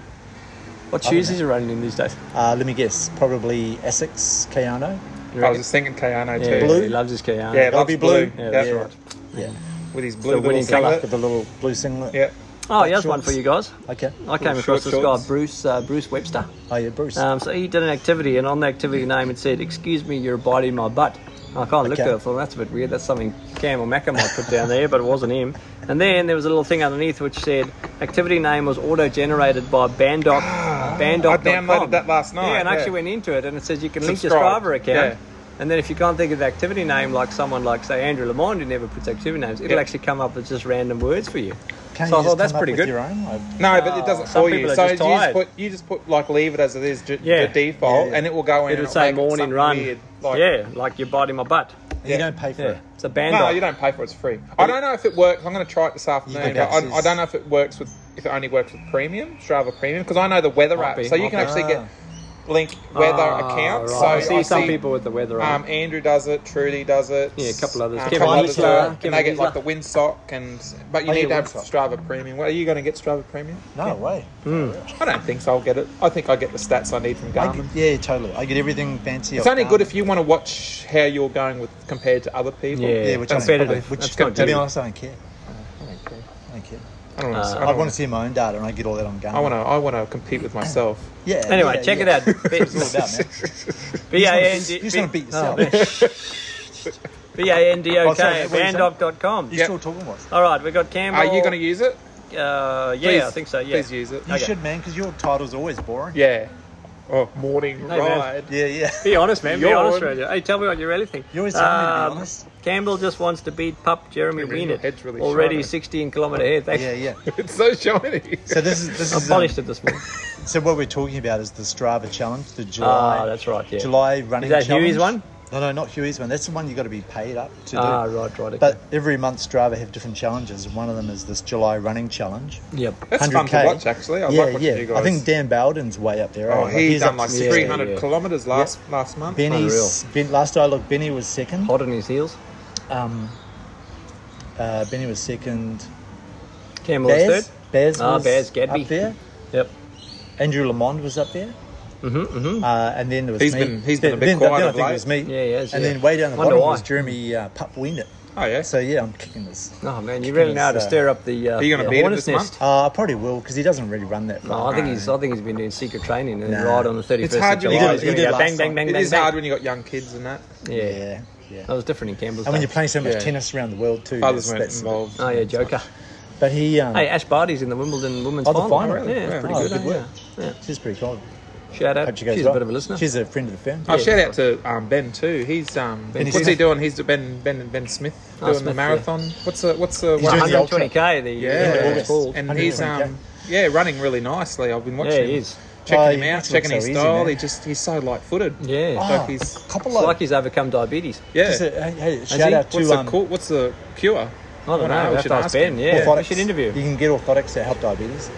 Speaker 3: what shoes
Speaker 4: know.
Speaker 3: is he running in these days?
Speaker 4: Uh, let me guess, probably Essex Keanu.
Speaker 5: I was just thinking Kayano
Speaker 3: Yeah,
Speaker 5: too.
Speaker 4: Blue?
Speaker 3: he loves his eh? Kiana.
Speaker 5: Yeah,
Speaker 4: That'll
Speaker 5: loves
Speaker 4: be
Speaker 5: blue.
Speaker 4: blue.
Speaker 5: Yeah,
Speaker 3: Yeah,
Speaker 5: that's
Speaker 3: yeah.
Speaker 5: right.
Speaker 4: Yeah.
Speaker 5: With his blue
Speaker 3: So when
Speaker 5: little
Speaker 3: he come
Speaker 5: singlet.
Speaker 3: up
Speaker 4: With the little blue singlet.
Speaker 5: Yeah.
Speaker 3: Oh, here's
Speaker 4: Shorts.
Speaker 3: one for you guys.
Speaker 4: Okay.
Speaker 3: I came
Speaker 5: Short
Speaker 3: across this guy,
Speaker 5: shorts.
Speaker 3: Bruce uh, Bruce Webster.
Speaker 4: Oh yeah, Bruce.
Speaker 3: Um, so he did an activity, and on the activity name it said, "Excuse me, you're biting my butt." I kind of looked at
Speaker 4: Okay.
Speaker 3: it, thought that's a bit weird. That's something Cam or Macca might put down there, but it wasn't him. And then there was a little thing underneath which said, "Activity name was auto-generated by Bandoc." Bandoc.
Speaker 5: downloaded that last night,
Speaker 3: Yeah, and I
Speaker 5: yeah.
Speaker 3: actually went into it, and it says you can link your
Speaker 5: Subscribe,
Speaker 3: Strava account.
Speaker 5: yeah.
Speaker 3: And then if you can't think of the activity name, like someone like say Andrew Lamond, who never puts activity names, it'll
Speaker 5: Yeah.
Speaker 3: actually come up with just random words for you.
Speaker 4: Can
Speaker 3: so
Speaker 4: you
Speaker 3: I thought
Speaker 4: just
Speaker 3: that's
Speaker 4: come up
Speaker 3: pretty
Speaker 4: with
Speaker 3: good.
Speaker 4: Your own? Like,
Speaker 5: No, but it doesn't
Speaker 3: Oh, some
Speaker 5: for you.
Speaker 3: people are
Speaker 5: So
Speaker 3: just
Speaker 5: you just
Speaker 3: tired.
Speaker 5: put you just put like leave it as it is, ju-
Speaker 3: Yeah.
Speaker 5: the default,
Speaker 4: Yeah, yeah.
Speaker 5: and it will go in.
Speaker 3: It'll
Speaker 5: and
Speaker 3: say
Speaker 5: make it
Speaker 3: morning
Speaker 5: something
Speaker 3: run.
Speaker 5: weird, like-
Speaker 3: yeah, like you're biting my butt.
Speaker 5: Yeah.
Speaker 4: You don't pay for
Speaker 3: Yeah,
Speaker 4: it.
Speaker 3: it's a Bandoc.
Speaker 5: No, you don't pay for it. It's free. I don't know if it works. I'm going to try it this afternoon.
Speaker 4: could
Speaker 5: But I,
Speaker 4: access-
Speaker 5: I don't know if it works with if it only works with premium Strava Premium because I know the weather
Speaker 3: Might
Speaker 5: app,
Speaker 3: be,
Speaker 5: so you
Speaker 3: might
Speaker 5: can
Speaker 3: be.
Speaker 5: actually get link weather
Speaker 3: Ah,
Speaker 5: accounts.
Speaker 3: right.
Speaker 5: So
Speaker 3: I see
Speaker 5: I
Speaker 3: some
Speaker 5: see,
Speaker 3: people with the weather on.
Speaker 5: Um, Andrew does it. Trudy does it.
Speaker 3: Yeah, a couple others.
Speaker 5: Um,
Speaker 3: Kevin
Speaker 5: couple
Speaker 3: Isler,
Speaker 5: others do it,
Speaker 3: Kevin
Speaker 5: and they get like
Speaker 3: Isler.
Speaker 5: the windsock and. But you
Speaker 4: Oh,
Speaker 5: need
Speaker 4: yeah,
Speaker 5: to have
Speaker 4: windsock.
Speaker 5: Strava Premium. Well, are you going to get Strava Premium?
Speaker 4: No way.
Speaker 5: I don't think so. I'll get it. I think I get the stats I need from
Speaker 4: I
Speaker 5: Garmin.
Speaker 4: get- yeah, totally. I get everything fancy.
Speaker 5: It's
Speaker 4: off
Speaker 5: only
Speaker 4: Garmin.
Speaker 5: good if you want to watch how you're going with compared to other people.
Speaker 3: Yeah.
Speaker 4: yeah, which
Speaker 3: competitive.
Speaker 4: I'm, which
Speaker 3: That's
Speaker 4: to be
Speaker 3: competitive.
Speaker 4: honest, I don't care. I don't care.
Speaker 5: I don't
Speaker 3: uh,
Speaker 5: want to.
Speaker 4: I want to see my own data, and I get all that on Garmin.
Speaker 5: I want to. I want to compete with myself.
Speaker 4: Yeah.
Speaker 3: Anyway,
Speaker 4: yeah,
Speaker 3: check
Speaker 4: yeah.
Speaker 3: it out.
Speaker 4: That's what it's all about, man.
Speaker 3: B-A-N-D-
Speaker 4: You just want to
Speaker 3: Oh,
Speaker 4: beat yourself.
Speaker 3: B-A-N-D-O-K,
Speaker 4: Oh, sorry, what are you saying?
Speaker 3: bandoc.com.
Speaker 4: You're
Speaker 5: Yep.
Speaker 4: still talking about. it.
Speaker 3: All right, we've got Campbell.
Speaker 5: Are you going to use it?
Speaker 3: Uh, yeah,
Speaker 5: Please-
Speaker 3: I think so, yeah.
Speaker 5: Please use it.
Speaker 4: You
Speaker 3: Okay.
Speaker 4: should, man, because your title's always boring.
Speaker 5: Yeah. Oh, morning
Speaker 3: Hey, man.
Speaker 5: ride.
Speaker 4: Yeah, yeah.
Speaker 3: Be honest, man. Be
Speaker 5: Yawn.
Speaker 3: honest, Roger. Hey, tell me what you really think.
Speaker 4: You always tell me to be
Speaker 3: Um,
Speaker 4: honest.
Speaker 3: Campbell just wants to beat pup Jeremy
Speaker 5: Jeremy, your
Speaker 3: Wiener.
Speaker 5: head's really
Speaker 3: already
Speaker 5: shiny.
Speaker 3: 16 kilometre ahead. Thanks.
Speaker 4: Yeah, yeah.
Speaker 5: It's so shiny.
Speaker 4: So this is this
Speaker 3: I
Speaker 4: is um,
Speaker 3: polished it this morning.
Speaker 4: so what we're talking about is the Strava challenge, the July
Speaker 3: Ah, that's right, yeah.
Speaker 4: July running.
Speaker 3: Is that Huey's
Speaker 4: challenge.
Speaker 3: one?
Speaker 4: No, no, not Huey's one. That's the one you got to be paid up to do.
Speaker 3: Ah, right, right. Okay.
Speaker 4: But every month Strava have different challenges, and one of them is this July running challenge.
Speaker 3: yep.
Speaker 5: That's fun to
Speaker 4: 100K.
Speaker 5: watch, actually. I
Speaker 4: yeah,
Speaker 5: like watching
Speaker 4: yeah.
Speaker 5: you guys.
Speaker 4: I think Dan Bowden's way up there.
Speaker 5: oh,
Speaker 4: eh?
Speaker 5: he's done
Speaker 4: up
Speaker 5: like
Speaker 4: to-
Speaker 3: yeah,
Speaker 5: 300
Speaker 3: yeah.
Speaker 5: kilometres last last month.
Speaker 4: Benny's ben, last I looked, Benny was second.
Speaker 3: Hot on his heels.
Speaker 4: Um, uh, Benny was second.
Speaker 3: Campbell is
Speaker 4: Baz,
Speaker 3: third.
Speaker 4: Baz
Speaker 3: Ah,
Speaker 4: was
Speaker 3: Baz Gadby.
Speaker 4: up there.
Speaker 3: Yep.
Speaker 4: Andrew Lamond was up there.
Speaker 3: Mm-hmm, mm-hmm.
Speaker 4: Uh, and then there was
Speaker 5: He's
Speaker 4: me.
Speaker 5: been- he's been a bit
Speaker 4: then, then
Speaker 5: quiet
Speaker 4: I
Speaker 5: of
Speaker 4: think
Speaker 5: late.
Speaker 4: it was me.
Speaker 3: Yeah, he is,
Speaker 4: And
Speaker 3: yeah.
Speaker 4: then way down the
Speaker 3: Wonder
Speaker 4: bottom
Speaker 3: why.
Speaker 4: was Jeremy uh, Pup Windit.
Speaker 5: Oh, yeah.
Speaker 4: So yeah, I'm kicking this.
Speaker 3: Oh, man, you really know how to
Speaker 4: Goodness, uh,
Speaker 3: stir up the, uh,
Speaker 5: Are you gonna
Speaker 3: the
Speaker 5: beat it
Speaker 3: hornet's
Speaker 5: this month?
Speaker 3: nest.
Speaker 4: Uh, I probably will because he doesn't really run that
Speaker 3: No,
Speaker 4: far.
Speaker 3: I think he's. I think he's been doing secret training and
Speaker 4: Nah.
Speaker 3: right on the thirty first
Speaker 5: hard
Speaker 3: of
Speaker 5: when you
Speaker 3: July.
Speaker 5: do-
Speaker 3: he's
Speaker 5: you
Speaker 3: gonna
Speaker 4: do
Speaker 3: go
Speaker 4: last
Speaker 3: bang,
Speaker 4: time.
Speaker 3: bang, bang,
Speaker 5: It
Speaker 3: bang,
Speaker 5: is
Speaker 3: bang.
Speaker 5: hard when you got young kids and that.
Speaker 3: Yeah.
Speaker 4: Yeah, yeah.
Speaker 3: that was different in Campbell's.
Speaker 4: And when
Speaker 3: day.
Speaker 4: you're playing so much
Speaker 5: Yeah.
Speaker 4: tennis around the world too,
Speaker 5: Fathers
Speaker 4: that's-
Speaker 5: weren't
Speaker 4: that's-
Speaker 5: involved.
Speaker 3: Oh yeah, Joker.
Speaker 4: But he, um,
Speaker 3: Hey, Ash Barty's in the Wimbledon women's
Speaker 4: Oh, the
Speaker 3: final.
Speaker 4: final, really?
Speaker 3: Yeah, it's
Speaker 5: Yeah.
Speaker 3: pretty
Speaker 4: Oh,
Speaker 3: good.
Speaker 4: good
Speaker 3: eh?
Speaker 4: work.
Speaker 3: Yeah.
Speaker 4: she's pretty cool.
Speaker 3: yeah. Shout out.
Speaker 4: Hope she goes
Speaker 3: She's
Speaker 4: well.
Speaker 3: a bit of a listener.
Speaker 4: She's a friend of the firm.
Speaker 5: Oh,
Speaker 3: Yeah.
Speaker 5: shout out to um, Ben too. He's um,
Speaker 3: Ben
Speaker 5: what's
Speaker 4: Smith.
Speaker 5: he doing? He's Ben Ben Ben Smith
Speaker 3: Oh,
Speaker 5: doing the
Speaker 3: Smith, yeah.
Speaker 5: marathon. What's the what's the
Speaker 4: doing
Speaker 5: one-
Speaker 4: the ultra.
Speaker 3: 120k. The
Speaker 5: yeah,
Speaker 3: it's called.
Speaker 5: and he's
Speaker 4: 120K.
Speaker 5: um, yeah running really nicely. I've been watching.
Speaker 3: Yeah,
Speaker 5: him.
Speaker 3: he is.
Speaker 5: Checking
Speaker 4: Oh,
Speaker 5: him
Speaker 4: he
Speaker 5: out,
Speaker 4: must look
Speaker 5: checking
Speaker 4: so
Speaker 5: his
Speaker 4: easy,
Speaker 5: style.
Speaker 4: man.
Speaker 5: He just he's so light footed.
Speaker 3: Yeah.
Speaker 5: like
Speaker 4: Ah,
Speaker 5: he's
Speaker 4: couple
Speaker 3: It's
Speaker 4: of-
Speaker 3: like he's overcome diabetes.
Speaker 5: yeah.
Speaker 4: Just a- hey, hey,
Speaker 5: Has
Speaker 4: shout
Speaker 5: he-
Speaker 4: out to
Speaker 5: what's
Speaker 4: um,
Speaker 5: the cau- what's the cure?
Speaker 3: I don't know.
Speaker 5: We
Speaker 3: That's
Speaker 5: should
Speaker 3: nice,
Speaker 5: ask him.
Speaker 3: Ben. Yeah.
Speaker 4: orthotics.
Speaker 3: We should interview.
Speaker 4: You
Speaker 3: him.
Speaker 4: can get orthotics that help diabetes.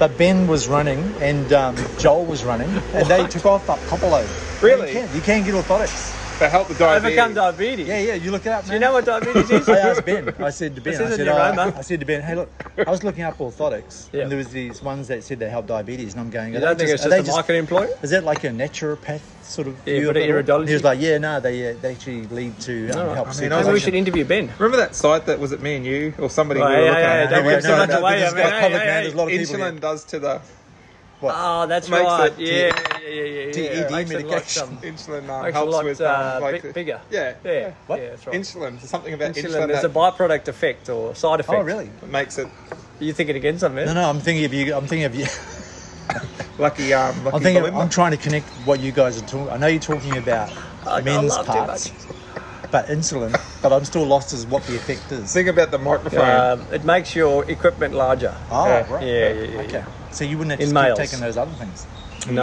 Speaker 4: But Ben was running and um, Joel was running and they took off up Copperload.
Speaker 5: Really?
Speaker 4: You can, you can get orthotics.
Speaker 5: To help the diabetes.
Speaker 3: Overcome diabetes.
Speaker 4: Yeah, yeah, you look it up, man.
Speaker 3: Do you know what diabetes is?
Speaker 4: I asked Ben. I said to Ben,
Speaker 3: This
Speaker 4: I
Speaker 3: isn't
Speaker 4: said,
Speaker 3: your
Speaker 4: "Oh,"
Speaker 3: own, huh?
Speaker 4: I said to Ben, hey, look, I was looking up orthotics,
Speaker 3: Yeah.
Speaker 4: and there was these ones that said they help diabetes, and I'm going,
Speaker 3: You
Speaker 4: are
Speaker 3: don't
Speaker 4: they
Speaker 3: think it's
Speaker 4: are
Speaker 3: just a
Speaker 4: they
Speaker 3: marketing ploy?
Speaker 4: Is that like a naturopath sort of
Speaker 3: Yeah,
Speaker 4: view
Speaker 3: but
Speaker 4: of
Speaker 3: a
Speaker 4: it all?"
Speaker 3: iridology.
Speaker 4: He was like, yeah, no, they, uh, they actually lead to um,
Speaker 3: All right.
Speaker 4: help.
Speaker 3: I
Speaker 4: see
Speaker 5: mean, I was
Speaker 3: Maybe we
Speaker 5: actually-
Speaker 3: should interview Ben.
Speaker 5: Remember that site that was it me and you or
Speaker 4: Oh,
Speaker 5: somebody
Speaker 3: Right,
Speaker 5: we were
Speaker 3: yeah,
Speaker 5: looking
Speaker 3: yeah,
Speaker 5: at?
Speaker 3: don't
Speaker 5: Hey,
Speaker 3: give so
Speaker 5: no,
Speaker 3: much
Speaker 5: no,
Speaker 3: away,
Speaker 5: this is
Speaker 3: I mean,
Speaker 5: got-
Speaker 3: hey,
Speaker 4: public, man. There's a lot of people
Speaker 5: Insulin
Speaker 4: here.
Speaker 5: does to the
Speaker 3: Oh, that's
Speaker 5: Makes
Speaker 3: right.
Speaker 5: it-
Speaker 3: Yeah, yeah, yeah, yeah, yeah. Makes it
Speaker 4: DED
Speaker 3: like
Speaker 4: medication.
Speaker 3: some-
Speaker 5: insulin um,
Speaker 3: Makes
Speaker 5: helps
Speaker 3: a lot
Speaker 5: with
Speaker 3: uh,
Speaker 5: um, like
Speaker 3: bi-
Speaker 5: the-
Speaker 3: bigger.
Speaker 5: Yeah,
Speaker 3: Yeah.
Speaker 4: What?
Speaker 3: Yeah, that's right.
Speaker 5: Insulin. There's something about
Speaker 3: Insulin,
Speaker 5: insulin,
Speaker 3: there's a
Speaker 5: that
Speaker 3: byproduct effect or side effect.
Speaker 4: Oh, really?
Speaker 5: makes it
Speaker 3: You're thinking again something?
Speaker 4: No, no, I'm thinking of you. I'm thinking of you.
Speaker 5: lucky. Um, lucky
Speaker 4: I'm thinking.
Speaker 5: Belinda.
Speaker 4: I'm trying to connect what you guys are talking. I know you're talking about
Speaker 3: I
Speaker 4: men's
Speaker 3: love too
Speaker 4: parts, but insulin. But I'm still lost as what the effect is.
Speaker 5: Think about the microphone.
Speaker 3: Um, it makes your equipment larger.
Speaker 4: Oh,
Speaker 5: Yeah.
Speaker 4: right.
Speaker 3: Yeah, yeah, yeah,
Speaker 4: Okay. So you wouldn't have
Speaker 3: In
Speaker 4: just
Speaker 3: males.
Speaker 4: keep taking those other things.
Speaker 3: No,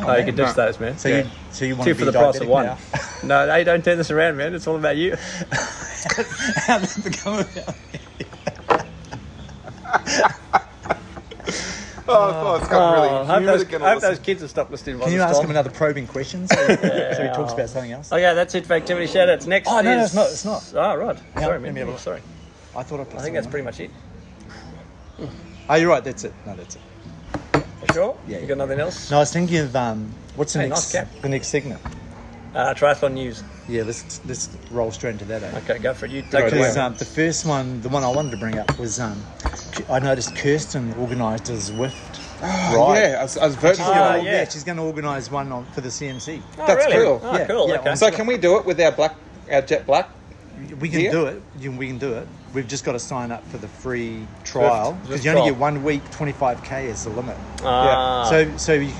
Speaker 3: no, you
Speaker 4: man.
Speaker 3: can ditch
Speaker 5: No.
Speaker 3: those, man.
Speaker 4: So
Speaker 5: Yeah.
Speaker 4: you, so you want
Speaker 3: Two
Speaker 4: to
Speaker 3: for
Speaker 4: be
Speaker 3: the price of
Speaker 4: diabetic
Speaker 3: one.
Speaker 4: Now.
Speaker 3: no, they don't turn this around, man. It's all about you.
Speaker 4: How did it become about?
Speaker 5: oh, I thought it's got
Speaker 3: Oh, I
Speaker 5: really.
Speaker 3: hope,
Speaker 5: You really
Speaker 3: those,
Speaker 5: gonna
Speaker 3: I hope those
Speaker 5: listen.
Speaker 3: kids will stop listening.
Speaker 4: Can you ask him another probing question? So, so he talks about something else. I
Speaker 3: Okay, Oh, that's it for activity shoutouts. Next
Speaker 4: Oh, no, no,
Speaker 3: is...
Speaker 4: it's not, it's
Speaker 3: Oh, right.
Speaker 4: Yeah,
Speaker 3: Sorry,
Speaker 4: let me have a
Speaker 3: man.
Speaker 4: look.
Speaker 3: Sorry.
Speaker 4: thought I. put
Speaker 3: I think
Speaker 4: something
Speaker 3: that's
Speaker 4: on.
Speaker 3: pretty much it.
Speaker 4: Oh, you're right. That's it. No, that's it.
Speaker 3: Sure?
Speaker 4: Yeah,
Speaker 3: You
Speaker 4: yeah.
Speaker 3: got nothing else?
Speaker 4: No, I was thinking of um, what's the
Speaker 3: Hey,
Speaker 4: next
Speaker 3: nice cap.
Speaker 4: the next segment?
Speaker 3: Uh, triathlon news.
Speaker 4: Yeah, let's let's roll straight into that. Eh?
Speaker 3: Okay, go for it. You take it away.
Speaker 4: Because um, the first one, the one I wanted to bring up was um, I noticed Kirsten organised his WIFT. right.
Speaker 5: Yeah, I was, I was voting
Speaker 4: She's
Speaker 5: for
Speaker 4: gonna,
Speaker 3: Ah,
Speaker 5: it.
Speaker 4: yeah.
Speaker 3: yeah.
Speaker 4: she's going to organise one on, for the CMC.
Speaker 3: Oh,
Speaker 5: That's
Speaker 3: really?
Speaker 5: cool.
Speaker 3: Oh,
Speaker 4: Yeah,
Speaker 3: cool.
Speaker 4: yeah,
Speaker 3: okay.
Speaker 5: So can we do it with our black, our jet black?
Speaker 4: We can
Speaker 5: Yeah.
Speaker 4: do it. You- We can do it. We've just got to sign up for the free trial
Speaker 3: Just
Speaker 4: because you only
Speaker 3: trial.
Speaker 4: get one week. Twenty-five k is the limit.
Speaker 3: Ah,
Speaker 4: So, so you,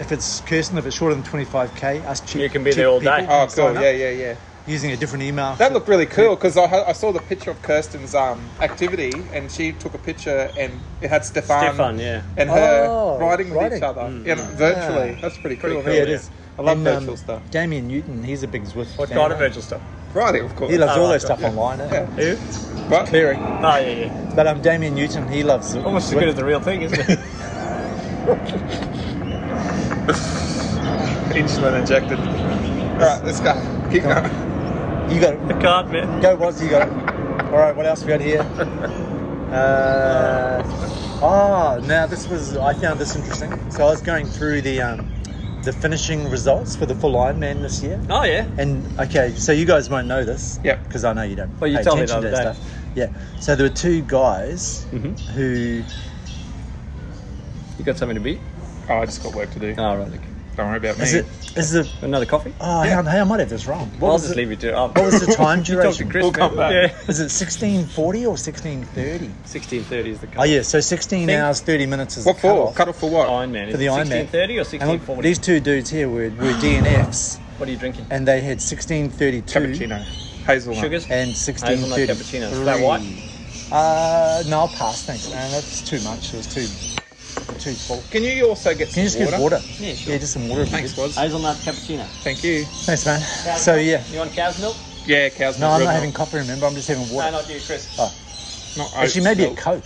Speaker 4: if it's Kirsten, if it's shorter than twenty-five k, us cheap,
Speaker 3: You can be
Speaker 4: cheap
Speaker 3: there all day.
Speaker 4: people
Speaker 5: Oh,
Speaker 4: can
Speaker 5: cool.
Speaker 4: sign up
Speaker 5: Yeah, yeah, yeah.
Speaker 4: Using a different email.
Speaker 5: That looked really cool because I, ha- I saw the picture of Kirsten's um, activity and she took a picture and it had Stefan,
Speaker 3: Stefan, yeah.
Speaker 5: and her
Speaker 4: Oh,
Speaker 5: riding with
Speaker 4: riding.
Speaker 5: each other you know, virtually.
Speaker 4: Yeah.
Speaker 5: That's pretty cool.
Speaker 4: Yeah,
Speaker 5: really.
Speaker 4: it is.
Speaker 5: I love
Speaker 4: And, um,
Speaker 5: virtual stuff.
Speaker 4: Damien Newton, he's a big Zwift.
Speaker 3: What
Speaker 4: fan,
Speaker 3: kind of
Speaker 4: right?
Speaker 3: virtual stuff?
Speaker 5: Riding, of course.
Speaker 4: He loves
Speaker 3: Oh,
Speaker 4: all
Speaker 3: right,
Speaker 4: that stuff online. eh?
Speaker 5: Yeah.
Speaker 3: Who?
Speaker 5: But
Speaker 4: Clearing.
Speaker 3: Oh, yeah, yeah.
Speaker 4: But um, Damien Newton, he loves
Speaker 3: Almost as
Speaker 4: Zwift.
Speaker 3: good as the real thing, isn't it?
Speaker 5: insulin injected. All right, let's go. Keep going.
Speaker 4: You got it.
Speaker 3: the card, man.
Speaker 4: Go, Woz, you got it. All right, what else we got here? Uh, oh, now this was, I found this interesting. So I was going through the um, the finishing results for the full Ironman this year.
Speaker 3: Oh, yeah.
Speaker 4: And okay, so you guys won't know this.
Speaker 5: Yep.
Speaker 4: Because I know you don't.
Speaker 3: Well, you
Speaker 4: pay
Speaker 3: told me the
Speaker 4: attention
Speaker 3: other day.
Speaker 4: to that Stuff. Yeah. So there were two guys
Speaker 3: Mm-hmm.
Speaker 4: who.
Speaker 3: You got something to beat?
Speaker 5: Oh, I just got work to do.
Speaker 3: Oh, right. Okay.
Speaker 5: Don't worry about me.
Speaker 4: Is it? Is it?
Speaker 3: Another coffee?
Speaker 4: Oh, hang on, hey, I might have this wrong. What
Speaker 3: I'll
Speaker 4: was
Speaker 3: just
Speaker 4: it-
Speaker 3: leave you to it. I'll-
Speaker 4: What was the time
Speaker 3: You talk to
Speaker 4: duration?
Speaker 3: Chris,
Speaker 5: We'll come
Speaker 3: man.
Speaker 5: back.
Speaker 3: Yeah.
Speaker 4: Is it 1640 or 1630?
Speaker 3: 16.30 is the cut.
Speaker 4: Oh yeah, so 16
Speaker 3: Think-
Speaker 4: hours 30 minutes is
Speaker 5: What
Speaker 4: the
Speaker 5: for? Oh,
Speaker 4: cutoff
Speaker 5: Cut off for what?
Speaker 3: Iron Man.
Speaker 4: for the Ironman.
Speaker 3: 16.30 or
Speaker 4: And look,
Speaker 3: 16.40?
Speaker 4: These two dudes here were, were DNFs,
Speaker 3: What are you drinking?
Speaker 4: and they had 1632
Speaker 5: Cappuccino. Hazelnut.
Speaker 3: Sugars?
Speaker 4: and
Speaker 3: Hazelnut
Speaker 4: 1633.
Speaker 3: cappuccinos. Is that white?
Speaker 4: Uh, no, I'll pass. Thanks, man. That's too much. It was too too full.
Speaker 5: Can you also get
Speaker 4: Can you just
Speaker 5: some
Speaker 4: get water?
Speaker 3: Yeah, sure.
Speaker 4: just some water. would be
Speaker 5: Thanks,
Speaker 4: good.
Speaker 5: Woz.
Speaker 3: Hazelnut cappuccino.
Speaker 5: Thank you.
Speaker 4: Thanks, man. So yeah,
Speaker 3: You want cow's milk?
Speaker 5: Yeah, cow's
Speaker 4: no, I'm
Speaker 5: milk,
Speaker 4: not
Speaker 5: real
Speaker 4: having coffee. Remember, I'm just having
Speaker 3: No,
Speaker 4: water.
Speaker 3: not you, Chris.
Speaker 5: milk, not
Speaker 4: Actually,
Speaker 5: oats,
Speaker 4: maybe
Speaker 5: milk.
Speaker 4: a Coke.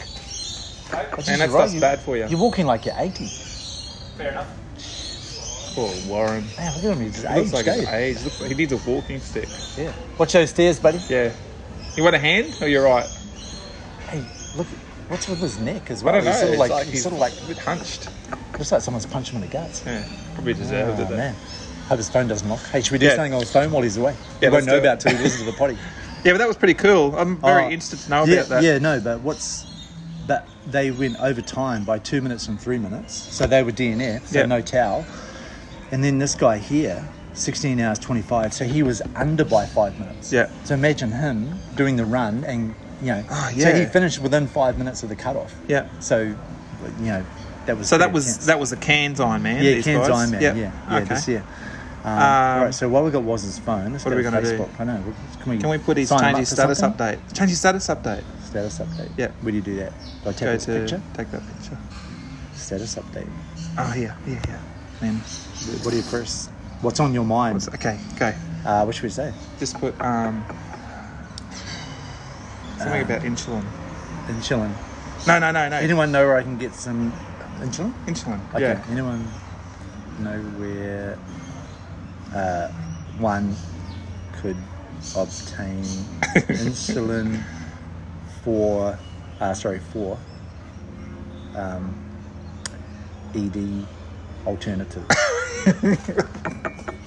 Speaker 4: Oh, geez,
Speaker 5: And that
Speaker 4: you're right,
Speaker 5: stuff's
Speaker 4: you-
Speaker 5: bad for you.
Speaker 4: You're walking like you're 80.
Speaker 3: Fair enough.
Speaker 5: Poor Oh, Warren.
Speaker 4: Man, look at him. He's
Speaker 5: Looks
Speaker 4: aged.
Speaker 5: like
Speaker 4: eh?
Speaker 5: his age. Looks like he needs a walking stick.
Speaker 4: Yeah. Watch those stairs, buddy.
Speaker 5: Yeah. You want a hand? Oh, you're right.
Speaker 4: Hey, look, what's with his neck as
Speaker 5: I
Speaker 4: well?
Speaker 5: don't know.
Speaker 4: He's sort of
Speaker 5: it's
Speaker 4: like,
Speaker 5: like
Speaker 4: he's sort of like,
Speaker 5: a bit hunched.
Speaker 4: looks like someone's punched him in the guts.
Speaker 5: Yeah. Probably
Speaker 4: Oh,
Speaker 5: deserved it. though.
Speaker 4: man. Hope his phone doesn't knock. Hey, should we do
Speaker 5: Yeah.
Speaker 4: something on his phone while he's away?
Speaker 5: Yeah,
Speaker 4: he won't
Speaker 5: let's
Speaker 4: know
Speaker 5: do it.
Speaker 4: about it till he listens to the potty.
Speaker 5: Yeah, but that was pretty cool. I'm very
Speaker 4: Oh,
Speaker 5: interested to know
Speaker 4: yeah,
Speaker 5: about that.
Speaker 4: Yeah, no, but what's but they went over time by two minutes and three minutes, so they were DNF, so
Speaker 5: Yeah.
Speaker 4: no towel. And then this guy here, sixteen hours twenty five, so he was under by five minutes.
Speaker 5: Yeah.
Speaker 4: So imagine him doing the run and you know,
Speaker 5: Oh,
Speaker 4: so he
Speaker 5: yeah.
Speaker 4: finished within five minutes of the cutoff.
Speaker 5: Yeah.
Speaker 4: So you know, that was
Speaker 5: So that
Speaker 4: pretty
Speaker 5: was
Speaker 4: intense.
Speaker 5: that was the Cairns Iron Man.
Speaker 4: yeah,
Speaker 5: these
Speaker 4: Cairns
Speaker 5: guys.
Speaker 4: Ironman, yeah, yeah,
Speaker 5: okay.
Speaker 4: this year. Um,
Speaker 5: Um,
Speaker 4: right, so while we got Woz's phone, let's
Speaker 5: what
Speaker 4: go
Speaker 5: are we
Speaker 4: to
Speaker 5: gonna do?
Speaker 4: Facebook. I know. we- Can we,
Speaker 5: Can we put his
Speaker 4: sign him
Speaker 5: change
Speaker 4: up
Speaker 5: his
Speaker 4: for
Speaker 5: status
Speaker 4: something?
Speaker 5: update? Change his status update.
Speaker 4: Status update.
Speaker 5: Yeah.
Speaker 4: Where do you do that? Do I take
Speaker 5: Go
Speaker 4: this
Speaker 5: to
Speaker 4: picture?
Speaker 5: take that picture.
Speaker 4: Status update.
Speaker 5: Oh yeah, yeah, yeah. Then
Speaker 4: What do you press? What's on your mind?
Speaker 5: what's- okay, go.
Speaker 4: Uh, what should we say?
Speaker 5: Just put um something about insulin.
Speaker 4: Insulin.
Speaker 5: No, no, no, no.
Speaker 4: Anyone know where I can get some insulin?
Speaker 5: Insulin.
Speaker 4: Okay.
Speaker 5: Yeah.
Speaker 4: Anyone know where uh, one could obtain insulin for, uh, sorry, for um, ED alternative?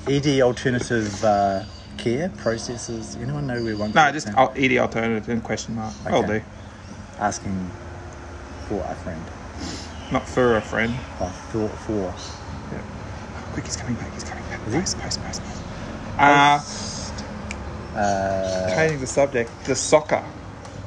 Speaker 4: ED alternative uh, care processes. Anyone know where one? could
Speaker 5: No, just
Speaker 4: obtain-
Speaker 5: al- ED alternative and question mark. I'll
Speaker 4: Okay.
Speaker 5: do.
Speaker 4: asking for a friend.
Speaker 5: Not for a friend.
Speaker 4: Oh, for, for.
Speaker 5: Quick, he's coming back. He's coming back.
Speaker 4: Is he?
Speaker 5: Post, post, post, post. Uh,
Speaker 4: Uh,
Speaker 5: changing the subject. The soccer.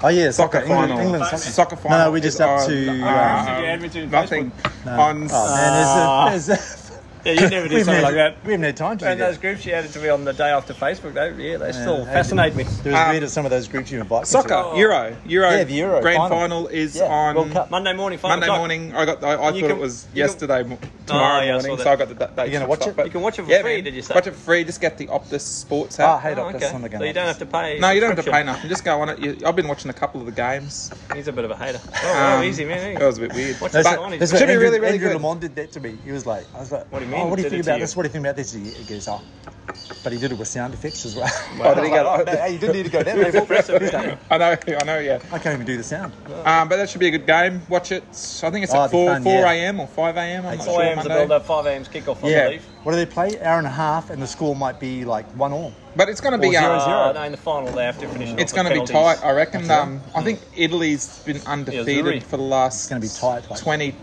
Speaker 4: Oh yeah,
Speaker 5: Soccer,
Speaker 4: soccer, England,
Speaker 5: final.
Speaker 4: England soccer.
Speaker 5: soccer final.
Speaker 4: No, we're just
Speaker 5: is
Speaker 4: up
Speaker 5: on-
Speaker 4: to,
Speaker 5: uh,
Speaker 4: um,
Speaker 3: Did you add me to
Speaker 5: nothing.
Speaker 4: No.
Speaker 5: On
Speaker 4: Oh, man, there's a, there's a,
Speaker 3: Yeah, you never
Speaker 4: we
Speaker 3: do
Speaker 4: haven't
Speaker 3: something
Speaker 4: had,
Speaker 3: like that.
Speaker 4: We haven't had time to do
Speaker 3: And those
Speaker 4: that.
Speaker 3: groups you added to me on the day after Facebook, though, yeah, they still
Speaker 4: they
Speaker 3: fascinate me.
Speaker 4: There was
Speaker 5: Um,
Speaker 4: weird at some of those groups you invite. me to.
Speaker 5: soccer Euro Euro,
Speaker 4: Yeah, the Euro
Speaker 5: Grand
Speaker 4: final.
Speaker 5: final, is
Speaker 4: Yeah,
Speaker 5: on
Speaker 4: World Cup.
Speaker 3: Mm. Monday morning, five
Speaker 5: Monday
Speaker 3: o'clock.
Speaker 5: morning. I got I, I
Speaker 3: You
Speaker 5: thought
Speaker 3: can-
Speaker 5: it was
Speaker 3: you can- Ah,
Speaker 5: yesterday mo- tomorrow
Speaker 3: yeah, I saw
Speaker 5: morning,
Speaker 3: that.
Speaker 5: so I got the da- date.
Speaker 4: You gonna
Speaker 5: mixed
Speaker 4: watch
Speaker 5: up,
Speaker 4: it?
Speaker 5: but-
Speaker 3: You can watch it for
Speaker 5: yeah,
Speaker 3: free,
Speaker 5: man.
Speaker 3: did you say?
Speaker 5: Watch it free. Just get the Optus Sports
Speaker 4: Oh, I
Speaker 5: app.
Speaker 4: hate
Speaker 3: Oh,
Speaker 4: Optus.
Speaker 3: okay.
Speaker 4: I'm not gonna
Speaker 3: So you don't have to pay.
Speaker 5: no, you don't have to pay
Speaker 3: subscription.
Speaker 5: nothing. Just go on it. You, I've been watching a couple of the games.
Speaker 3: He's a bit of a hater. Oh, wow,
Speaker 5: Um,
Speaker 3: easy man.
Speaker 5: That
Speaker 3: eh?
Speaker 5: was a bit weird.
Speaker 3: What's
Speaker 5: But
Speaker 3: that on?
Speaker 4: That's
Speaker 5: Should
Speaker 4: what
Speaker 5: be
Speaker 4: Andrew,
Speaker 5: really, really
Speaker 4: Andrew
Speaker 5: good.
Speaker 4: Lamont did that to me. He was like, I was like,
Speaker 3: What do you
Speaker 5: me.
Speaker 4: Oh, what do you
Speaker 5: did
Speaker 4: think
Speaker 5: it to
Speaker 4: about this? What do you think about this? He he goes, oh. But he did it with sound effects as well.
Speaker 5: Oh, did he go-
Speaker 4: Oh, no, hey, you didn't need to go there. mate.
Speaker 5: I know, I know, yeah.
Speaker 4: I can't even do the sound.
Speaker 5: Um, but that should be a good game. Watch it. I think it's
Speaker 4: Oh,
Speaker 5: at
Speaker 4: it'd be
Speaker 5: four
Speaker 4: fun,
Speaker 5: four
Speaker 4: yeah.
Speaker 5: a.m. or five a.m. I'm not
Speaker 4: Four
Speaker 5: sure.
Speaker 4: 4
Speaker 3: a.m.
Speaker 4: a.m.
Speaker 3: 's a
Speaker 5: Monday.
Speaker 3: build up, 5 a.m. 's kickoff, I
Speaker 4: Yeah.
Speaker 3: believe.
Speaker 4: What do they play? Hour and a half, and the score might be like one all.
Speaker 5: But it's going to
Speaker 4: Or
Speaker 5: be.
Speaker 4: zero,
Speaker 5: um,
Speaker 4: zero.
Speaker 3: Uh, no, in the final they have to finish. it
Speaker 5: It's
Speaker 3: off
Speaker 5: going
Speaker 3: with
Speaker 5: to be
Speaker 3: penalties.
Speaker 5: tight, I reckon.
Speaker 4: That's it.
Speaker 5: Um, I think Italy's been undefeated
Speaker 3: Zuri.
Speaker 5: for the last
Speaker 4: It's gonna be tight, like-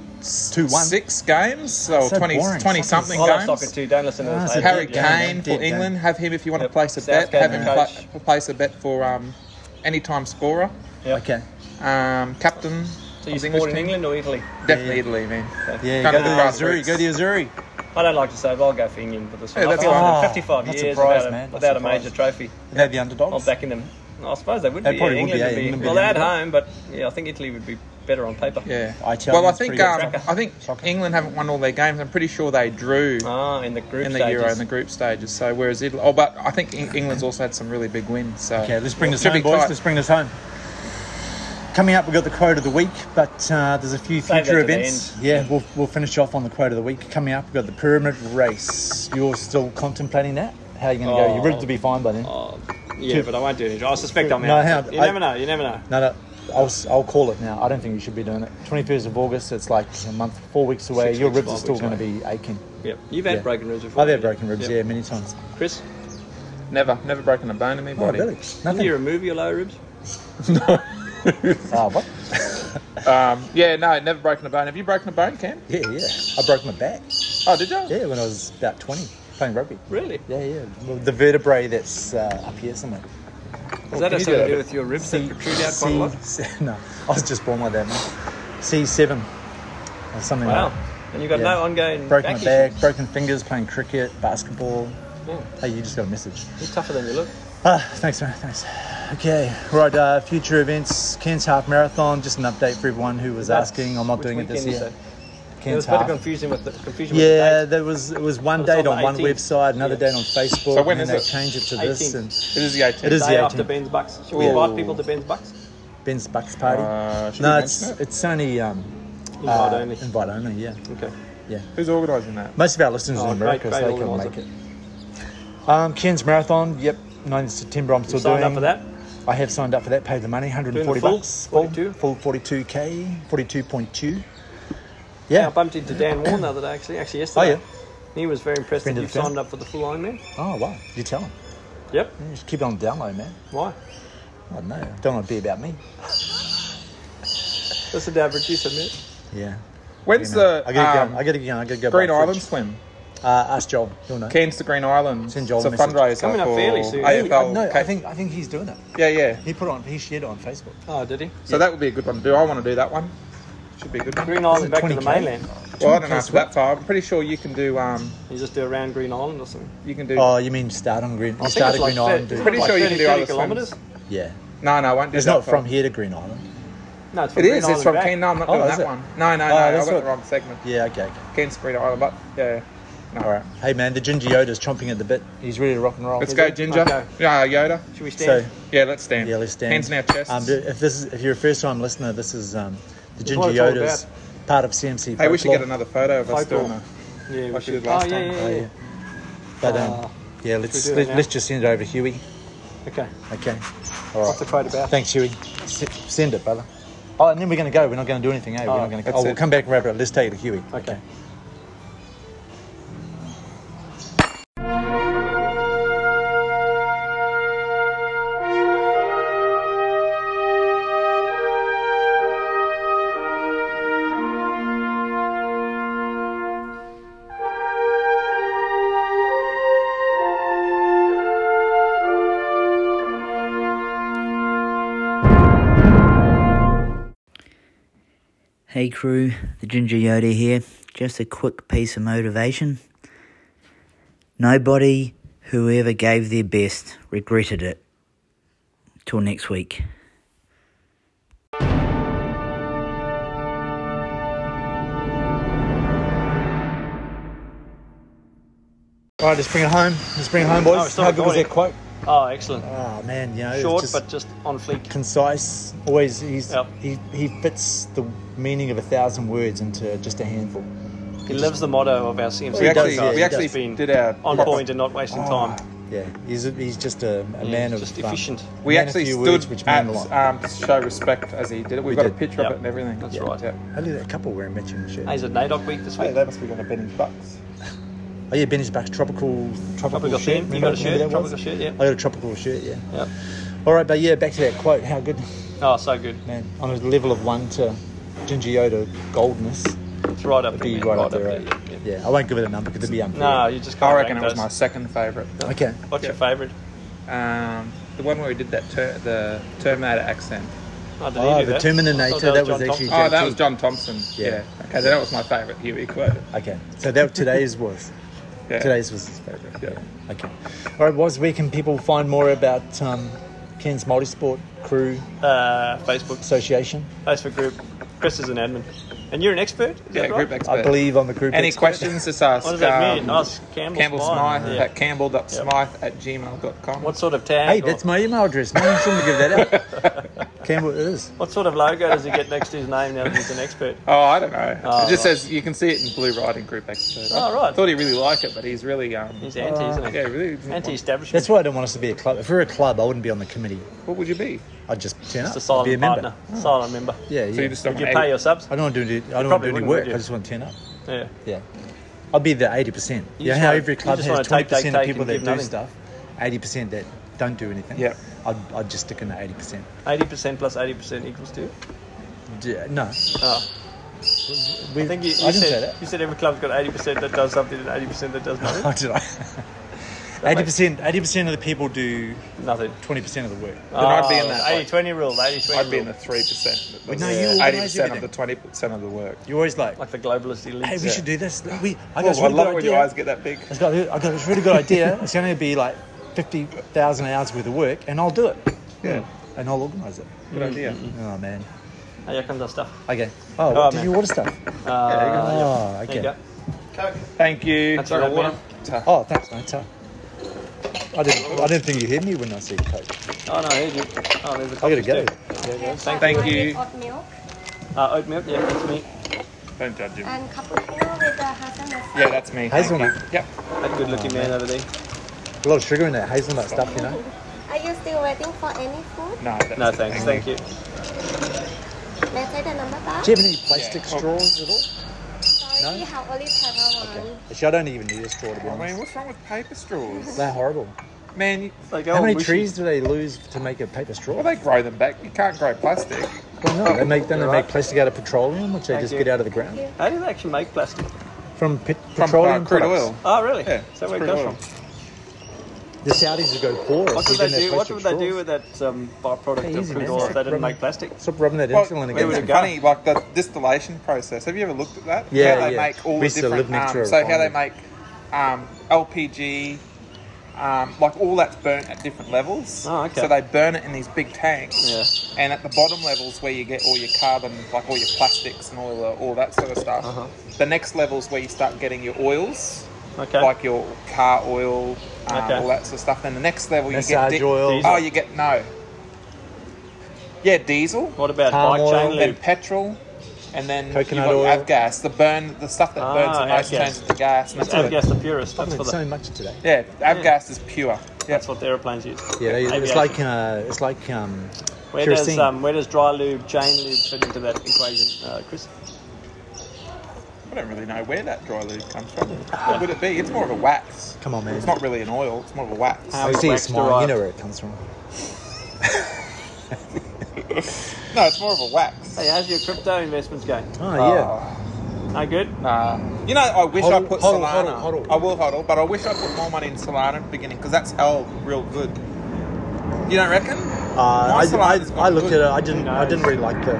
Speaker 5: 26 games or
Speaker 4: So
Speaker 5: 20,
Speaker 4: boring.
Speaker 5: 20 something
Speaker 4: Fucking
Speaker 3: I love soccer
Speaker 5: games.
Speaker 3: too. Don't listen to
Speaker 4: Ah,
Speaker 3: this.
Speaker 4: it's a
Speaker 3: Hey,
Speaker 5: Harry
Speaker 4: Dead game,
Speaker 5: Kane
Speaker 4: man.
Speaker 5: for
Speaker 4: Dead game.
Speaker 5: England. Have him if you want
Speaker 3: Yep.
Speaker 5: to place a bet.
Speaker 3: Southgate
Speaker 5: Have him
Speaker 3: and
Speaker 5: pla-
Speaker 3: coach.
Speaker 5: place a bet for um, anytime scorer.
Speaker 3: Yeah.
Speaker 4: Okay.
Speaker 5: Um, captain.
Speaker 3: So you
Speaker 5: of
Speaker 3: support
Speaker 5: English
Speaker 3: in
Speaker 5: team.
Speaker 3: England or Italy?
Speaker 5: Definitely
Speaker 4: Yeah.
Speaker 5: Italy, man.
Speaker 4: Yeah,
Speaker 5: Kind
Speaker 4: go
Speaker 5: of
Speaker 4: to the
Speaker 5: grassroots.
Speaker 4: Azuri. Go to the Azuri.
Speaker 3: I don't like to say, but I'll go for England for this
Speaker 5: Yeah,
Speaker 3: one.
Speaker 5: that's
Speaker 3: I feel
Speaker 5: fine.
Speaker 3: like
Speaker 4: Oh,
Speaker 3: 55
Speaker 4: not
Speaker 3: years
Speaker 4: surprised,
Speaker 3: without, a,
Speaker 4: man, not
Speaker 3: without a major
Speaker 4: surprised.
Speaker 3: trophy.
Speaker 4: They're the underdogs.
Speaker 3: I'm backing them. I suppose they would
Speaker 4: They
Speaker 3: be.
Speaker 4: probably
Speaker 3: yeah,
Speaker 4: would be,
Speaker 3: England
Speaker 4: yeah,
Speaker 3: would be.
Speaker 4: England would be
Speaker 3: well, at
Speaker 4: the underdog.
Speaker 3: home, but yeah, I think Italy would be better on paper.
Speaker 5: Yeah.
Speaker 4: I tell
Speaker 5: Well,
Speaker 4: you,
Speaker 5: I
Speaker 4: it's
Speaker 5: think
Speaker 4: pretty
Speaker 5: um,
Speaker 4: good
Speaker 5: I think
Speaker 4: Soccer. Oh,
Speaker 5: England haven't won all their games. I'm pretty sure they drew
Speaker 3: Ah, in the group
Speaker 5: in the
Speaker 3: stages.
Speaker 5: Euro in the group stages. So whereas Italy, oh, but I think Eng- England's also had some really big wins. So
Speaker 4: Okay, let's bring this
Speaker 5: Should be
Speaker 4: home, boys.
Speaker 5: tight.
Speaker 4: Let's bring this home. Coming up, we've got the quote of the week, but uh, there's a few
Speaker 3: Save that
Speaker 4: future
Speaker 3: to the
Speaker 4: events. Yeah, we'll, we'll finish off on the quote of the week. Coming up, we've got the pyramid race. You're still contemplating that? How are you going to go?
Speaker 3: Oh.
Speaker 4: You're ready to be fine by then.
Speaker 3: Oh, yeah, but I won't do it. I suspect I'm
Speaker 4: No,
Speaker 3: out.
Speaker 4: hang on.
Speaker 3: You
Speaker 4: I-
Speaker 3: never know. You never know.
Speaker 4: No, no, I'll, s- I'll call it now. I don't think you should be doing it. 21st of August, it's like a month, four weeks away.
Speaker 3: Six
Speaker 4: Your
Speaker 3: weeks,
Speaker 4: ribs are
Speaker 3: five
Speaker 4: still
Speaker 3: weeks
Speaker 4: going to be aching.
Speaker 3: Yep. You've had
Speaker 4: Yeah.
Speaker 3: broken ribs before.
Speaker 4: I've had
Speaker 3: haven't you?
Speaker 4: broken ribs,
Speaker 3: Yep.
Speaker 4: yeah, many times.
Speaker 3: Chris,
Speaker 5: Never, never broken a bone in
Speaker 4: Oh,
Speaker 5: my body.
Speaker 3: did
Speaker 4: Nothing.
Speaker 3: you remove your lower ribs?
Speaker 4: Ah, what?
Speaker 5: Um, yeah, no, never broken a bone. Have you broken a bone, Cam?
Speaker 4: Yeah, yeah. I broke my back.
Speaker 5: Oh, did you?
Speaker 4: Yeah, when I was about 20, playing rugby.
Speaker 3: Really?
Speaker 4: Yeah, yeah. Well, the vertebrae that's uh, up here somewhere. Oh,
Speaker 3: Is that
Speaker 5: can you
Speaker 3: have something
Speaker 5: do
Speaker 3: to do with your ribs that protrude out quite a lot?
Speaker 4: C, no, I was just born like that, man. C7 or something like
Speaker 3: Wow.
Speaker 4: that.
Speaker 3: And you've got
Speaker 4: Yeah.
Speaker 3: no ongoing
Speaker 4: Broken my
Speaker 3: back
Speaker 4: back,
Speaker 3: issues.
Speaker 4: broken fingers, playing cricket, basketball.
Speaker 3: Yeah.
Speaker 4: Hey, you just got a message.
Speaker 3: You're tougher than you look.
Speaker 4: Ah, thanks, man. Thanks. Okay, right. Uh, future events: Cairns Half Marathon. Just an update for everyone who was
Speaker 3: That's-
Speaker 4: asking. I'm not
Speaker 3: which
Speaker 4: doing it this
Speaker 3: weekend is
Speaker 4: year.
Speaker 3: that? It
Speaker 4: Cairns
Speaker 3: was a bit of
Speaker 4: Half.
Speaker 3: confusion with the confusion
Speaker 4: Yeah,
Speaker 3: with
Speaker 4: there was it was one
Speaker 3: was on
Speaker 4: date on,
Speaker 3: the
Speaker 4: one
Speaker 3: 18th.
Speaker 4: website, another
Speaker 3: Yeah.
Speaker 4: date on Facebook.
Speaker 5: So when
Speaker 4: and
Speaker 5: is
Speaker 4: then
Speaker 5: it?
Speaker 4: they changed it to this
Speaker 3: 18th.
Speaker 4: and
Speaker 5: It is the 18th.
Speaker 4: It
Speaker 3: the
Speaker 4: is
Speaker 3: date.
Speaker 4: the
Speaker 3: Day after
Speaker 4: 18th.
Speaker 3: Ben's Bucks. Should we
Speaker 4: Ooh.
Speaker 3: invite people to Ben's Bucks?
Speaker 4: Ben's Bucks party.
Speaker 5: Uh, should we
Speaker 4: no, it's
Speaker 5: mention it?
Speaker 4: it's only um,
Speaker 3: Invite
Speaker 4: uh,
Speaker 3: only.
Speaker 4: Invite only. Yeah,
Speaker 3: Okay.
Speaker 5: Who's organising that?
Speaker 4: most of our listeners
Speaker 3: Oh,
Speaker 4: are in America,
Speaker 3: great, great
Speaker 4: so they
Speaker 3: organiser.
Speaker 4: can make it. Um, Cairns Marathon. Yep, 9th September. I'm still
Speaker 3: Signed
Speaker 4: doing.
Speaker 3: up for that.
Speaker 4: I have signed up for that, paid the money, 140
Speaker 3: full?
Speaker 4: bucks.
Speaker 3: 42?
Speaker 4: Full 42k, 42.2.
Speaker 3: I
Speaker 4: Yeah.
Speaker 3: bumped into Dan Warren the other day, actually. Actually,
Speaker 4: Oh,
Speaker 3: yesterday.
Speaker 4: yeah.
Speaker 3: He was very impressed
Speaker 4: Friend
Speaker 3: that
Speaker 4: of
Speaker 3: you've
Speaker 4: the
Speaker 3: signed up for the full Ironman.
Speaker 4: Oh, wow. You tell him.
Speaker 3: Yep.
Speaker 4: Yeah, just keep it on the download, man.
Speaker 3: Why?
Speaker 4: I don't know. Don't want to be about me.
Speaker 3: That's a dab reducer, mate.
Speaker 4: Yeah.
Speaker 5: When's
Speaker 4: You know,
Speaker 5: the
Speaker 4: I gotta
Speaker 5: um,
Speaker 4: go. I gotta go. I gotta go.
Speaker 5: Green
Speaker 4: buy a
Speaker 5: Island
Speaker 4: fridge.
Speaker 5: swim?
Speaker 4: Uh, ask Joel. He'll know.
Speaker 5: Cairns to Green Island.
Speaker 4: Send Joel
Speaker 5: it's a
Speaker 4: a message.
Speaker 5: fundraiser
Speaker 3: Coming up
Speaker 5: for
Speaker 3: fairly soon.
Speaker 4: Hey,
Speaker 5: AFL.
Speaker 4: I, no, I
Speaker 5: Cape-
Speaker 4: think I think he's doing it.
Speaker 5: Yeah, yeah.
Speaker 4: He put it on. He shared it on Facebook.
Speaker 3: Oh, did he?
Speaker 5: So that would be a good one to do. I want to do that one. Should be a good one.
Speaker 3: Green Island
Speaker 4: it
Speaker 3: back to the
Speaker 4: 20K?
Speaker 3: mainland.
Speaker 5: Well, I don't know if that far. I'm pretty sure you can do. Um,
Speaker 3: You just do around Green Island or something.
Speaker 5: you can do.
Speaker 4: Oh, you mean start on Green? You
Speaker 3: think it's
Speaker 4: start at
Speaker 3: like
Speaker 4: Green
Speaker 3: thir-
Speaker 4: Island.
Speaker 3: it's
Speaker 4: dude.
Speaker 5: Pretty
Speaker 3: like
Speaker 5: sure you can do
Speaker 3: 30
Speaker 5: other
Speaker 3: kilometres.
Speaker 4: Yeah.
Speaker 5: no, no, I won't do
Speaker 4: It's
Speaker 5: that
Speaker 4: not
Speaker 5: far.
Speaker 4: from here to Green Island.
Speaker 3: No, it's from
Speaker 5: It
Speaker 3: Green
Speaker 5: is.
Speaker 3: Island
Speaker 5: It's from
Speaker 3: back.
Speaker 5: Cairns. No, I'm not
Speaker 4: Oh,
Speaker 5: doing
Speaker 4: is
Speaker 5: that
Speaker 4: it?
Speaker 5: one. No, no, no.
Speaker 4: Oh,
Speaker 5: I
Speaker 4: that's
Speaker 5: got the
Speaker 4: what-
Speaker 5: wrong segment.
Speaker 4: Yeah. Okay. okay.
Speaker 5: Cairns to Green Island, but yeah. No.
Speaker 4: All right. Hey, man. The ginger Yoda's chomping at the bit. He's ready to rock and roll.
Speaker 5: Let's
Speaker 4: Is
Speaker 5: go,
Speaker 4: he?
Speaker 5: Ginger.
Speaker 3: Okay.
Speaker 5: Yeah, uh, Yoda.
Speaker 3: Should we stand?
Speaker 4: So.
Speaker 5: Yeah, let's stand.
Speaker 4: Yeah, let's stand.
Speaker 5: Hands in our chests.
Speaker 4: Um, if this is, if you're a first-time listener, this is um, the Ginger
Speaker 3: what it's all
Speaker 4: Yoda's part of CMC.
Speaker 5: hey, we should
Speaker 4: folklore.
Speaker 5: get another photo of us
Speaker 3: Folklore.
Speaker 5: doing that.
Speaker 3: yeah, we
Speaker 5: Like we
Speaker 3: should.
Speaker 5: did last
Speaker 3: oh, yeah,
Speaker 5: time.
Speaker 3: yeah,
Speaker 4: Oh,
Speaker 3: yeah, Uh,
Speaker 4: yeah. But um, yeah, let's
Speaker 3: do that
Speaker 4: let,
Speaker 3: now?
Speaker 4: let's just send it over, to Huey.
Speaker 3: Okay.
Speaker 4: Okay. All
Speaker 3: What's the
Speaker 4: right.
Speaker 3: quote about?
Speaker 4: Thanks, Huey. S- send it, brother. Oh, and then we're going to go. We're not going to do anything, eh? We're
Speaker 3: Oh,
Speaker 4: not going to.
Speaker 5: that's
Speaker 4: Oh, we'll
Speaker 5: it.
Speaker 4: come back and wrap it up. Let's take it to Huey.
Speaker 3: Okay.
Speaker 10: Hey crew, the Ginger Yoda here. Just a quick piece of motivation. Nobody who ever gave their best regretted it. Till next week.
Speaker 4: All right, let's bring it home. Let's bring it home, boys.
Speaker 3: No, it's not
Speaker 4: How good was
Speaker 3: recording.
Speaker 4: that quote?
Speaker 3: Oh, excellent.
Speaker 4: Oh man, you know, it's
Speaker 3: Short,
Speaker 4: just
Speaker 3: but just on fleek.
Speaker 4: concise. Always, he's
Speaker 3: Yep.
Speaker 4: he he fits the meaning of a thousand words into just a handful.
Speaker 3: He lives the motto of our CMC
Speaker 5: We actually,
Speaker 3: podcast.
Speaker 5: we
Speaker 4: yeah,
Speaker 5: actually
Speaker 3: He's been
Speaker 5: did our
Speaker 3: on
Speaker 5: props.
Speaker 3: point and not wasting time.
Speaker 4: Yeah, he's, he's just a, a
Speaker 3: Yeah,
Speaker 4: man of
Speaker 3: just
Speaker 4: um,
Speaker 3: efficient.
Speaker 5: We
Speaker 4: man of
Speaker 5: actually
Speaker 4: few
Speaker 5: stood
Speaker 4: words, which meant
Speaker 5: at
Speaker 4: a lot.
Speaker 3: uh,
Speaker 5: um, to show respect as he did it.
Speaker 4: We
Speaker 5: We've got a
Speaker 4: did.
Speaker 5: picture
Speaker 3: Yep.
Speaker 5: of it and everything.
Speaker 3: That's right.
Speaker 5: Yeah.
Speaker 4: Only that couple wearing matching shirts.
Speaker 3: Hey, is it NAIDOC week this week?
Speaker 5: Hey, they must be going to Benny's Bucks.
Speaker 4: Oh yeah, Benny's back. Tropical, tropical,
Speaker 3: Tropical
Speaker 4: shirt.
Speaker 3: theme. You
Speaker 4: Remember-
Speaker 3: got a shirt?
Speaker 4: remember that
Speaker 3: Tropical shirt, yeah.
Speaker 4: I got a tropical shirt. Yeah.
Speaker 3: Yep.
Speaker 4: All right, but yeah, back to that quote. How good,
Speaker 3: Oh, so good.
Speaker 4: man. On a level of one to Ginger Yoda goldness,
Speaker 3: It's right up there.
Speaker 4: be
Speaker 3: man,
Speaker 4: right, up there.
Speaker 3: yeah,
Speaker 4: Right?
Speaker 3: yeah.
Speaker 4: Yeah, I won't give it a number because it'd be unfair.
Speaker 3: No, you just can't
Speaker 5: I reckon it
Speaker 3: rank
Speaker 5: was my
Speaker 3: those.
Speaker 5: second favourite.
Speaker 4: Okay.
Speaker 3: What's your favourite?
Speaker 5: Um, the one where we did that ter- the Terminator accent.
Speaker 3: Oh, did
Speaker 4: Oh,
Speaker 3: he do
Speaker 4: the
Speaker 3: that?
Speaker 4: Terminator,
Speaker 3: Oh,
Speaker 4: that was
Speaker 3: John
Speaker 4: actually-
Speaker 3: Thompson.
Speaker 5: Oh,
Speaker 4: Yeah,
Speaker 5: that
Speaker 4: G.
Speaker 5: was John Thompson. Yeah.
Speaker 4: Yeah.
Speaker 5: Okay, that was my favourite Huey quote.
Speaker 4: Okay. So that today's was
Speaker 5: Yeah.
Speaker 4: today's was his favorite.
Speaker 5: Yeah.
Speaker 4: Okay. All right, was where can people find more about um, Ken's Multisport Crew
Speaker 3: Uh, Facebook.
Speaker 4: Association?
Speaker 3: Facebook group. Chris is an admin. And you're an expert? Is
Speaker 5: Yeah,
Speaker 3: that right?
Speaker 5: group expert.
Speaker 4: I believe on the group.
Speaker 5: Any
Speaker 4: expert.
Speaker 5: questions, just ask.
Speaker 3: What does that mean? Oh,
Speaker 5: um,
Speaker 3: Ask Campbell,
Speaker 5: Campbell Smythe
Speaker 3: Yeah.
Speaker 5: at campbell.smythe at gmail.com.
Speaker 3: What sort of tag?
Speaker 4: Hey,
Speaker 3: or-
Speaker 4: that's my email address. Man, you shouldn't give that out. Campbell it is.
Speaker 3: What sort of logo does he get next to his name now that he's an expert?
Speaker 5: Oh, I don't know.
Speaker 3: Oh,
Speaker 5: it just
Speaker 3: right.
Speaker 5: says you can see it in blue writing group expert.
Speaker 3: Oh,
Speaker 5: I
Speaker 3: right.
Speaker 5: thought he really liked it, but he's really um,
Speaker 3: He's anti, isn't he?
Speaker 5: yeah, really doesn't want-
Speaker 3: Anti-establishment.
Speaker 4: That's why I don't want us to be a club. If we we're a club, I wouldn't be on the committee.
Speaker 5: What would you be?
Speaker 4: I'd just turn
Speaker 3: It's a
Speaker 4: up. I'd be a
Speaker 3: silent
Speaker 4: member.
Speaker 3: partner, silent member.
Speaker 4: Yeah, yeah.
Speaker 5: So you just don't
Speaker 3: Would you
Speaker 5: want
Speaker 3: pay your
Speaker 5: eight-
Speaker 3: subs?
Speaker 4: I don't want to do. I don't want
Speaker 3: probably
Speaker 4: to do any
Speaker 3: wouldn't,
Speaker 4: work.
Speaker 3: would you?
Speaker 4: I just want to turn up.
Speaker 3: Yeah.
Speaker 4: Yeah. I'd be the eighty percent.
Speaker 3: You
Speaker 4: You, know
Speaker 3: just
Speaker 4: how
Speaker 3: wanna-
Speaker 4: every
Speaker 3: you
Speaker 4: club
Speaker 3: just
Speaker 4: has
Speaker 3: wanna take,
Speaker 4: twenty
Speaker 3: take,
Speaker 4: percent
Speaker 3: take
Speaker 4: of people
Speaker 3: and
Speaker 4: that
Speaker 3: give
Speaker 4: do
Speaker 3: nothing.
Speaker 4: stuff, eighty percent that don't do anything.
Speaker 5: Yep.
Speaker 4: I'd, I'd just stick in the eighty percent.
Speaker 3: Eighty percent plus eighty percent equals two.
Speaker 4: No.
Speaker 3: Oh,
Speaker 4: We,
Speaker 3: I think you, you
Speaker 4: I
Speaker 3: said
Speaker 4: didn't say that.
Speaker 3: you said every club's got eighty percent that does something and eighty percent that does
Speaker 4: Oh,
Speaker 3: nothing.
Speaker 4: did I? Eighty percent. Eighty percent of the people do
Speaker 3: nothing.
Speaker 4: twenty percent of the work.
Speaker 3: Then
Speaker 5: I'd be in that, like-
Speaker 3: 80-20 rule. 80-20
Speaker 5: I'd be
Speaker 3: rule.
Speaker 5: in the three percent.
Speaker 4: But no, you organise
Speaker 5: eighty percent of the
Speaker 4: everything.
Speaker 5: twenty percent of the work.
Speaker 4: You're always like,
Speaker 3: like the globalist elite.
Speaker 4: hey, we should do this. We. I
Speaker 5: Oh,
Speaker 4: got this
Speaker 5: I
Speaker 4: really good
Speaker 5: love when
Speaker 4: idea.
Speaker 5: your eyes get that big.
Speaker 4: I've got, I've got this really good idea. It's going to be like fifty thousand hours worth of work, and I'll do it.
Speaker 5: Yeah,
Speaker 4: And I'll organise it.
Speaker 5: good idea.
Speaker 4: Oh man.
Speaker 3: Hey, here comes our stuff.
Speaker 4: Okay. Oh,
Speaker 3: Oh,
Speaker 4: did
Speaker 3: man.
Speaker 4: you order stuff?
Speaker 3: Uh,
Speaker 4: Oh,
Speaker 3: yep.
Speaker 4: okay.
Speaker 3: There you go.
Speaker 5: Thank you.
Speaker 3: That's
Speaker 5: Sorry,
Speaker 3: all right,
Speaker 5: water.
Speaker 4: Oh, thanks, mate. Ta- I didn't. I didn't think you heard me when I said coke.
Speaker 3: Oh no, here you. Oh, there's a. coffee
Speaker 4: I gotta go.
Speaker 3: too. There you go.
Speaker 6: Here's
Speaker 3: Thank
Speaker 5: Thank
Speaker 6: one
Speaker 5: you.
Speaker 6: with Oat milk
Speaker 3: Uh, oat milk. Yeah, that's me.
Speaker 5: Don't judge him.
Speaker 6: and cappuccino with a hazelnut.
Speaker 5: Yeah, that's me. Thank
Speaker 4: Hazelnut.
Speaker 5: you. Yep.
Speaker 3: That
Speaker 4: Oh,
Speaker 3: good-looking man over there.
Speaker 4: A lot of sugar in that hazelnut stuff, you know.
Speaker 6: Are you still waiting for any food?
Speaker 5: No, that's
Speaker 3: No thanks. Thank you.
Speaker 6: May I say the number back?
Speaker 4: Do you have any plastic
Speaker 5: Yeah.
Speaker 4: straws at
Speaker 6: Sorry,
Speaker 4: No.
Speaker 6: have only seven one.
Speaker 4: all? Actually, I don't even need a straw to be
Speaker 5: I mean,
Speaker 4: honest.
Speaker 5: what's wrong with paper straws?
Speaker 4: They're horrible.
Speaker 5: Man, you,
Speaker 3: It's like,
Speaker 4: How
Speaker 3: oh,
Speaker 4: many
Speaker 3: we should-
Speaker 4: trees do they lose to make a paper straw?
Speaker 5: well, they grow them back. You can't grow plastic.
Speaker 4: Well, no, they make them. They
Speaker 3: You're
Speaker 4: make
Speaker 3: right.
Speaker 4: plastic out of petroleum, which they
Speaker 3: Thank
Speaker 4: just
Speaker 3: you.
Speaker 4: get out of the ground
Speaker 3: How do they actually make plastic?
Speaker 4: from pet-
Speaker 5: From
Speaker 4: petroleum
Speaker 5: uh, crude
Speaker 4: products.
Speaker 5: oil.
Speaker 3: Oh, really?
Speaker 5: Yeah,
Speaker 3: Is that where it
Speaker 5: crude
Speaker 3: comes
Speaker 5: oil.
Speaker 3: from?
Speaker 4: The Saudis would go poor.
Speaker 3: What would
Speaker 4: if we
Speaker 3: they
Speaker 4: didn't have
Speaker 3: do? What
Speaker 4: plastic
Speaker 3: would they do
Speaker 4: straws.
Speaker 3: with that um, byproduct
Speaker 4: Hey,
Speaker 3: of
Speaker 4: easy,
Speaker 3: crude
Speaker 4: man.
Speaker 3: oil if they didn't
Speaker 4: Rubber-
Speaker 3: make plastic?
Speaker 4: Stop rubbing that
Speaker 5: Well,
Speaker 4: insulin
Speaker 5: it
Speaker 4: against
Speaker 5: was
Speaker 4: them.
Speaker 5: funny, like the distillation process. Have you ever looked at that?
Speaker 4: Yeah,
Speaker 5: how they
Speaker 4: yeah.
Speaker 5: make all
Speaker 4: We
Speaker 5: the
Speaker 4: used to
Speaker 5: different.
Speaker 4: live next to
Speaker 5: um,
Speaker 4: a
Speaker 5: so how they
Speaker 4: refinery.
Speaker 5: make um, LPG, um, like all that's burnt at different levels.
Speaker 3: Oh, okay.
Speaker 5: So they burn it in these big tanks.
Speaker 3: Yeah.
Speaker 5: And at the bottom levels where you get all your carbon, like all your plastics and all the, all that sort of stuff.
Speaker 3: Uh-huh.
Speaker 5: The next levels where you start getting your oils,
Speaker 3: Okay.
Speaker 5: like your car oil, um,
Speaker 3: Okay.
Speaker 5: all that sort of stuff. Then the next level you get
Speaker 4: Massage oils.
Speaker 5: Oh, you get no. Yeah, diesel
Speaker 3: what about
Speaker 4: Palm
Speaker 3: bike
Speaker 4: oil
Speaker 3: chain
Speaker 5: then
Speaker 3: lube?
Speaker 5: petrol, and then
Speaker 4: Coconut
Speaker 5: you've got
Speaker 4: oil.
Speaker 5: avgas, the burn, the stuff that burns
Speaker 3: Ah,
Speaker 5: the most
Speaker 3: avgas.
Speaker 5: turns into gas. And that's
Speaker 3: Oh,
Speaker 5: what
Speaker 3: yes, the purist. That's for
Speaker 4: There's
Speaker 3: the.
Speaker 4: so much today.
Speaker 5: yeah, avgas is pure. Yeah.
Speaker 3: That's what the airplanes use.
Speaker 4: Yeah, they, it's
Speaker 3: Aviation.
Speaker 4: like uh, it's like um,
Speaker 3: Where does
Speaker 4: kerosene.
Speaker 3: um, where does dry lube, chain lube fit into that equation, uh, Chris?
Speaker 5: I don't really know where that dry lube comes from. What would it be? It's more of a wax.
Speaker 4: Come on, man. Ah.
Speaker 5: It's not really an oil. It's more of a wax.
Speaker 3: How
Speaker 4: I
Speaker 3: is
Speaker 4: see you
Speaker 3: wax
Speaker 4: smiling. You know
Speaker 3: derived?
Speaker 4: where it comes from.
Speaker 5: No, it's more of a wax.
Speaker 3: Hey, how's your crypto investments going?
Speaker 4: Oh, yeah.
Speaker 3: No good.
Speaker 5: Nah. You know, I wish I
Speaker 4: Huddle,
Speaker 5: put
Speaker 4: huddle,
Speaker 5: Solana.
Speaker 4: huddle, huddle.
Speaker 5: I will huddle, but I wish I put more money in Solana at the beginning because that's held real good. You don't reckon?
Speaker 4: Uh, I, I,
Speaker 5: Solana's
Speaker 4: I
Speaker 5: gone
Speaker 4: looked at
Speaker 5: good.
Speaker 4: it. I didn't. I didn't really like the.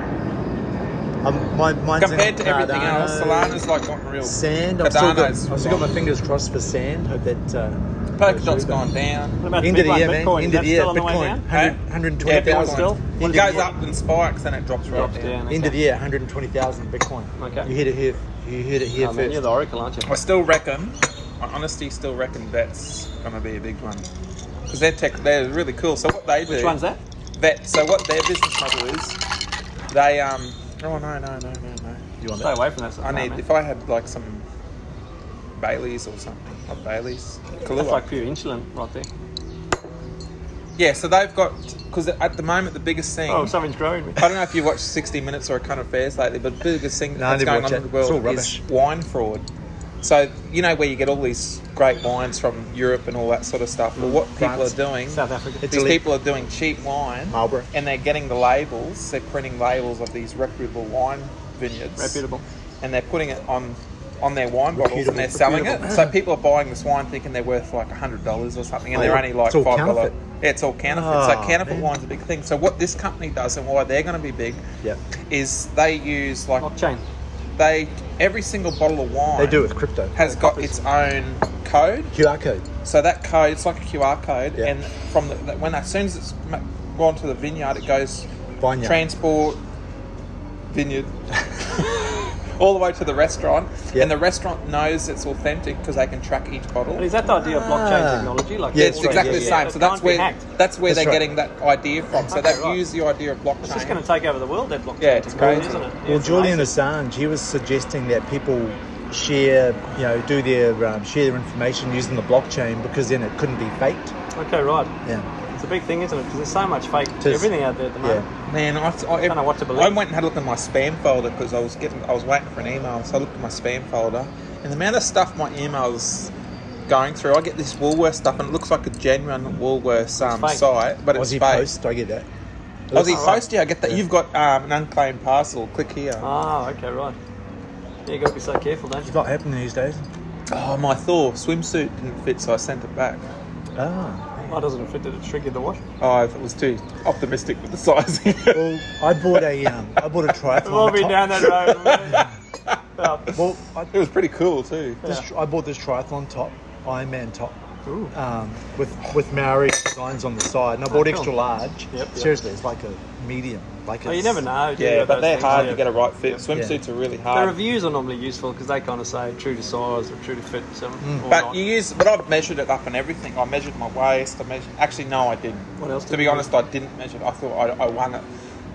Speaker 4: Um, my mine's
Speaker 5: Compared
Speaker 4: in
Speaker 5: to everything
Speaker 4: Cardano,
Speaker 5: else, Solana's like gotten real.
Speaker 4: Sand. I've still, got, I've
Speaker 5: Cardano's
Speaker 4: still got my fingers crossed for sand. Hope that. Uh, goes
Speaker 5: Polkadot's
Speaker 4: through,
Speaker 5: gone down.
Speaker 3: What
Speaker 4: but-
Speaker 3: about
Speaker 4: End
Speaker 3: the
Speaker 4: of the
Speaker 3: Bitcoin?
Speaker 4: year, man.
Speaker 3: Bitcoin,
Speaker 4: End
Speaker 3: is
Speaker 4: of
Speaker 3: that
Speaker 4: the year.
Speaker 3: still on the way
Speaker 4: Bitcoin.
Speaker 3: down?
Speaker 5: Hey?
Speaker 4: 120,000.
Speaker 3: still?
Speaker 5: It
Speaker 4: End of
Speaker 5: goes
Speaker 4: the year.
Speaker 5: up and spikes and it drops right
Speaker 3: Drops
Speaker 5: down.
Speaker 3: down.
Speaker 4: End
Speaker 3: okay.
Speaker 4: of the year, 120,000 Bitcoin.
Speaker 3: Okay.
Speaker 4: You heard it here. You heard it here
Speaker 3: Oh, man,
Speaker 4: first.
Speaker 3: you're the oracle, aren't you?
Speaker 5: I still reckon, I honestly still reckon that's going to be a big one. Because they're tech, they're really cool. So what they do?
Speaker 3: Which one's that?
Speaker 5: Vet. So what their business model is? They um. Oh no no no no no.
Speaker 4: you want
Speaker 3: Stay
Speaker 4: that?
Speaker 3: away from that. sort
Speaker 5: I
Speaker 3: of
Speaker 5: need
Speaker 3: man.
Speaker 5: if I had like some Bailey's or something. Not Bailey's.
Speaker 3: That's
Speaker 5: Kahlua.
Speaker 3: like pure insulin right there.
Speaker 5: Yeah, so they've got because at the moment the biggest thing.
Speaker 3: Oh, something's growing me.
Speaker 5: I don't know if you've watched 60 Minutes or A Current Affairs lately, but the biggest thing
Speaker 4: No, I
Speaker 5: that's
Speaker 4: didn't
Speaker 5: going
Speaker 4: watch
Speaker 5: on in
Speaker 4: it.
Speaker 5: the
Speaker 4: It's all
Speaker 5: world
Speaker 4: rubbish.
Speaker 5: is wine fraud. So you know where you get all these great wines from Europe and all that sort of stuff. Well, what people are
Speaker 4: France,
Speaker 5: doing,
Speaker 3: South Africa.
Speaker 5: these
Speaker 4: Italy.
Speaker 5: people are doing cheap wine,
Speaker 4: Marlborough.
Speaker 5: and they're getting the labels. They're printing labels of these reputable wine vineyards,
Speaker 3: Reputable.
Speaker 5: and they're putting it on on their wine bottles
Speaker 4: Reputable,
Speaker 5: and they're selling it. So people are buying this wine thinking they're worth like hundred dollars or something, and
Speaker 4: Oh,
Speaker 5: they're only like
Speaker 4: it's all
Speaker 5: five dollars.
Speaker 4: counterfeit.
Speaker 5: Yeah, it's all counterfeit.
Speaker 4: Oh,
Speaker 5: so counterfeit
Speaker 4: man.
Speaker 5: wine's a big thing. So what this company does and why they're going to be big
Speaker 4: Yeah.
Speaker 5: is they use like
Speaker 3: Blockchain.
Speaker 5: they every single bottle of wine
Speaker 4: They do with crypto.
Speaker 5: has got its own code.
Speaker 4: QR code.
Speaker 5: So that code, it's like a QR code,
Speaker 4: Yeah.
Speaker 5: and from the, that when as soon as it's ma- gone to the vineyard, it goes
Speaker 4: Vineyard.
Speaker 5: transport vineyard all the way to the restaurant,
Speaker 4: Yeah.
Speaker 5: and the restaurant knows it's authentic because they can track each bottle.
Speaker 3: But is that the idea of blockchain
Speaker 4: Ah.
Speaker 3: technology? Like
Speaker 5: Yeah, it's
Speaker 4: Yeah,
Speaker 5: exactly
Speaker 4: yeah,
Speaker 5: the
Speaker 4: yeah.
Speaker 5: same.
Speaker 3: It
Speaker 5: So that's
Speaker 3: can't be
Speaker 5: where
Speaker 3: hacked.
Speaker 5: that's where
Speaker 4: That's
Speaker 5: they're
Speaker 4: right.
Speaker 5: getting that idea from. So
Speaker 3: Okay,
Speaker 5: they
Speaker 3: right.
Speaker 5: use the idea of blockchain.
Speaker 3: It's just going to take over the world. That blockchain.
Speaker 5: Yeah, it's
Speaker 3: technology,
Speaker 5: crazy.
Speaker 3: isn't it?
Speaker 4: Well,
Speaker 3: It's
Speaker 4: Julian
Speaker 3: amazing.
Speaker 4: Assange, he was suggesting that people share, you know, do their um, share their information using the blockchain because then it couldn't be faked.
Speaker 3: Okay, right.
Speaker 4: Yeah.
Speaker 3: It's a big thing, isn't it? Because there's so much fake
Speaker 4: Tis.
Speaker 3: everything out there at the moment.
Speaker 4: Yeah.
Speaker 5: Man, I, I,
Speaker 3: Don't know what to believe.
Speaker 5: I went and had a look in my spam folder because I was getting, I was waiting for an email, so I looked in my spam folder, and the amount of stuff my emails going through, I get this Woolworths stuff, and it looks like a genuine Woolworths um,
Speaker 3: fake.
Speaker 5: site, but it's
Speaker 4: Aussie
Speaker 5: fake.
Speaker 4: Post, I get that.
Speaker 5: Aussie
Speaker 4: Looks-
Speaker 5: Post, yeah, I get that. You've got um, an unclaimed parcel. Click here.
Speaker 3: Ah, okay, right. Yeah, you got to be so careful, don't you?
Speaker 4: It's not happening these days.
Speaker 5: Oh, my Thor swimsuit didn't fit, so I sent it back.
Speaker 4: Ah.
Speaker 3: Why doesn't it fit? Did it trigger the wash?
Speaker 5: Oh, I was too optimistic with the sizing.
Speaker 4: Well, I bought a um, I bought a triathlon.
Speaker 3: We've all been
Speaker 4: top-
Speaker 3: down that road.
Speaker 4: Well, I,
Speaker 5: it was pretty cool too.
Speaker 4: this, tr- I bought this triathlon top, Ironman top,
Speaker 3: Ooh.
Speaker 4: um, with with Maori designs on the side, and I bought
Speaker 3: Oh, cool.
Speaker 4: extra large.
Speaker 3: Yep, yep.
Speaker 4: Seriously, it's like a medium. Like
Speaker 3: Oh, you
Speaker 4: it's-
Speaker 3: never know. do you,
Speaker 5: Yeah,
Speaker 3: about
Speaker 5: but
Speaker 3: those
Speaker 5: they're
Speaker 3: things,
Speaker 5: hard
Speaker 3: yeah.
Speaker 5: to get a right fit. Swimsuits are really
Speaker 3: The
Speaker 5: hard.
Speaker 3: reviews are normally useful because they kind of say true to size or true to fit. Um, or
Speaker 5: But
Speaker 3: not.
Speaker 5: you use, but I've measured it up and everything. I measured my waist. I measured. Actually, no, I didn't.
Speaker 3: What else
Speaker 5: To
Speaker 3: did
Speaker 5: be
Speaker 3: you
Speaker 5: honest, I didn't measure. it. I thought I, I won it.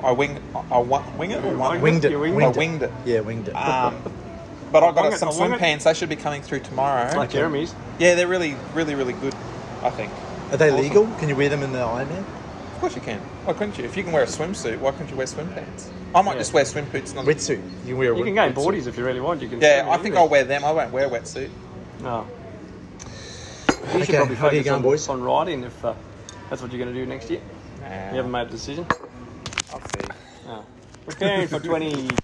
Speaker 5: I wing. I won, wing it. Or won
Speaker 4: winged it.
Speaker 3: You winged
Speaker 5: I winged it.
Speaker 4: Yeah, winged it.
Speaker 5: Um, but I
Speaker 3: wing
Speaker 5: got
Speaker 3: it,
Speaker 5: some
Speaker 3: I wing
Speaker 5: swim
Speaker 3: it.
Speaker 5: pants. They should be coming through tomorrow.
Speaker 3: like Jeremy's.
Speaker 5: Yeah, they're really, really, really good. I think.
Speaker 4: Are they
Speaker 5: Awesome.
Speaker 4: legal? Can you wear them in the Ironman?
Speaker 5: Of course you can. Why couldn't you? If you can wear a swimsuit, why couldn't you wear swim pants? I might
Speaker 3: Yeah.
Speaker 5: just wear swimsuits. Not
Speaker 4: Wetsuit. You can wear a
Speaker 3: You can go in boardies if you really want. You can.
Speaker 5: Yeah, I think I'll wear them. I won't wear a wetsuit.
Speaker 3: No. You should
Speaker 4: Okay,
Speaker 3: probably
Speaker 4: how do you
Speaker 3: focus
Speaker 4: go,
Speaker 3: on,
Speaker 4: boys?
Speaker 3: on riding if uh, that's what you're going to do next year.
Speaker 5: Nah,
Speaker 3: You haven't made a decision.
Speaker 5: I'll see.
Speaker 3: No. Preparing for 2023.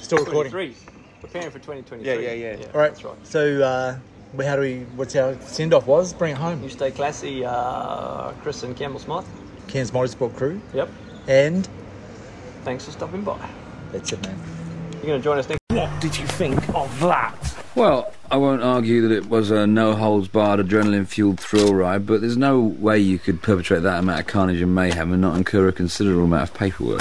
Speaker 4: Still recording.
Speaker 3: Preparing for 2023.
Speaker 5: Yeah, yeah, yeah.
Speaker 4: All right.
Speaker 3: That's right.
Speaker 4: So, uh, well, how do we? What's our send off? Was bring it home.
Speaker 3: You stay classy, uh, Chris and Campbell Smith.
Speaker 4: Cairns Motorsport Crew,
Speaker 3: Yep.
Speaker 4: and
Speaker 3: Thanks for stopping by.
Speaker 4: that's it, man.
Speaker 3: You're going to join us next.
Speaker 11: What did you think of that?
Speaker 12: Well, I won't argue that it was a no holds barred adrenaline fueled thrill ride, but there's no way you could perpetrate that amount of carnage and mayhem and not incur a considerable amount of paperwork.